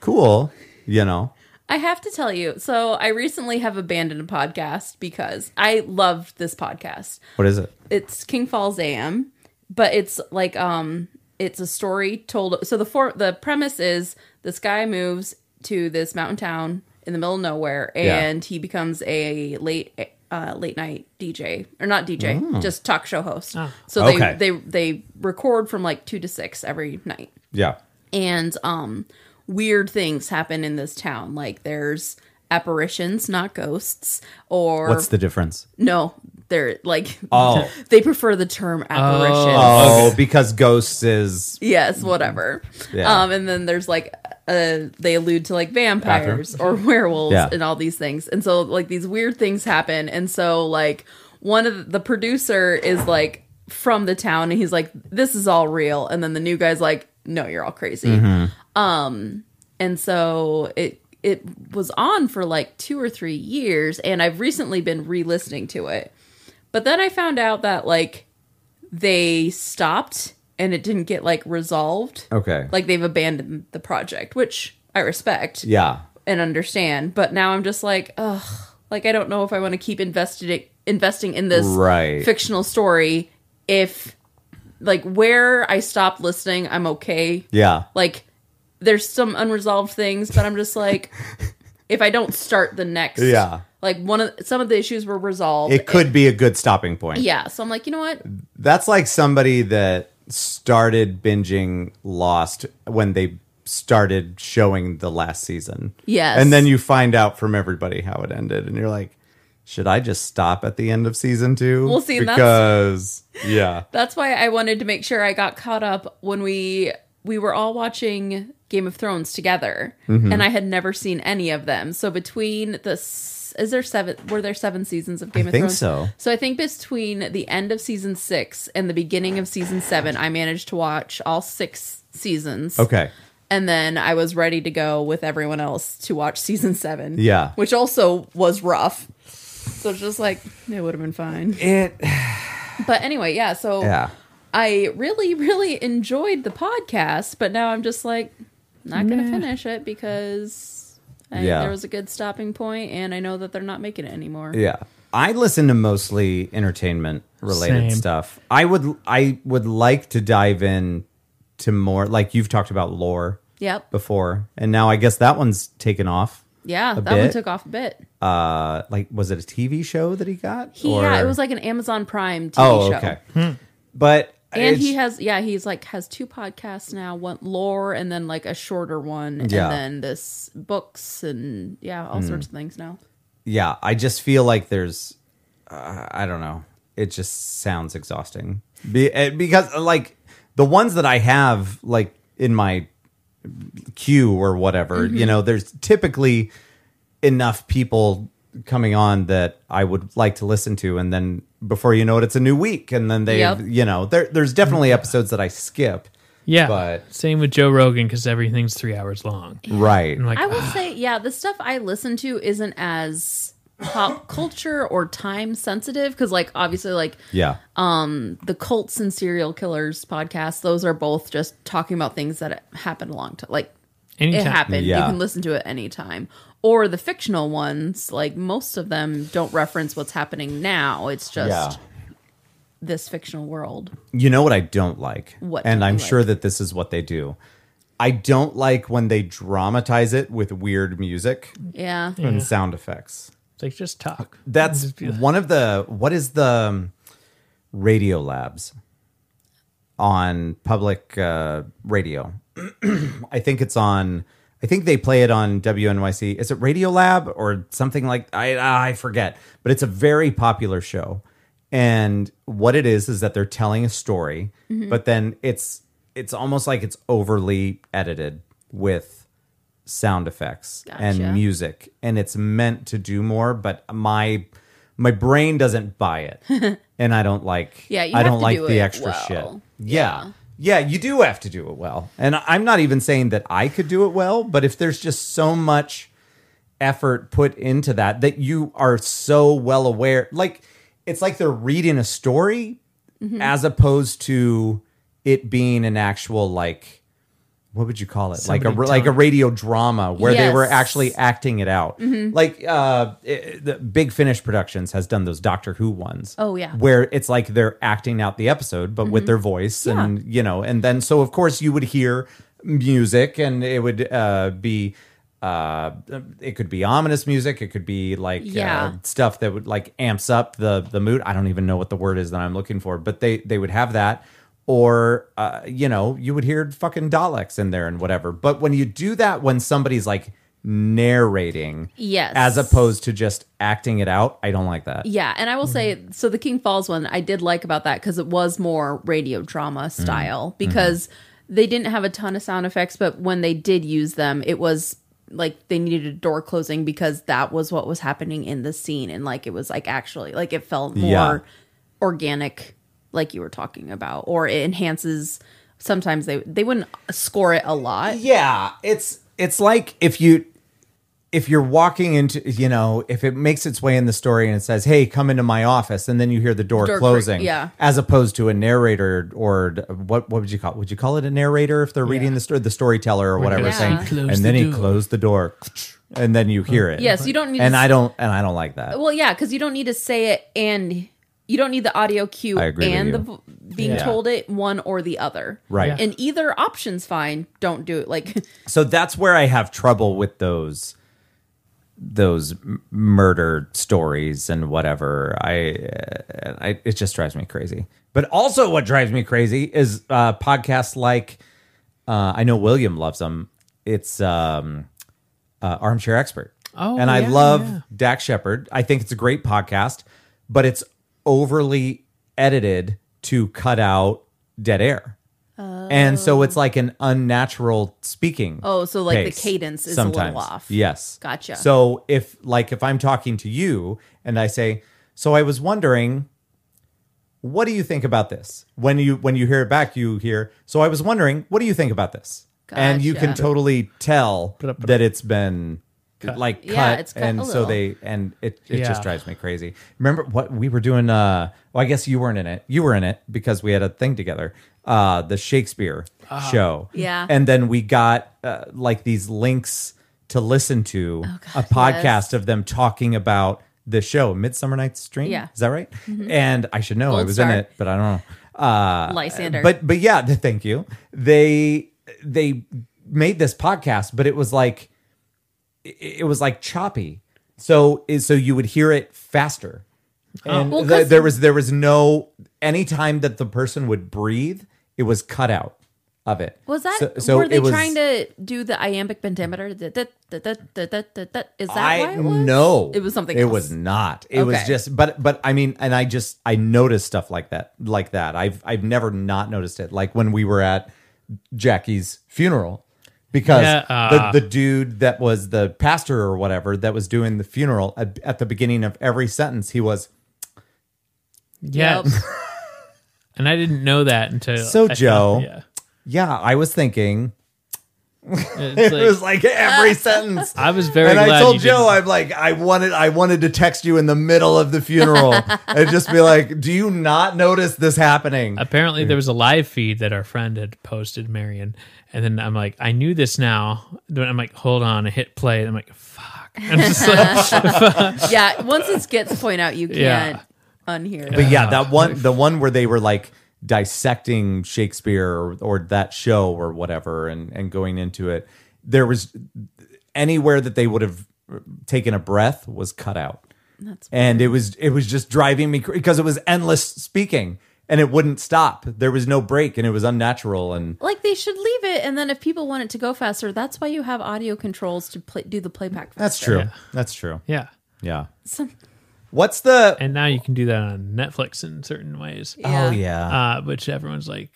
Speaker 5: cool, you know,
Speaker 1: I have to tell you. So I recently have abandoned a podcast because I loved this podcast.
Speaker 5: what is it?
Speaker 1: it's King Falls AM, but it's like um it's a story told so the for the premise is this guy moves to this mountain town in the middle of nowhere
Speaker 5: Yeah.
Speaker 1: and he becomes a late uh, late night DJ or not DJ, just talk show host. So they
Speaker 5: Mm. Okay.
Speaker 1: they they record from like 2 to 6 every night
Speaker 5: Yeah.
Speaker 1: and um weird things happen in this town like there's apparitions, not ghosts or
Speaker 5: What's the difference?
Speaker 1: no, they're like
Speaker 5: Oh.
Speaker 1: <laughs> they prefer the term apparition.
Speaker 5: Oh, because ghosts is
Speaker 1: Yes, whatever.
Speaker 5: Mm-hmm. Yeah.
Speaker 1: Um, and then there's like uh, they allude to like vampires or <laughs> werewolves
Speaker 5: Yeah.
Speaker 1: and all these things, and so like these weird things happen, and so like one of the, the producer is like from the town, and he's like, "This is all real," and then the new guy's like, "No, you're all crazy."
Speaker 5: Mm-hmm.
Speaker 1: Um, and so it it was on for like two or three years, and I've recently been re-listening to it, but then I found out that like they stopped and it didn't get like resolved.
Speaker 5: okay.
Speaker 1: Like they've abandoned the project, which I respect
Speaker 5: yeah.
Speaker 1: and understand. But now I'm just like, ugh, like I don't know if I want to keep invested investing in this
Speaker 5: Right.
Speaker 1: fictional story if like where I stopped listening, I'm okay.
Speaker 5: Yeah.
Speaker 1: Like there's some unresolved things, but I'm just
Speaker 5: <laughs>
Speaker 1: like if I don't start the next
Speaker 5: Yeah.
Speaker 1: Like one of some of the issues were resolved.
Speaker 5: It could be a good stopping point.
Speaker 1: yeah. So I'm like, you know what?
Speaker 5: That's like somebody that started binging Lost when they started showing the last season.
Speaker 1: Yes.
Speaker 5: And then you find out from everybody how it ended and you're like, should I just stop at the end of season 2?
Speaker 1: Well, see, that's-
Speaker 5: because yeah.
Speaker 1: That's why I wanted to make sure I got caught up when we we were all watching Game of Thrones together,
Speaker 5: Mm-hmm.
Speaker 1: and I had never seen any of them. So between the s- is there seven? Were there seven seasons of Game of
Speaker 5: think
Speaker 1: Thrones?
Speaker 5: so.
Speaker 1: So I think between the end of season six and the beginning of season seven, I managed to watch all six seasons.
Speaker 5: Okay.
Speaker 1: And then I was ready to go with everyone else to watch season seven.
Speaker 5: Yeah.
Speaker 1: Which also was rough. So it's just like, it would have been fine.
Speaker 5: It
Speaker 1: But anyway, yeah. So
Speaker 5: yeah.
Speaker 1: I really, really enjoyed the podcast, but now I'm just like not gonna finish it because I,
Speaker 5: Yeah.
Speaker 1: there was a good stopping point, and I know that they're not making it anymore.
Speaker 5: Yeah. I listen to mostly entertainment related
Speaker 2: Same.
Speaker 5: stuff. I would I would like to dive in to more like you've talked about lore
Speaker 1: Yep.
Speaker 5: before and now I guess that one's taken off.
Speaker 1: Yeah,
Speaker 5: A
Speaker 1: that one
Speaker 5: bit.
Speaker 1: took off a bit.
Speaker 5: Uh like was it a TV show that he got?
Speaker 1: He, yeah, it was like an Amazon Prime TV
Speaker 5: Oh,
Speaker 1: show.
Speaker 5: okay. But
Speaker 1: And he
Speaker 5: it's-
Speaker 1: has, yeah, he's like has two podcasts now, one lore and then like a shorter one, and
Speaker 5: Yeah. Hmm.
Speaker 1: then this books and yeah, all sorts of things now.
Speaker 5: yeah, I just feel like there's, uh, I don't know. It just sounds exhausting Be, eh, because uh, like the ones that I have like in my queue or whatever, you know, there's typically enough people coming on that I would like to listen to, and then before you know it, it's a new week, and then they,
Speaker 1: Yep.
Speaker 5: you know, there, there's definitely episodes that I skip.
Speaker 2: Yeah.
Speaker 5: But-
Speaker 2: Same with Joe Rogan because everything's three hours long.
Speaker 5: Right. <sighs>
Speaker 2: I'm like,
Speaker 1: I will say, yeah, the stuff I listen to isn't as pop culture or time sensitive because like obviously like
Speaker 5: Yeah.
Speaker 1: the cults and serial killers podcast those are both just talking about things that happened a long time like
Speaker 2: Anytime.
Speaker 1: it happened
Speaker 5: Yeah.
Speaker 1: you can listen to it anytime or the fictional ones like most of them don't reference what's happening now it's just this fictional world
Speaker 5: You know what I don't like?
Speaker 1: What
Speaker 5: And
Speaker 1: don't
Speaker 5: I'm
Speaker 1: you
Speaker 5: sure
Speaker 1: like?
Speaker 5: that this is what they do. I don't like when they dramatize it with weird music
Speaker 1: yeah
Speaker 5: and sound effects.
Speaker 2: It's like just talk.
Speaker 5: That's
Speaker 2: Yeah.
Speaker 5: one of the what is the um, Radio Labs on public uh, radio? <clears throat> I think it's on. I think they play it on WNYC. Is it Radio Lab or something like I I forget, but it's a very popular show. And what it is is that they're telling a story, but then it's it's almost like it's overly edited with sound effects
Speaker 1: Gotcha.
Speaker 5: and music and it's meant to do more but my my brain doesn't buy it and i don't like
Speaker 1: Yeah, you
Speaker 5: i
Speaker 1: have
Speaker 5: don't
Speaker 1: to
Speaker 5: like
Speaker 1: do
Speaker 5: the
Speaker 1: it
Speaker 5: extra
Speaker 1: well.
Speaker 5: shit yeah. yeah you do have to do it well and i'm not even saying that i could do it well but if there's just so much effort put into that that you are so well aware like it's like they're reading a story
Speaker 1: Mm-hmm.
Speaker 5: as opposed to it being an actual like what would you call it like a
Speaker 2: Somebody
Speaker 5: like a
Speaker 2: tell-
Speaker 5: radio drama where they were
Speaker 1: Yes. Mm-hmm.
Speaker 5: actually acting it out like uh it- the big finish productions has done those doctor who ones
Speaker 1: Oh, yeah. Mm-hmm.
Speaker 5: where it's like they're acting out the episode but with their voice and you know and then so of course you would hear music and it would uh be uh it could be ominous music it could be like
Speaker 1: Yeah.
Speaker 5: uh, stuff that would like amps up the the mood i don't even know what the word is that i'm looking for but they they would have that or uh you know you would hear fucking daleks in there and whatever but when you do that when somebody's like narrating
Speaker 1: Yes.
Speaker 5: as opposed to just acting it out i don't like that
Speaker 1: Yeah, and I will say, so the King Falls one I did like about that because it was more radio drama style because they didn't have a ton of sound effects, but when they did use them, it was like they needed a door closing because that was what was happening in the scene, and like it was like actually like it felt more
Speaker 5: Yeah.
Speaker 1: organic, like you were talking about, or it enhances. Sometimes they they wouldn't score it a lot.
Speaker 5: yeah it's it's like if you if you're walking into you know if it makes its way in the story and it says hey come into my office and then you hear the door,
Speaker 1: Door cre-
Speaker 5: closing
Speaker 1: yeah.
Speaker 5: as opposed to a narrator or d- what what would you call would you call it a narrator if they're reading the story the storyteller or whatever
Speaker 1: Yeah.
Speaker 5: saying
Speaker 2: Close
Speaker 5: and
Speaker 2: the
Speaker 5: then he
Speaker 2: door.
Speaker 5: closed the door and then you hear it
Speaker 1: Yes, you don't need
Speaker 5: and
Speaker 1: to-
Speaker 5: I don't and I don't like that
Speaker 1: Well, yeah, because you don't need to say it and you don't need the audio cue
Speaker 5: I agree with
Speaker 1: and
Speaker 5: you.
Speaker 1: the vo- being
Speaker 5: Yeah.
Speaker 1: told it one or the other.
Speaker 5: Right. Yeah.
Speaker 1: And either option's fine. Don't do it. Like,
Speaker 5: so that's where I have trouble with those those m- murder stories and whatever. I, uh, I it just drives me crazy. But also, what drives me crazy is uh, podcasts like uh, I know William loves them. It's um, uh, Armchair Expert.
Speaker 2: Oh,
Speaker 5: and I
Speaker 2: yeah,
Speaker 5: love
Speaker 2: yeah.
Speaker 5: Dak Shepard. I think it's a great podcast, but it's overly edited to cut out dead air. And so it's like an unnatural speaking.
Speaker 1: Oh, so, like, the
Speaker 5: pace
Speaker 1: cadence is a little off.
Speaker 5: Yes.
Speaker 1: Gotcha.
Speaker 5: So if like if I'm talking to you and I say, "So I was wondering, what do you think about this?" When you when you hear it back, you hear, "So I was wondering, what do you think about this?" And you can
Speaker 1: Gotcha.
Speaker 5: totally tell
Speaker 2: up, put
Speaker 5: that it's been like cut,
Speaker 1: Yeah, it's cut
Speaker 5: and
Speaker 1: a
Speaker 5: so
Speaker 1: little.
Speaker 5: they and it it just
Speaker 2: Yeah.
Speaker 5: drives me crazy. Remember what we were doing? Uh, well, I guess you weren't in it. You were in it because we had a thing together. Uh, the Shakespeare show.
Speaker 1: Yeah.
Speaker 5: and then we got uh, like these links to listen to a podcast
Speaker 1: Oh, yes.
Speaker 5: of them talking about the show Midsummer Night's Dream.
Speaker 1: Yeah. Mm-hmm.
Speaker 5: is that right? And I should know I
Speaker 1: Gold
Speaker 5: was in
Speaker 1: star.
Speaker 5: it, but I don't know. Uh,
Speaker 1: <laughs> Lysander.
Speaker 5: But but yeah, th- thank you. They they made this podcast, but it was like it- it was like choppy. So is so you would hear it faster. And
Speaker 1: Oh. Well,
Speaker 5: th-
Speaker 1: 'cause-
Speaker 5: there was there was no any time that the person would breathe, it was cut out of it.
Speaker 1: was that,
Speaker 5: So- so
Speaker 1: were they
Speaker 5: it was-
Speaker 1: trying to do the iambic pentameter? Da- da- da- da- da- da- da- da- Is that
Speaker 5: I
Speaker 1: why it was?
Speaker 5: no,
Speaker 1: It was something
Speaker 5: It
Speaker 1: else.
Speaker 5: was not. It was
Speaker 1: Okay.
Speaker 5: just. But but I mean, and I just I noticed stuff like that, like that. I've I've never not noticed it. Like when we were at Jackie's funeral, because
Speaker 2: Yeah, uh,
Speaker 5: the the dude that was the pastor or whatever that was doing the funeral at, at the beginning of every sentence, he was
Speaker 2: Yeah.
Speaker 1: Yep.
Speaker 2: and I didn't know that until
Speaker 5: So,
Speaker 2: I-
Speaker 5: Joe-
Speaker 2: Yeah.
Speaker 5: yeah. I was thinking, <laughs>
Speaker 2: It's
Speaker 5: it
Speaker 2: like-
Speaker 5: was
Speaker 1: <laughs>
Speaker 5: like every sentence.
Speaker 2: I was very
Speaker 5: and
Speaker 2: glad
Speaker 5: I told
Speaker 2: you
Speaker 5: Joe,
Speaker 2: didn't-
Speaker 5: I'm like, I wanted, I wanted to text you in the middle of
Speaker 1: <laughs>
Speaker 5: the funeral and just be like, "Do you not notice this happening?"
Speaker 2: Apparently, there was a live feed that our friend had posted, Marion. And then I'm like, I knew this now. Then I'm like, hold on, I hit play. And I'm like, fuck. <laughs> I'm just like,
Speaker 1: yeah, once it gets point out, you
Speaker 2: Yeah.
Speaker 1: can't unhear. it.
Speaker 5: But yeah, that one, the one where they were like dissecting Shakespeare or, or that show or whatever, and and going into it, there was anywhere that they would have taken a breath was cut out, and it was it was just driving me cra- because it was endless speaking and it wouldn't stop. There was no break, and it was unnatural. And
Speaker 1: Like they should leave it, and then if people want it to go faster, that's why you have audio controls to play, do the playback.
Speaker 5: that's
Speaker 1: faster.
Speaker 5: true. That's true.
Speaker 2: yeah.
Speaker 5: Yeah.
Speaker 1: <laughs> Some-
Speaker 5: What's the?
Speaker 2: And now you can do that on Netflix in certain ways,
Speaker 5: oh yeah.
Speaker 2: uh, which everyone's like,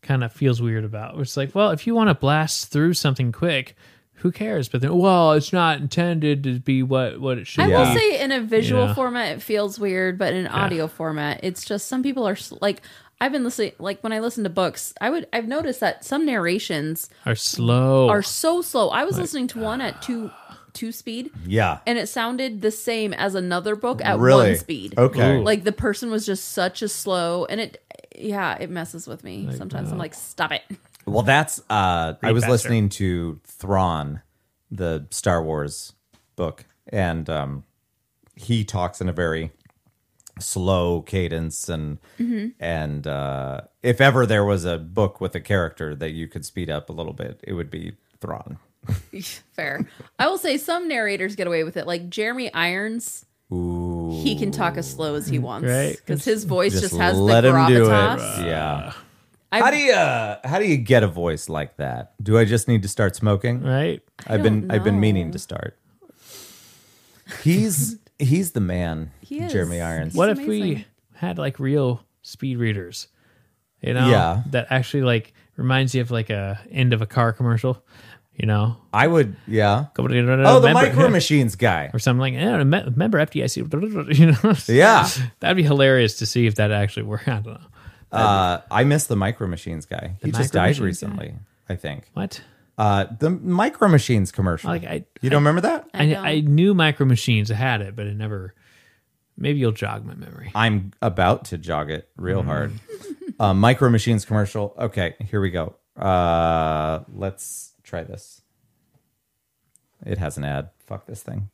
Speaker 2: kind of feels weird about. It's like, well, if you want to blast through something quick, who cares? But then, well, it's not intended to be what what it should
Speaker 1: I
Speaker 2: be.
Speaker 1: will say in a visual
Speaker 2: Yeah.
Speaker 1: format it feels weird, but in an audio format, it's just some people are s- like I've been listening like when I listen to books, I would I've noticed that some narrations
Speaker 2: Are slow.
Speaker 1: are so slow. I was listening to one at two two speed
Speaker 5: yeah.
Speaker 1: and it sounded the same as another book at
Speaker 5: really.
Speaker 1: one speed.
Speaker 5: Okay.
Speaker 2: Ooh.
Speaker 1: Like the person was just such a slow and it yeah, it messes with me. Sometimes I'm like, stop it.
Speaker 5: Well, that's uh, I was
Speaker 2: faster.
Speaker 5: listening to Thrawn, the Star Wars book, and um, he talks in a very slow cadence, and
Speaker 1: Mm-hmm.
Speaker 5: and uh, if ever there was a book with a character that you could speed up a little bit, it would be Thrawn.
Speaker 1: <laughs> Fair. I will say some narrators get away with it. Like Jeremy Irons, he can talk as slow as he wants,
Speaker 2: Right.
Speaker 1: Because his voice just, has
Speaker 5: let
Speaker 1: the
Speaker 5: him do it.
Speaker 1: gravitas.
Speaker 5: Yeah.
Speaker 1: I-
Speaker 5: How do you uh, how do you get a voice like that? Do I just need to start smoking?
Speaker 2: right?
Speaker 5: I've been
Speaker 1: don't
Speaker 5: I've been
Speaker 1: know.
Speaker 5: meaning to start. He's he's the man,
Speaker 1: He is.
Speaker 5: Jeremy Irons.
Speaker 2: what
Speaker 1: It's
Speaker 2: if we
Speaker 1: amazing.
Speaker 2: had like real speed readers you know
Speaker 5: Yeah.
Speaker 2: that actually like reminds you of like a end of a car commercial you know
Speaker 5: I would, yeah.
Speaker 2: oh
Speaker 5: Oh, the micro machines guy.
Speaker 2: <laughs> or something like yeah, me- remember fdic <laughs> you know
Speaker 5: Yeah,
Speaker 2: that'd be hilarious to see if that actually worked <laughs> i don't know
Speaker 5: uh, I miss the micro machines guy. he just
Speaker 2: Micro
Speaker 5: died
Speaker 2: Machines
Speaker 5: recently, I think.
Speaker 2: what
Speaker 5: Uh, the micro machines commercial.
Speaker 2: like i
Speaker 5: you don't remember that?
Speaker 2: I, I, knew micro machines had it but it never maybe you'll jog my memory
Speaker 5: I'm about to jog it real
Speaker 2: Mm.
Speaker 5: hard. uh, micro machines commercial. Okay, here we go. Uh, let's try this. It has an ad. Fuck this thing.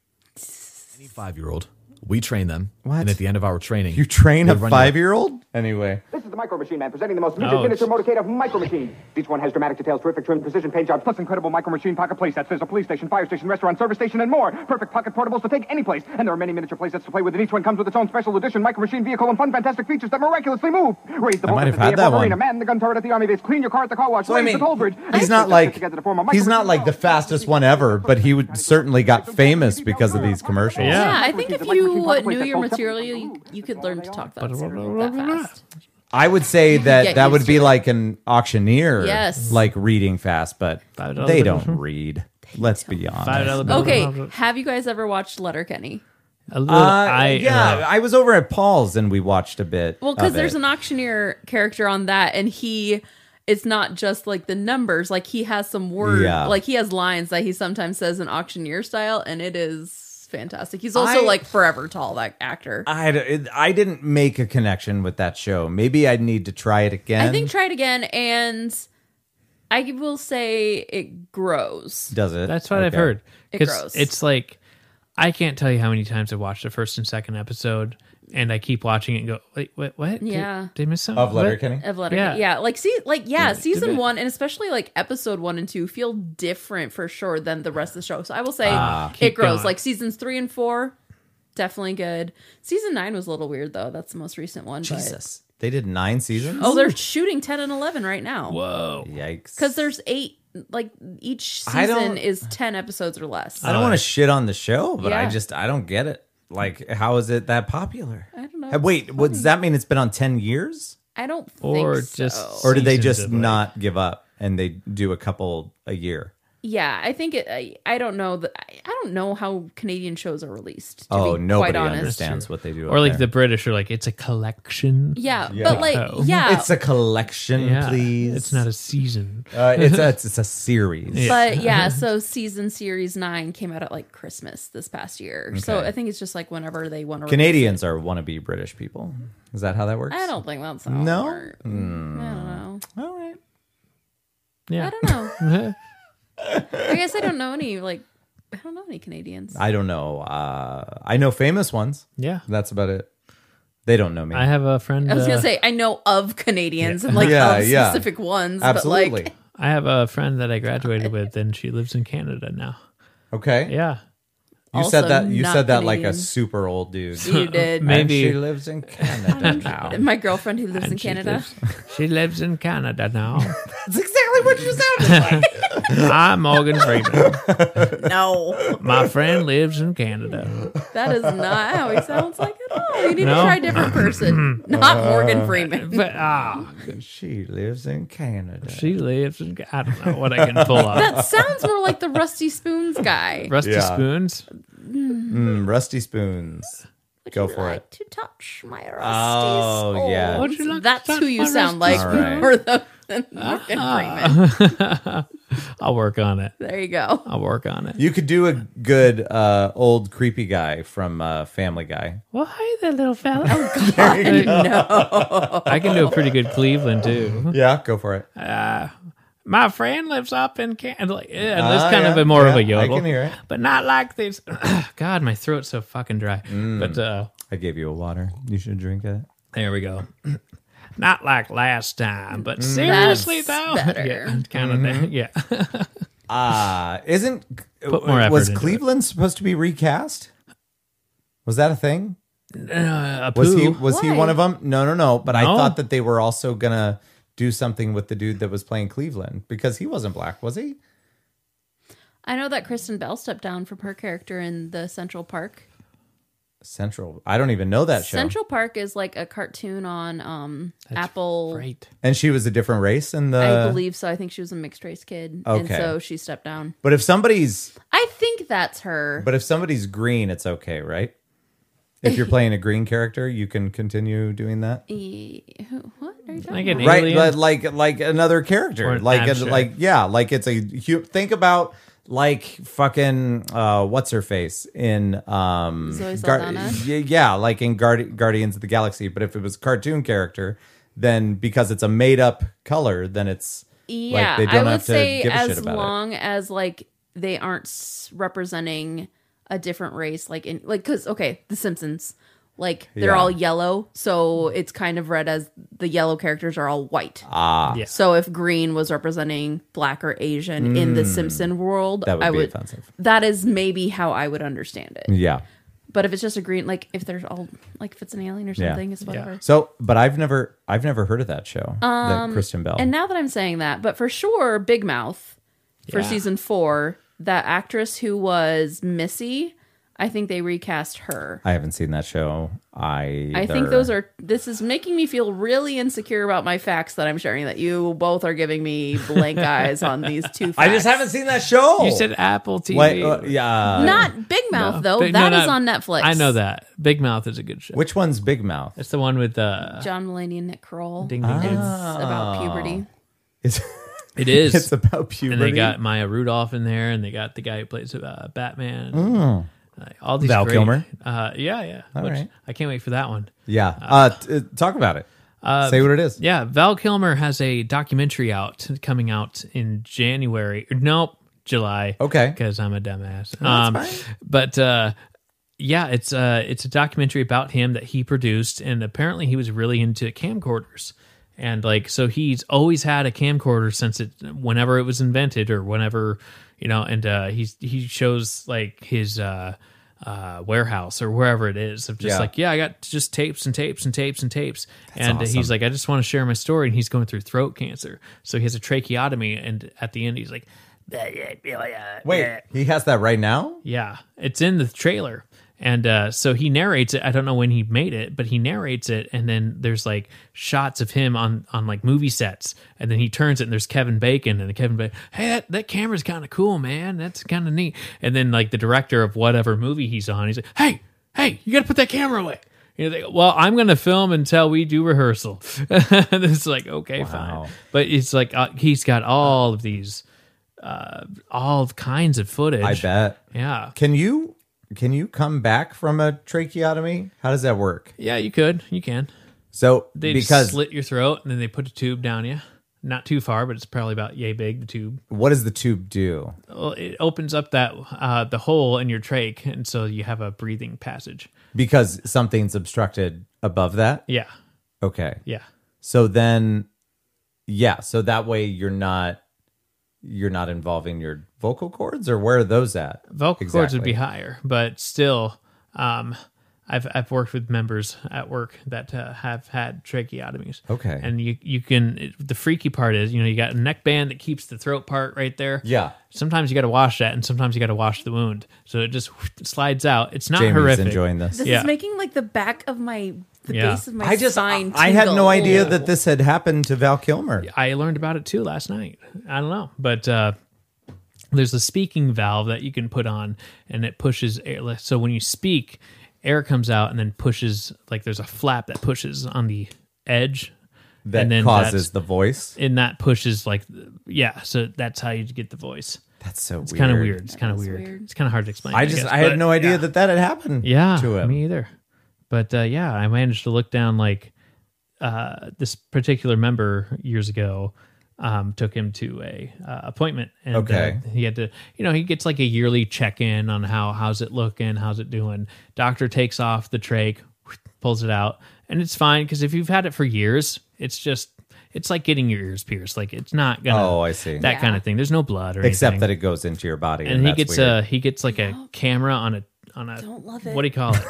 Speaker 8: Five year old. We train them.
Speaker 5: What?
Speaker 8: And at the end of our training,
Speaker 5: You train
Speaker 8: we
Speaker 5: a
Speaker 8: run
Speaker 5: five year old? Anyway.
Speaker 9: This is the Micro Machine Man presenting the most miniature
Speaker 2: Oh,
Speaker 9: miniature
Speaker 2: it's-
Speaker 9: motorcade of micro machines. Each one has dramatic details, terrific trim, precision paint jobs, plus incredible micro machine pocket playsets. There's a police station, fire station, restaurant, service station, and more. Perfect pocket portables to take any place. And there are many miniature playsets to play with, and each one comes with its own special edition micro machine vehicle and fun, fantastic features that miraculously move. Raise the
Speaker 5: I
Speaker 9: boat
Speaker 5: might
Speaker 9: at
Speaker 5: have
Speaker 9: the
Speaker 5: had
Speaker 9: airport
Speaker 5: that one.
Speaker 9: arena, man the gun turret at the army base, clean your car at the car wash,
Speaker 5: So, I
Speaker 9: raise
Speaker 5: mean,
Speaker 9: the toll bridge.
Speaker 5: he's
Speaker 9: These
Speaker 5: not
Speaker 9: things
Speaker 5: like
Speaker 9: together to form a micro
Speaker 5: he's not
Speaker 9: machine
Speaker 5: like the
Speaker 9: world.
Speaker 5: fastest one ever, but he would certainly got famous because of these commercials.
Speaker 2: Yeah.
Speaker 1: Yeah, I think if you uh, knew your material, you, you could learn to talk that, that fast.
Speaker 5: I would say
Speaker 1: get
Speaker 5: that that would
Speaker 1: used
Speaker 5: be
Speaker 1: to it.
Speaker 5: like an auctioneer,
Speaker 1: Yes.
Speaker 5: like reading fast, but
Speaker 2: Five dollar
Speaker 5: they
Speaker 2: bill.
Speaker 5: don't read. Let's be
Speaker 2: Five
Speaker 5: honest.
Speaker 2: dollar bill.
Speaker 1: Okay, have you guys ever watched Letterkenny?
Speaker 2: A little-
Speaker 5: Uh,
Speaker 2: I,
Speaker 5: yeah,
Speaker 2: uh,
Speaker 5: I was over at Paul's and we watched a bit.
Speaker 1: Well,
Speaker 5: because
Speaker 1: because there's an auctioneer character on that, and he it's not just like the numbers. Like he has some words,
Speaker 5: Yeah.
Speaker 1: like he has lines that he sometimes says in auctioneer style, and it is fantastic. He's also
Speaker 5: I-
Speaker 1: like forever tall, that actor.
Speaker 5: I, d- it- I didn't make a connection with that show. Maybe I need to try it again.
Speaker 1: I think try it again, and I will say it grows.
Speaker 5: does it?
Speaker 2: That's what I've
Speaker 5: Okay.
Speaker 2: heard.
Speaker 1: It grows.
Speaker 2: Because it's like I can't tell you how many times I watched the first and second episode, and I keep watching it and go, wait, what? What? Did-
Speaker 1: Yeah.
Speaker 2: Did, I miss something?
Speaker 5: of
Speaker 2: What?
Speaker 5: Letterkenny.
Speaker 1: Of letter,
Speaker 2: Yeah.
Speaker 1: yeah. like see, like yeah, season
Speaker 2: it-
Speaker 1: one and especially like episode one and two feel different for sure than the rest of the show. So I will say
Speaker 2: keep
Speaker 1: it grows.
Speaker 2: going.
Speaker 1: Like seasons three and four, definitely good. Season nine was a little weird though. That's the most recent one. but-
Speaker 5: Jesus, they did nine seasons.
Speaker 1: oh, they're shooting ten and eleven right now
Speaker 2: Whoa.
Speaker 5: yikes!
Speaker 1: because there's eight. Like each
Speaker 5: I
Speaker 1: season
Speaker 5: don't-
Speaker 1: is ten episodes or less.
Speaker 5: I don't want to shit on the show, but I
Speaker 1: Uh, Yeah.
Speaker 5: just I don't get it. Like, how is it that popular? I
Speaker 1: don't know.
Speaker 5: Wait, what, does that mean? It's been on ten years,
Speaker 1: I don't think
Speaker 2: Or
Speaker 1: so.
Speaker 2: just
Speaker 5: or did they
Speaker 2: Seasons
Speaker 5: just
Speaker 2: of, like-
Speaker 5: not give up and they do a couple a year?
Speaker 1: yeah, I think it. I, I don't know that. I, I don't know how Canadian shows are released. To
Speaker 5: oh,
Speaker 1: be
Speaker 5: nobody
Speaker 1: quite honest.
Speaker 5: understands what they do.
Speaker 2: or
Speaker 5: up
Speaker 2: like the
Speaker 5: there.
Speaker 2: British are like, it's a collection.
Speaker 1: Yeah, but like,
Speaker 2: Oh.
Speaker 1: yeah,
Speaker 5: It's a collection,
Speaker 2: Yeah.
Speaker 5: please.
Speaker 2: It's not a season.
Speaker 5: Uh, it's a it's,
Speaker 1: <laughs>
Speaker 5: it's a series.
Speaker 1: but yeah. So season series nine came out at like Christmas this past year. So
Speaker 5: Okay.
Speaker 1: I think it's just like whenever they want to.
Speaker 5: Canadians are wannabe British people. Is that how that works?
Speaker 1: I don't think that's how
Speaker 5: No? Hmm.
Speaker 1: It works. I don't know.
Speaker 5: All right.
Speaker 2: Yeah.
Speaker 1: I don't know.
Speaker 2: <laughs>
Speaker 1: I guess I don't know any like. I don't know any Canadians.
Speaker 5: I don't know. Uh, I know famous ones.
Speaker 2: Yeah.
Speaker 5: That's about it. They don't know me.
Speaker 2: I have a friend.
Speaker 1: I was
Speaker 2: uh,
Speaker 1: gonna say I know of Canadians and like
Speaker 5: Yeah,
Speaker 1: of
Speaker 5: yeah.
Speaker 1: specific ones,
Speaker 5: Absolutely.
Speaker 1: but like
Speaker 2: I have a friend that I graduated with, and she lives in Canada now.
Speaker 5: okay.
Speaker 2: Yeah,
Speaker 5: You
Speaker 1: Also
Speaker 5: said that. You
Speaker 1: not
Speaker 5: said that like a
Speaker 1: Canadian.
Speaker 5: super old <laughs> dude.
Speaker 1: you
Speaker 2: <laughs>
Speaker 1: did.
Speaker 2: Maybe.
Speaker 5: And she lives <laughs> in Canada now.
Speaker 1: My girlfriend who lives in
Speaker 2: And she
Speaker 1: Canada.
Speaker 2: lives-
Speaker 5: <laughs>
Speaker 2: she lives in Canada now.
Speaker 5: That's exactly what you sounded like.
Speaker 2: I'm Morgan Freeman.
Speaker 5: <laughs>
Speaker 1: No,
Speaker 2: My friend lives in Canada.
Speaker 1: that is not how he sounds like at all. You need
Speaker 2: No? Uh,
Speaker 1: to try a different
Speaker 2: <clears throat>
Speaker 1: person, not
Speaker 2: <laughs>
Speaker 1: Morgan Freeman.
Speaker 2: But ah,
Speaker 5: <laughs> she lives in Canada.
Speaker 2: she lives in. I don't know what I can pull up.
Speaker 1: That sounds more like the Rusty Spoons guy.
Speaker 2: Rusty
Speaker 5: Yeah.
Speaker 2: spoons.
Speaker 5: Mm, rusty spoons.
Speaker 1: Would
Speaker 5: Go
Speaker 1: you
Speaker 5: for
Speaker 1: like
Speaker 5: it.
Speaker 1: To touch my rusty
Speaker 5: Oh,
Speaker 1: spoons?
Speaker 5: yeah.
Speaker 2: Would you like
Speaker 1: That's
Speaker 2: to touch
Speaker 1: who you
Speaker 2: my
Speaker 1: sound
Speaker 2: rusty
Speaker 1: like
Speaker 5: spoons?
Speaker 1: more than
Speaker 2: <laughs>
Speaker 1: than Morgan Freeman.
Speaker 2: I'll work on it.
Speaker 1: There you go.
Speaker 2: I'll work on it.
Speaker 5: You could do a good uh, old creepy guy from uh, Family Guy.
Speaker 2: Well, hey there, little fella. <laughs>
Speaker 1: No,
Speaker 2: Oh, I can do a pretty good Cleveland too.
Speaker 5: Yeah, go for it.
Speaker 2: My friend lives up in Canada. Like, yeah, and
Speaker 5: Ah,
Speaker 2: that's kind of
Speaker 5: yeah,
Speaker 2: a more of a
Speaker 5: yeah, I
Speaker 2: yodel.
Speaker 5: can hear it.
Speaker 2: But not like this. <clears throat> God, my throat's so fucking dry.
Speaker 5: Mm.
Speaker 2: But uh,
Speaker 5: I gave you a water. You should drink it.
Speaker 2: There we go. <clears throat> Not like last time,
Speaker 5: Mm.
Speaker 2: but seriously though,
Speaker 1: better.
Speaker 2: kind of <laughs>
Speaker 5: Mm-hmm.
Speaker 2: yeah.
Speaker 5: Ah, isn't
Speaker 2: Put more effort
Speaker 5: was
Speaker 2: into it.
Speaker 5: Cleveland supposed to be recast? Was that a thing?
Speaker 2: Uh,
Speaker 5: Was he
Speaker 2: Apu.
Speaker 5: was he
Speaker 1: Why?
Speaker 5: one of them? No, no, no. But I
Speaker 2: No.
Speaker 5: thought that they were also gonna do something with the dude that was playing Cleveland because he wasn't black, was he?
Speaker 1: I know that Kristen Bell stepped down from her character in the Central Park.
Speaker 5: Central. I don't even know that show.
Speaker 1: Central Park is like a cartoon on um, Apple.
Speaker 2: Right. Uh,
Speaker 5: And she was a different race in the.
Speaker 1: I believe so. I think she was a mixed race kid, and
Speaker 5: Okay.
Speaker 1: so she stepped down.
Speaker 5: But if somebody's
Speaker 1: I think that's her.
Speaker 5: but if somebody's green, it's okay, right?
Speaker 1: <laughs>
Speaker 5: If you're playing a green character, you can continue doing that.
Speaker 1: E- who- what are you talking
Speaker 2: Like an
Speaker 1: about?
Speaker 5: right
Speaker 2: alien.
Speaker 5: but like like another character
Speaker 2: Or an
Speaker 5: like a,
Speaker 2: abstract.
Speaker 5: like yeah like it's a hu- think about like fucking uh what's her face in um
Speaker 1: Zoe Saldana?
Speaker 5: y- yeah like in Guardi- guardians of the galaxy but if it was a cartoon character then because it's a made up color then it's
Speaker 1: Yeah,
Speaker 5: like they don't
Speaker 1: I would
Speaker 5: have to
Speaker 1: say
Speaker 5: give a shit
Speaker 1: as
Speaker 5: about
Speaker 1: long as like they aren't s- representing a different race, like in like because okay, The Simpsons, like they're
Speaker 5: Yeah.
Speaker 1: all yellow, so it's kind of read as the yellow characters are all white.
Speaker 5: Ah.
Speaker 2: Yeah.
Speaker 1: So if green was representing black or Asian in the Simpson world,
Speaker 5: Hmm. That would
Speaker 1: I
Speaker 5: be
Speaker 1: would
Speaker 5: offensive.
Speaker 1: that is maybe how I would understand it.
Speaker 5: it yeah
Speaker 1: But if it's just a green, like if there's all like if it's an alien or
Speaker 5: Yeah.
Speaker 1: something, it's whatever.
Speaker 5: so but i've never i've never heard of that show that kristen bell
Speaker 1: Um, And now that I'm saying that, but for sure, Big Mouth for
Speaker 2: Yeah.
Speaker 1: season four, that actress who was Missy, I think they recast her.
Speaker 5: i haven't seen that show i
Speaker 1: I think those are. This is making me feel really insecure about my facts that I'm sharing. That you both are giving me
Speaker 5: <laughs>
Speaker 1: blank eyes on these two. Facts.
Speaker 5: i just haven't seen that show
Speaker 2: You said Apple TV.
Speaker 5: Wait, uh, yeah
Speaker 1: Not Big Mouth though. That
Speaker 2: Big-
Speaker 1: is
Speaker 2: no, no,
Speaker 1: on Netflix.
Speaker 2: I know that. Big Mouth is a good show.
Speaker 5: which one's big mouth
Speaker 2: It's the one with uh,
Speaker 1: John Mulaney and Nick Kroll.
Speaker 2: Ding Ding Ding.
Speaker 1: It's about
Speaker 5: Ah.
Speaker 1: puberty.
Speaker 5: It's,
Speaker 2: It is.
Speaker 5: it's about puberty.
Speaker 2: and they got Maya Rudolph in there, and they got the guy who plays uh, Batman. Like, all these
Speaker 5: Oh. Val
Speaker 2: great-
Speaker 5: Kilmer?
Speaker 2: Uh, yeah, yeah.
Speaker 5: All right.
Speaker 2: I can't wait for that one.
Speaker 5: yeah. Uh, t- uh, talk about it. Say what it is.
Speaker 2: Uh, Yeah, Val Kilmer has a documentary out coming out in January. Nope, July.
Speaker 5: Okay.
Speaker 2: because I'm a dumbass. um, But uh, yeah, it's uh, it's a documentary about him that he produced, and apparently he was really into camcorders, and like so he's always had a camcorder since it whenever it was invented or whenever you know, and uh, he's he shows like his. Uh, uh, warehouse or wherever it is of just
Speaker 5: Yeah.
Speaker 2: like yeah i got just tapes and tapes and tapes and tapes and he's like i just want to share my story and he's going through throat cancer so he has a tracheotomy and at the end he's like
Speaker 5: Wait, he has that right now?
Speaker 2: yeah, it's in the trailer, And uh, so he narrates it. I don't know when he made it, but he narrates it. And then there's like shots of him on on like movie sets. And then he turns it, and there's Kevin Bacon, and Kevin Bacon, hey, that, that camera's kind of cool, man. That's kind of neat. And then like the director of whatever movie he's on, he's like, hey, hey, you got to put that camera away. You know, they go, well, I'm going to film until we do rehearsal. <laughs> and it's like, okay,
Speaker 5: Wow.
Speaker 2: fine. But it's like uh, he's got all of these, uh, all kinds of footage.
Speaker 5: I bet.
Speaker 2: Yeah.
Speaker 5: Can you can you come back from a tracheotomy? How does that work?
Speaker 2: Yeah, you could. You can.
Speaker 5: So
Speaker 2: They
Speaker 5: because
Speaker 2: just slit your throat and then they put a tube down you. Not too far, but it's probably about yay big, the tube.
Speaker 5: what does the tube do?
Speaker 2: Well, it opens up that uh, the hole in your trach, and so you have a breathing passage.
Speaker 5: Because something's obstructed above that.
Speaker 2: Yeah.
Speaker 5: Okay.
Speaker 2: Yeah.
Speaker 5: So then yeah, so that way you're not you're not involving your vocal cords or where are those at?
Speaker 2: vocal cords would be
Speaker 5: Exactly.
Speaker 2: higher, but still, um, I've I've worked with members at work that uh, have had tracheotomies.
Speaker 5: Okay.
Speaker 2: and you you can it- the freaky part is you know you got a neck band that keeps the throat part right there.
Speaker 5: Yeah.
Speaker 2: Sometimes you got to wash that, and sometimes you got to wash the wound, so it just <laughs> slides out. It's not
Speaker 5: Jamie's
Speaker 2: horrific.
Speaker 5: enjoying this.
Speaker 1: This
Speaker 2: Yeah.
Speaker 1: is making like the back of my the
Speaker 2: Yeah.
Speaker 1: base of my
Speaker 5: I just I,
Speaker 1: spine.
Speaker 5: I had no
Speaker 1: tingle.
Speaker 5: idea that this had happened to Val Kilmer.
Speaker 2: I learned about it too last night. I don't know, but uh, there's a speaking valve that you can put on, and it pushes air. like, So when you speak, air comes out, and then pushes like there's a flap that pushes on the edge,
Speaker 5: That
Speaker 2: and then
Speaker 5: causes
Speaker 2: that's-
Speaker 5: the voice.
Speaker 2: and that pushes like yeah. So that's how you get the voice.
Speaker 5: That's so
Speaker 2: It's kind of weird. It's kind of weird. It's kind of hard to explain.
Speaker 5: I just
Speaker 2: guess,
Speaker 5: I had
Speaker 2: but-
Speaker 5: no idea that that had happened
Speaker 2: yeah,
Speaker 5: to him.
Speaker 2: me either. But uh, yeah, I managed to look down like uh, this particular member years ago um, took him to a uh, appointment, and
Speaker 5: Okay.
Speaker 2: uh, he had to, you know, he gets like a yearly check in on how how's it looking, how's it doing. Doctor takes off the trach, pulls it out, and it's fine because if you've had it for years, it's just it's like getting your ears pierced. Like it's not gonna.
Speaker 5: Oh, I see.
Speaker 2: That kind of thing. There's no blood or
Speaker 5: Except
Speaker 2: anything
Speaker 5: that it goes into your body, and,
Speaker 2: and he
Speaker 5: that's
Speaker 2: gets uh,
Speaker 5: weird.
Speaker 2: a he gets like a camera on a on a
Speaker 1: Don't love
Speaker 2: what do
Speaker 1: it.
Speaker 2: you call it?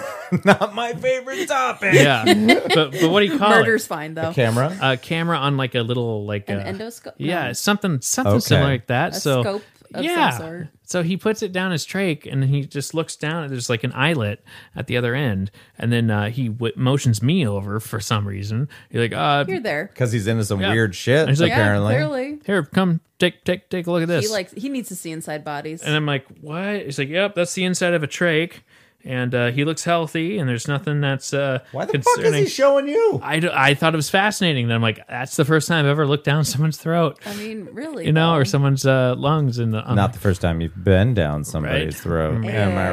Speaker 5: <laughs> not my favorite topic.
Speaker 2: yeah, <laughs> Uh, but but what do you call
Speaker 1: Murder's
Speaker 2: it?
Speaker 1: fine though.
Speaker 5: Camera.
Speaker 2: A camera on like a little like
Speaker 1: An
Speaker 2: a,
Speaker 1: endoscope?
Speaker 2: Yeah,
Speaker 1: No.
Speaker 2: something something
Speaker 5: Okay.
Speaker 2: similar like that.
Speaker 1: A
Speaker 2: so
Speaker 1: scope of some
Speaker 2: yeah,
Speaker 1: sort.
Speaker 2: so he puts it down his trach and he just looks down and there's like an eyelet at the other end, and then uh, he w- motions me over for some reason. He's like, uh,
Speaker 1: You're there.
Speaker 5: Because he's into some
Speaker 2: Yeah.
Speaker 5: weird shit.
Speaker 2: He's like- Yeah,
Speaker 5: apparently,
Speaker 1: Yeah, clearly.
Speaker 2: here, come take take take a look at this.
Speaker 1: He likes he needs to see inside bodies.
Speaker 2: And uh, I'm like, what? He's like, yep, that's the inside of a trach. And uh, he looks healthy, and there's nothing that's uh,
Speaker 5: why the
Speaker 2: concerning.
Speaker 5: fuck is he showing you?
Speaker 2: I, d- I thought it was fascinating. Then I'm like, that's the first time I've ever looked down <laughs> someone's throat,
Speaker 1: I mean, really.
Speaker 2: you know,
Speaker 1: though.
Speaker 2: or someone's uh, lungs. And the, I'm
Speaker 5: Not
Speaker 2: like,
Speaker 5: the first time you've been down somebody's
Speaker 2: Right.
Speaker 5: throat. Am I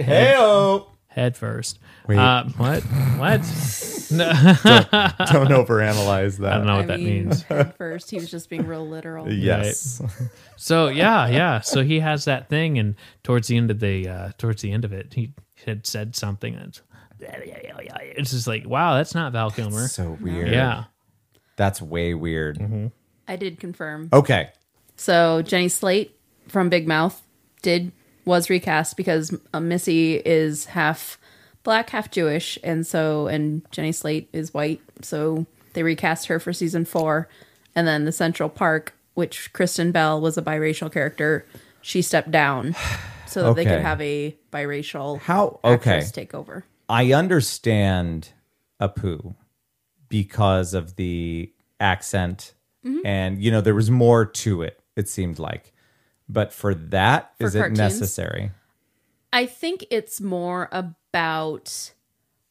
Speaker 2: <laughs>
Speaker 5: Hey,
Speaker 2: head first.
Speaker 5: Wait.
Speaker 2: Uh, what? What? no,
Speaker 5: <laughs> don't overanalyze that.
Speaker 2: I don't know
Speaker 1: I
Speaker 2: what that
Speaker 1: mean,
Speaker 2: means.
Speaker 1: at first he was just being real
Speaker 2: <laughs>
Speaker 1: literal.
Speaker 5: Yes,
Speaker 2: So yeah, yeah. So he has that thing, and towards the end of the uh, towards the end of it, he had said something that's it's just like, wow, that's not Val Kilmer.
Speaker 5: so weird.
Speaker 2: yeah. Mm-hmm.
Speaker 5: that's way weird.
Speaker 1: I did confirm.
Speaker 5: Okay,
Speaker 1: So Jenny Slate from Big Mouth did was recast because uh, Missy is half black, half Jewish, and so and Jenny Slate is white. So they recast her for season four, and then the Central Park, which Kristen Bell was a biracial character, she stepped down so that they
Speaker 5: Okay.
Speaker 1: could have a biracial
Speaker 5: How-
Speaker 1: actress
Speaker 5: okay.
Speaker 1: take over.
Speaker 5: I understand Apu because of the accent,
Speaker 1: Mm-hmm.
Speaker 5: and you know there was more to it. It seemed like, but for that, is
Speaker 1: cartoons?
Speaker 5: it necessary?
Speaker 1: I think it's more about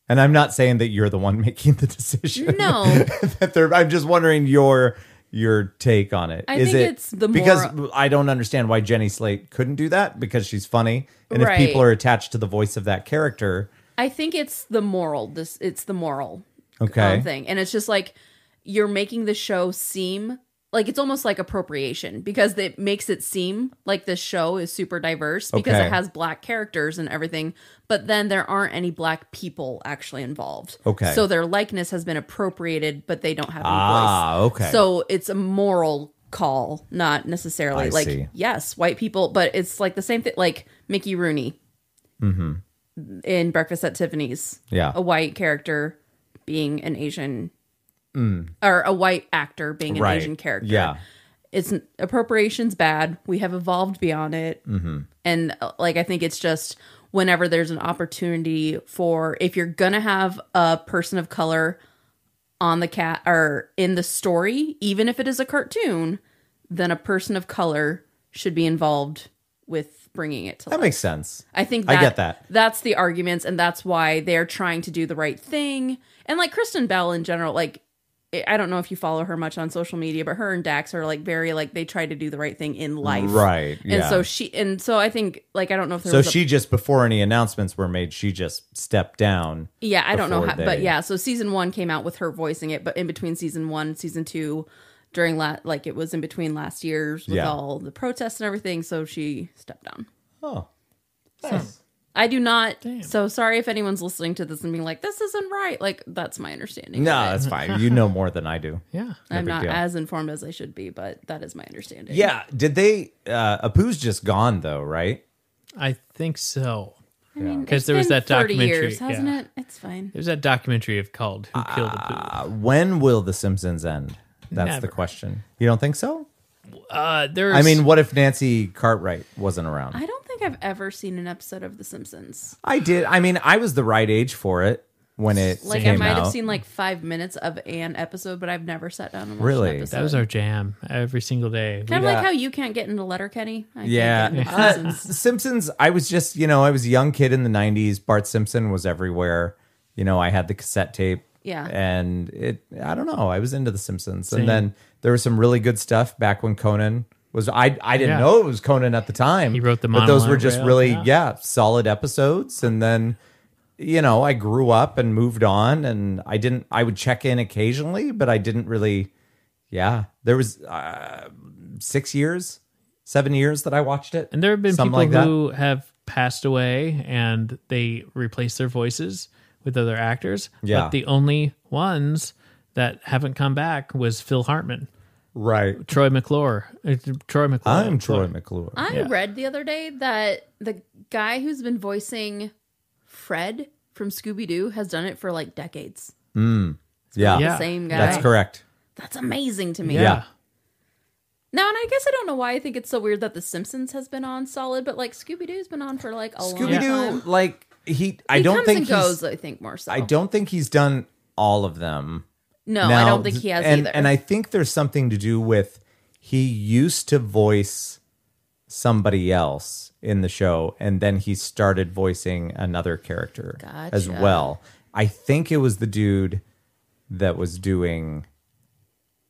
Speaker 5: And I'm not saying that you're the one <laughs> making the decision.
Speaker 1: no
Speaker 5: <laughs> that they're, I'm just wondering your your take on it.
Speaker 1: I
Speaker 5: Is
Speaker 1: think
Speaker 5: it-
Speaker 1: it's the
Speaker 5: because
Speaker 1: more-
Speaker 5: I don't understand why Jenny Slate couldn't do that because she's funny, and
Speaker 1: Right.
Speaker 5: if people are attached to the voice of that character,
Speaker 1: I think it's the moral. This it's the moral
Speaker 5: Okay.
Speaker 1: um, thing, and it's just like you're making the show seem like it's almost like appropriation because it makes it seem like this show is super diverse because
Speaker 5: Okay.
Speaker 1: it has black characters and everything, but then there aren't any black people actually involved.
Speaker 5: Okay.
Speaker 1: so their likeness has been appropriated, but they don't have any
Speaker 5: Ah,
Speaker 1: voice.
Speaker 5: okay.
Speaker 1: So it's a moral call, not necessarily
Speaker 5: I
Speaker 1: like
Speaker 5: see.
Speaker 1: yes, white people, but it's like the same thing. Like Mickey Rooney in Breakfast at Tiffany's.
Speaker 5: Yeah.
Speaker 1: A white character being an Asian or a white actor being an
Speaker 5: right?
Speaker 1: Asian character.
Speaker 5: yeah,
Speaker 1: It's appropriation's bad. We have evolved beyond it. Mm-hmm. And uh, like, I think it's just whenever there's an opportunity for if you're gonna have a person of color on the cat or in the story, even if it is a cartoon, then a person of color should be involved with bringing it to
Speaker 5: That
Speaker 1: life.
Speaker 5: makes sense.
Speaker 1: I think
Speaker 5: I get that.
Speaker 1: That's the arguments, and that's why they're trying to do the right thing. And like Kristen Bell in general, like I- I don't know if you follow her much on social media, but her and Dax are like very like they try to do the right thing in life,
Speaker 5: Right,
Speaker 1: And
Speaker 5: yeah.
Speaker 1: so she and so I think like I don't know if there
Speaker 5: So
Speaker 1: was a-
Speaker 5: she just before any announcements were made, she just stepped down.
Speaker 1: yeah I don't know
Speaker 5: before
Speaker 1: how, but
Speaker 5: they-
Speaker 1: yeah. So season one came out with her voicing it, but in between season one, season two, during la- like it was in between last year's with
Speaker 5: Yeah.
Speaker 1: all the protests and everything, so she stepped down.
Speaker 5: Oh,
Speaker 1: I do not. So sorry if anyone's listening to this and being like, "This isn't right." Like that's my understanding.
Speaker 5: no,
Speaker 1: of it.
Speaker 5: that's fine. You know more than I <laughs> do.
Speaker 2: Yeah.
Speaker 1: I'm
Speaker 5: big
Speaker 1: not
Speaker 5: deal.
Speaker 1: as informed as I should be, but that is my understanding.
Speaker 5: Yeah. Did they? uh Apu's just gone though, right?
Speaker 2: I think so.
Speaker 1: because
Speaker 2: there was that documentary,
Speaker 1: years, hasn't
Speaker 2: yeah.
Speaker 1: it? It's fine.
Speaker 2: There's that documentary of called Who Killed the
Speaker 5: Uh,
Speaker 2: Pooh.
Speaker 5: When will The Simpsons end? That's
Speaker 2: Never.
Speaker 5: the question. You don't think so?
Speaker 2: Uh, there's
Speaker 5: I mean, what if Nancy Cartwright wasn't around?
Speaker 1: I don't think I've ever seen an episode of The Simpsons.
Speaker 5: I did. I mean, I was the right age for it when it
Speaker 1: Like
Speaker 5: came
Speaker 1: I might
Speaker 5: out.
Speaker 1: have seen like five minutes of an episode, but I've never sat down and watched
Speaker 5: Really?
Speaker 1: an episode.
Speaker 2: that was our jam every single day.
Speaker 1: kind of
Speaker 5: Yeah.
Speaker 1: like how you can't get into Letterkenny. I can't
Speaker 5: yeah,
Speaker 1: get into The
Speaker 5: <laughs> Uh,
Speaker 1: Simpsons.
Speaker 5: The Simpsons. I was just, you know, I was a young kid in the '90s. Bart Simpson was everywhere. You know, I had the cassette tape.
Speaker 1: Yeah.
Speaker 5: and it. I don't know. I was into the Simpsons, and then there was some really good stuff back when Conan was. I I didn't
Speaker 2: Yeah.
Speaker 5: know it was Conan at the time.
Speaker 2: He wrote the
Speaker 5: but those were
Speaker 2: monologue
Speaker 5: just
Speaker 2: rail,
Speaker 5: really
Speaker 2: yeah.
Speaker 5: yeah solid episodes, and then. You know, I grew up and moved on, and I didn't. I would check in occasionally, but I didn't really. Yeah, there was uh, six years, seven years that I watched it.
Speaker 2: And there have been
Speaker 5: Something
Speaker 2: people
Speaker 5: like that.
Speaker 2: who have passed away and they replace their voices with other actors.
Speaker 5: Yeah.
Speaker 2: But the only ones that haven't come back was Phil Hartman,
Speaker 5: right.
Speaker 2: Troy McClure. uh, Troy McClure.
Speaker 5: I'm Troy McClure.
Speaker 1: I read the other day that the guy who's been voicing Fred from Scooby Doo has done it for like decades.
Speaker 5: yeah,
Speaker 2: Yeah.
Speaker 1: The same guy.
Speaker 5: that's correct.
Speaker 1: That's amazing to me.
Speaker 5: Yeah.
Speaker 1: Now, and I guess I don't know why I think it's so weird that The Simpsons has been on solid, but like Scooby Doo's been on for like a
Speaker 5: Scooby
Speaker 1: long
Speaker 5: Doo,
Speaker 1: time.
Speaker 5: like he, I
Speaker 1: He
Speaker 5: don't
Speaker 1: comes
Speaker 5: think
Speaker 1: and
Speaker 5: he's-
Speaker 1: goes. I think more so.
Speaker 5: I don't think he's done all of them.
Speaker 1: No, I
Speaker 5: Now,
Speaker 1: don't think he has
Speaker 5: and,
Speaker 1: either.
Speaker 5: And I think there's something to do with he used to voice somebody else in the show, and then he started voicing another character as
Speaker 1: Gotcha.
Speaker 5: well. I think it was the dude that was doing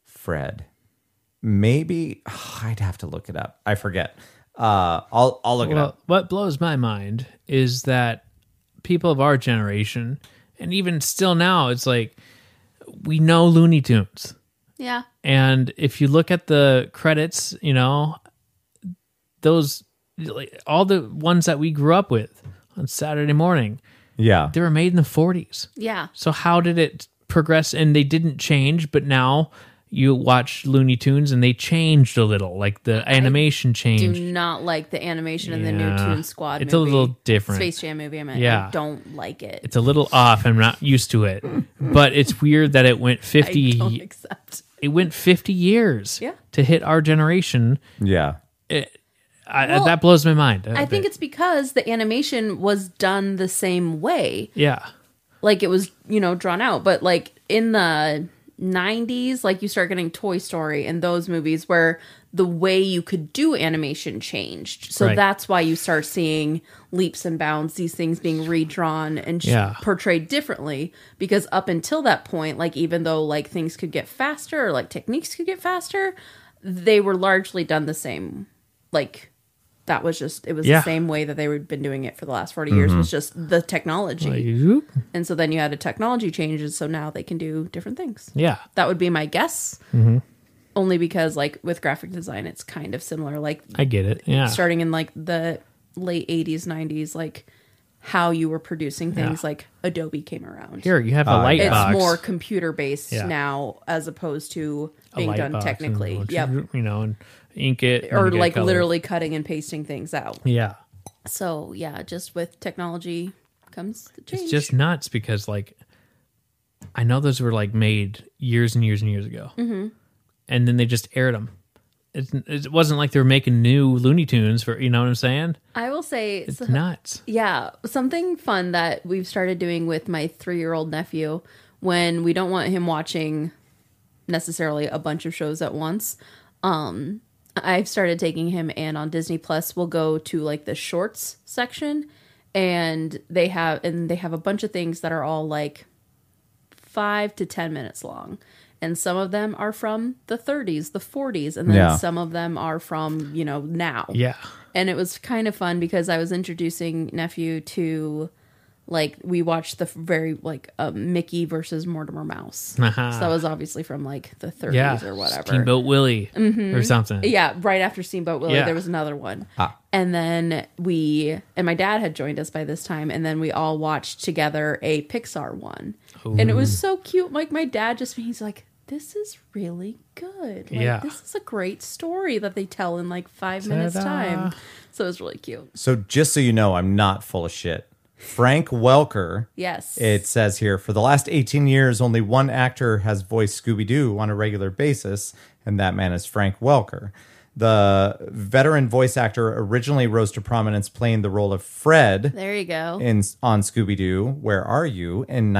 Speaker 5: Fred. Maybe <sighs> I'd have to look it up. I forget. Uh, I'll I'll look it
Speaker 2: Well,
Speaker 5: up.
Speaker 2: what blows my mind is that people of our generation, and even still now, it's like we know Looney Tunes.
Speaker 1: yeah,
Speaker 2: And if you look at the credits, you know, those like, all the ones that we grew up with on Saturday morning,
Speaker 5: Yeah,
Speaker 2: they were made in the 40s.
Speaker 1: yeah.
Speaker 2: So how did it progress? And they didn't change, but now you watch Looney Tunes and they changed a little, like the animation
Speaker 1: Do
Speaker 2: changed.
Speaker 1: not like the animation in the new
Speaker 2: Yeah.
Speaker 1: Toon Squad.
Speaker 2: It's a
Speaker 1: movie.
Speaker 2: little different.
Speaker 1: Space Jam movie. I meant.
Speaker 2: Yeah.
Speaker 1: I don't like it.
Speaker 2: It's a little off. I'm not used
Speaker 1: <laughs>
Speaker 2: to it, but it's weird that it went
Speaker 1: I
Speaker 2: 50.
Speaker 1: don't accept.
Speaker 2: it went 50 years
Speaker 1: Yeah.
Speaker 2: to hit our generation.
Speaker 5: yeah.
Speaker 2: I,
Speaker 1: Well,
Speaker 2: that blows my mind.
Speaker 1: I think it's because the animation was done the same way.
Speaker 2: yeah.
Speaker 1: Like it was, you know, drawn out. But like in the 90s, like you start getting Toy Story and those movies where the way you could do animation changed. So
Speaker 2: Right.
Speaker 1: that's why you start seeing leaps and bounds, these things being redrawn and sh-
Speaker 2: Yeah.
Speaker 1: portrayed differently. Because up until that point, like even though like things could get faster or like techniques could get faster, they were largely done the same. Like that was just it was
Speaker 2: Yeah. Mm-hmm.
Speaker 1: the same way that they had been doing it for the last 40 years was just the technology
Speaker 2: Like,
Speaker 1: and so then you had a technology change and so now they can do different things
Speaker 2: Yeah.
Speaker 1: that would be my guess
Speaker 2: Mm-hmm.
Speaker 1: only because like with graphic design it's kind of similar like
Speaker 2: I get it. Yeah.
Speaker 1: starting in like the late 80s 90s like how you were producing things like adobe came around
Speaker 2: Here, you have a light
Speaker 1: it's
Speaker 2: box.
Speaker 1: more computer based
Speaker 2: Yeah.
Speaker 1: now as as opposed to
Speaker 2: a
Speaker 1: being
Speaker 2: light
Speaker 1: done
Speaker 2: box and
Speaker 1: technically
Speaker 2: once you-
Speaker 1: yep
Speaker 2: You know, and ink it. and
Speaker 1: or
Speaker 2: you get
Speaker 1: like
Speaker 2: colors.
Speaker 1: literally cutting and pasting things out
Speaker 2: Yeah.
Speaker 1: so yeah, just with technology comes the change.
Speaker 2: It's just nuts because, like,
Speaker 1: Mm-hmm.
Speaker 2: I know those were like made years and years and years ago. And then they just aired them. It's, it wasn't like they were making new Looney Tunes for you know what I'm saying.
Speaker 1: I will say,
Speaker 2: It's
Speaker 1: so-
Speaker 2: nuts.
Speaker 1: yeah, something fun that we've started doing with my three year old nephew when we don't want him watching necessarily a bunch of shows at once. Um, I've started taking him, and on Disney Plus, we'll go to like the shorts section, and they have and they have a bunch of things that are all like five to ten minutes long. And some of them are from the 30s, the 40s, and then
Speaker 5: Yeah.
Speaker 1: some of them are from, you know, now
Speaker 2: Yeah,
Speaker 1: and it was kind of fun because I was introducing nephew to like we watched the very like uh, Mickey versus Mortimer Mouse.
Speaker 2: <laughs> Uh-huh.
Speaker 1: So that was obviously from like the 30s
Speaker 2: yeah,
Speaker 1: or whatever. Mm-hmm.
Speaker 2: Steamboat Willie or something.
Speaker 1: Yeah, right after Steamboat Willie,
Speaker 2: Yeah. Ah.
Speaker 1: there was another one. And then we and my dad had joined us by this time, and then we all watched together a Pixar one, and it was so cute. Like my dad just he's like. This is really good. Like,
Speaker 2: Yeah.
Speaker 1: This is a great story that they tell in like 5 minutes
Speaker 2: Ta-da.
Speaker 1: time. So it was really cute.
Speaker 5: So just so you know, I'm not full of shit. Frank Welker.
Speaker 1: Yes.
Speaker 5: It says here for the last 18 years, only one actor has voiced Scooby Doo on a regular basis, and that man is Frank Welker. The veteran voice actor originally rose to prominence playing the role of Fred
Speaker 1: There you go.
Speaker 5: in on Scooby Doo, Where Are You in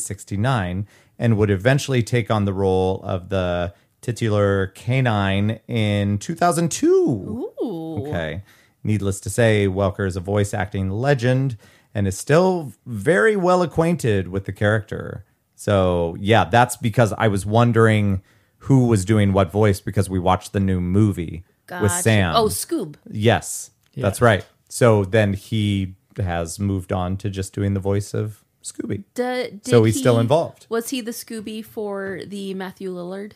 Speaker 5: 1969, and would eventually take on the role of the titular canine in 2002.
Speaker 1: Ooh.
Speaker 5: Okay. Needless to say, Welker is a voice acting legend and is still very well acquainted with the character. So, yeah, that's because I was wondering who was doing what voice because we watched the new movie with
Speaker 1: Gotcha.
Speaker 5: Sam.
Speaker 1: Oh, Scoob.
Speaker 5: yes, that's right. So then he has moved on to just doing the voice of Scooby.
Speaker 1: D- did
Speaker 5: So he's still involved.
Speaker 1: Was he the Scooby for the Matthew Lillard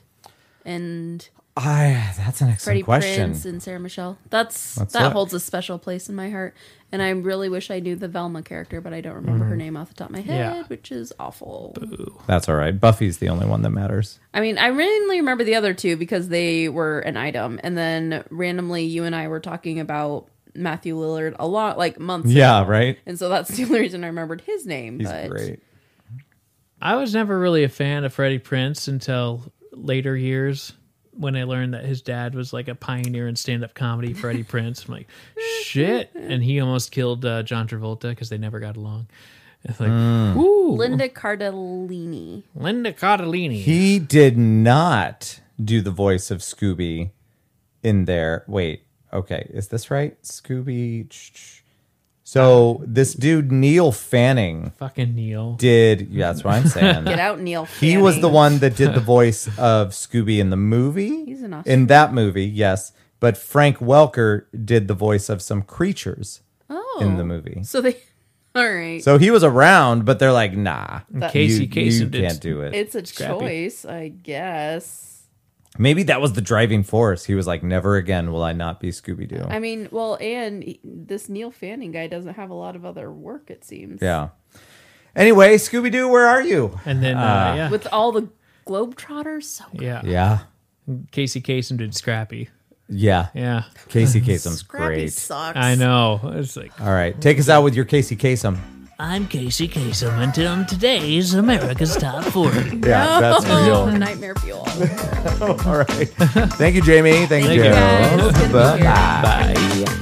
Speaker 1: and
Speaker 5: I Ah, that's an excellent
Speaker 1: Freddie
Speaker 5: question.
Speaker 1: Prinze and Sarah Michelle? That's
Speaker 5: Let's
Speaker 1: that
Speaker 5: look.
Speaker 1: holds a special place in my heart, and I really wish I knew the Velma character, but I don't remember
Speaker 5: Mm-hmm.
Speaker 1: her name off the top of my head,
Speaker 2: Yeah.
Speaker 1: which is awful.
Speaker 5: That's all right. Buffy's the only one that matters.
Speaker 1: I mean, I mainly remember the other two because they were an item, and then randomly you and I were talking about Matthew Lillard a lot, like months.
Speaker 5: Yeah,
Speaker 1: ago.
Speaker 5: right?
Speaker 1: And so that's <laughs> the only reason I remembered his name.
Speaker 5: He's
Speaker 1: but
Speaker 5: great.
Speaker 2: I was never really a fan of Freddie Prince until later years when I learned that his dad was like a pioneer in stand-up comedy. Freddie Prince, I'm like, shit, and he almost killed uh, John Travolta because they never got along. It's like, woo,
Speaker 1: Linda Cardellini.
Speaker 2: Linda Cardellini.
Speaker 5: He did not do the voice of Scooby in there. Wait, okay, is this right? Scooby. ch- ch- So this dude Neil Fanning
Speaker 2: Fucking Neil.
Speaker 5: did. Yeah, that's what
Speaker 1: <laughs>
Speaker 5: I'm saying.
Speaker 1: Get out, Neil.
Speaker 5: <laughs> He was the one that
Speaker 2: <laughs>
Speaker 5: did the voice of Scooby in the movie.
Speaker 1: He's an Australian.
Speaker 5: in that movie, yes. But Frank Welker did the voice of some creatures
Speaker 1: oh.
Speaker 5: in the movie.
Speaker 1: So they, <laughs> all right.
Speaker 5: So he was around, but they're like, nah,
Speaker 2: Casey
Speaker 5: you, you
Speaker 2: Kasem did-
Speaker 5: can't do it.
Speaker 1: it's a
Speaker 2: Scrappy.
Speaker 1: choice, I guess.
Speaker 5: Maybe that was the driving force. He was like, "Never again will I not be Scooby Doo."
Speaker 1: I mean, well, and he- this Neil Fanning guy doesn't have a lot of other work, it seems.
Speaker 5: Yeah. Anyway, Scooby Doo, where are you?
Speaker 2: and then uh, yeah,
Speaker 1: With all the Globetrotters, so
Speaker 2: yeah,
Speaker 5: Yeah,
Speaker 2: Casey Kasem did Scrappy.
Speaker 5: yeah.
Speaker 2: Yeah,
Speaker 5: Casey Kasem's
Speaker 4: Scrappy
Speaker 5: great.
Speaker 4: sucks.
Speaker 2: I know. It's like
Speaker 5: All right, take us out with your
Speaker 1: <laughs>
Speaker 5: Casey Kasem.
Speaker 2: I'm Casey Kasem, and um, today's America's Top 40.
Speaker 5: Yeah, that's
Speaker 1: Oh,
Speaker 5: real.
Speaker 1: nightmare fuel. <laughs>
Speaker 5: All right. Thank you, Jamie. Thank,
Speaker 2: Thank
Speaker 5: you,
Speaker 2: you,
Speaker 5: Joe.
Speaker 1: guys. It's good to be here.
Speaker 5: Bye.
Speaker 2: Bye.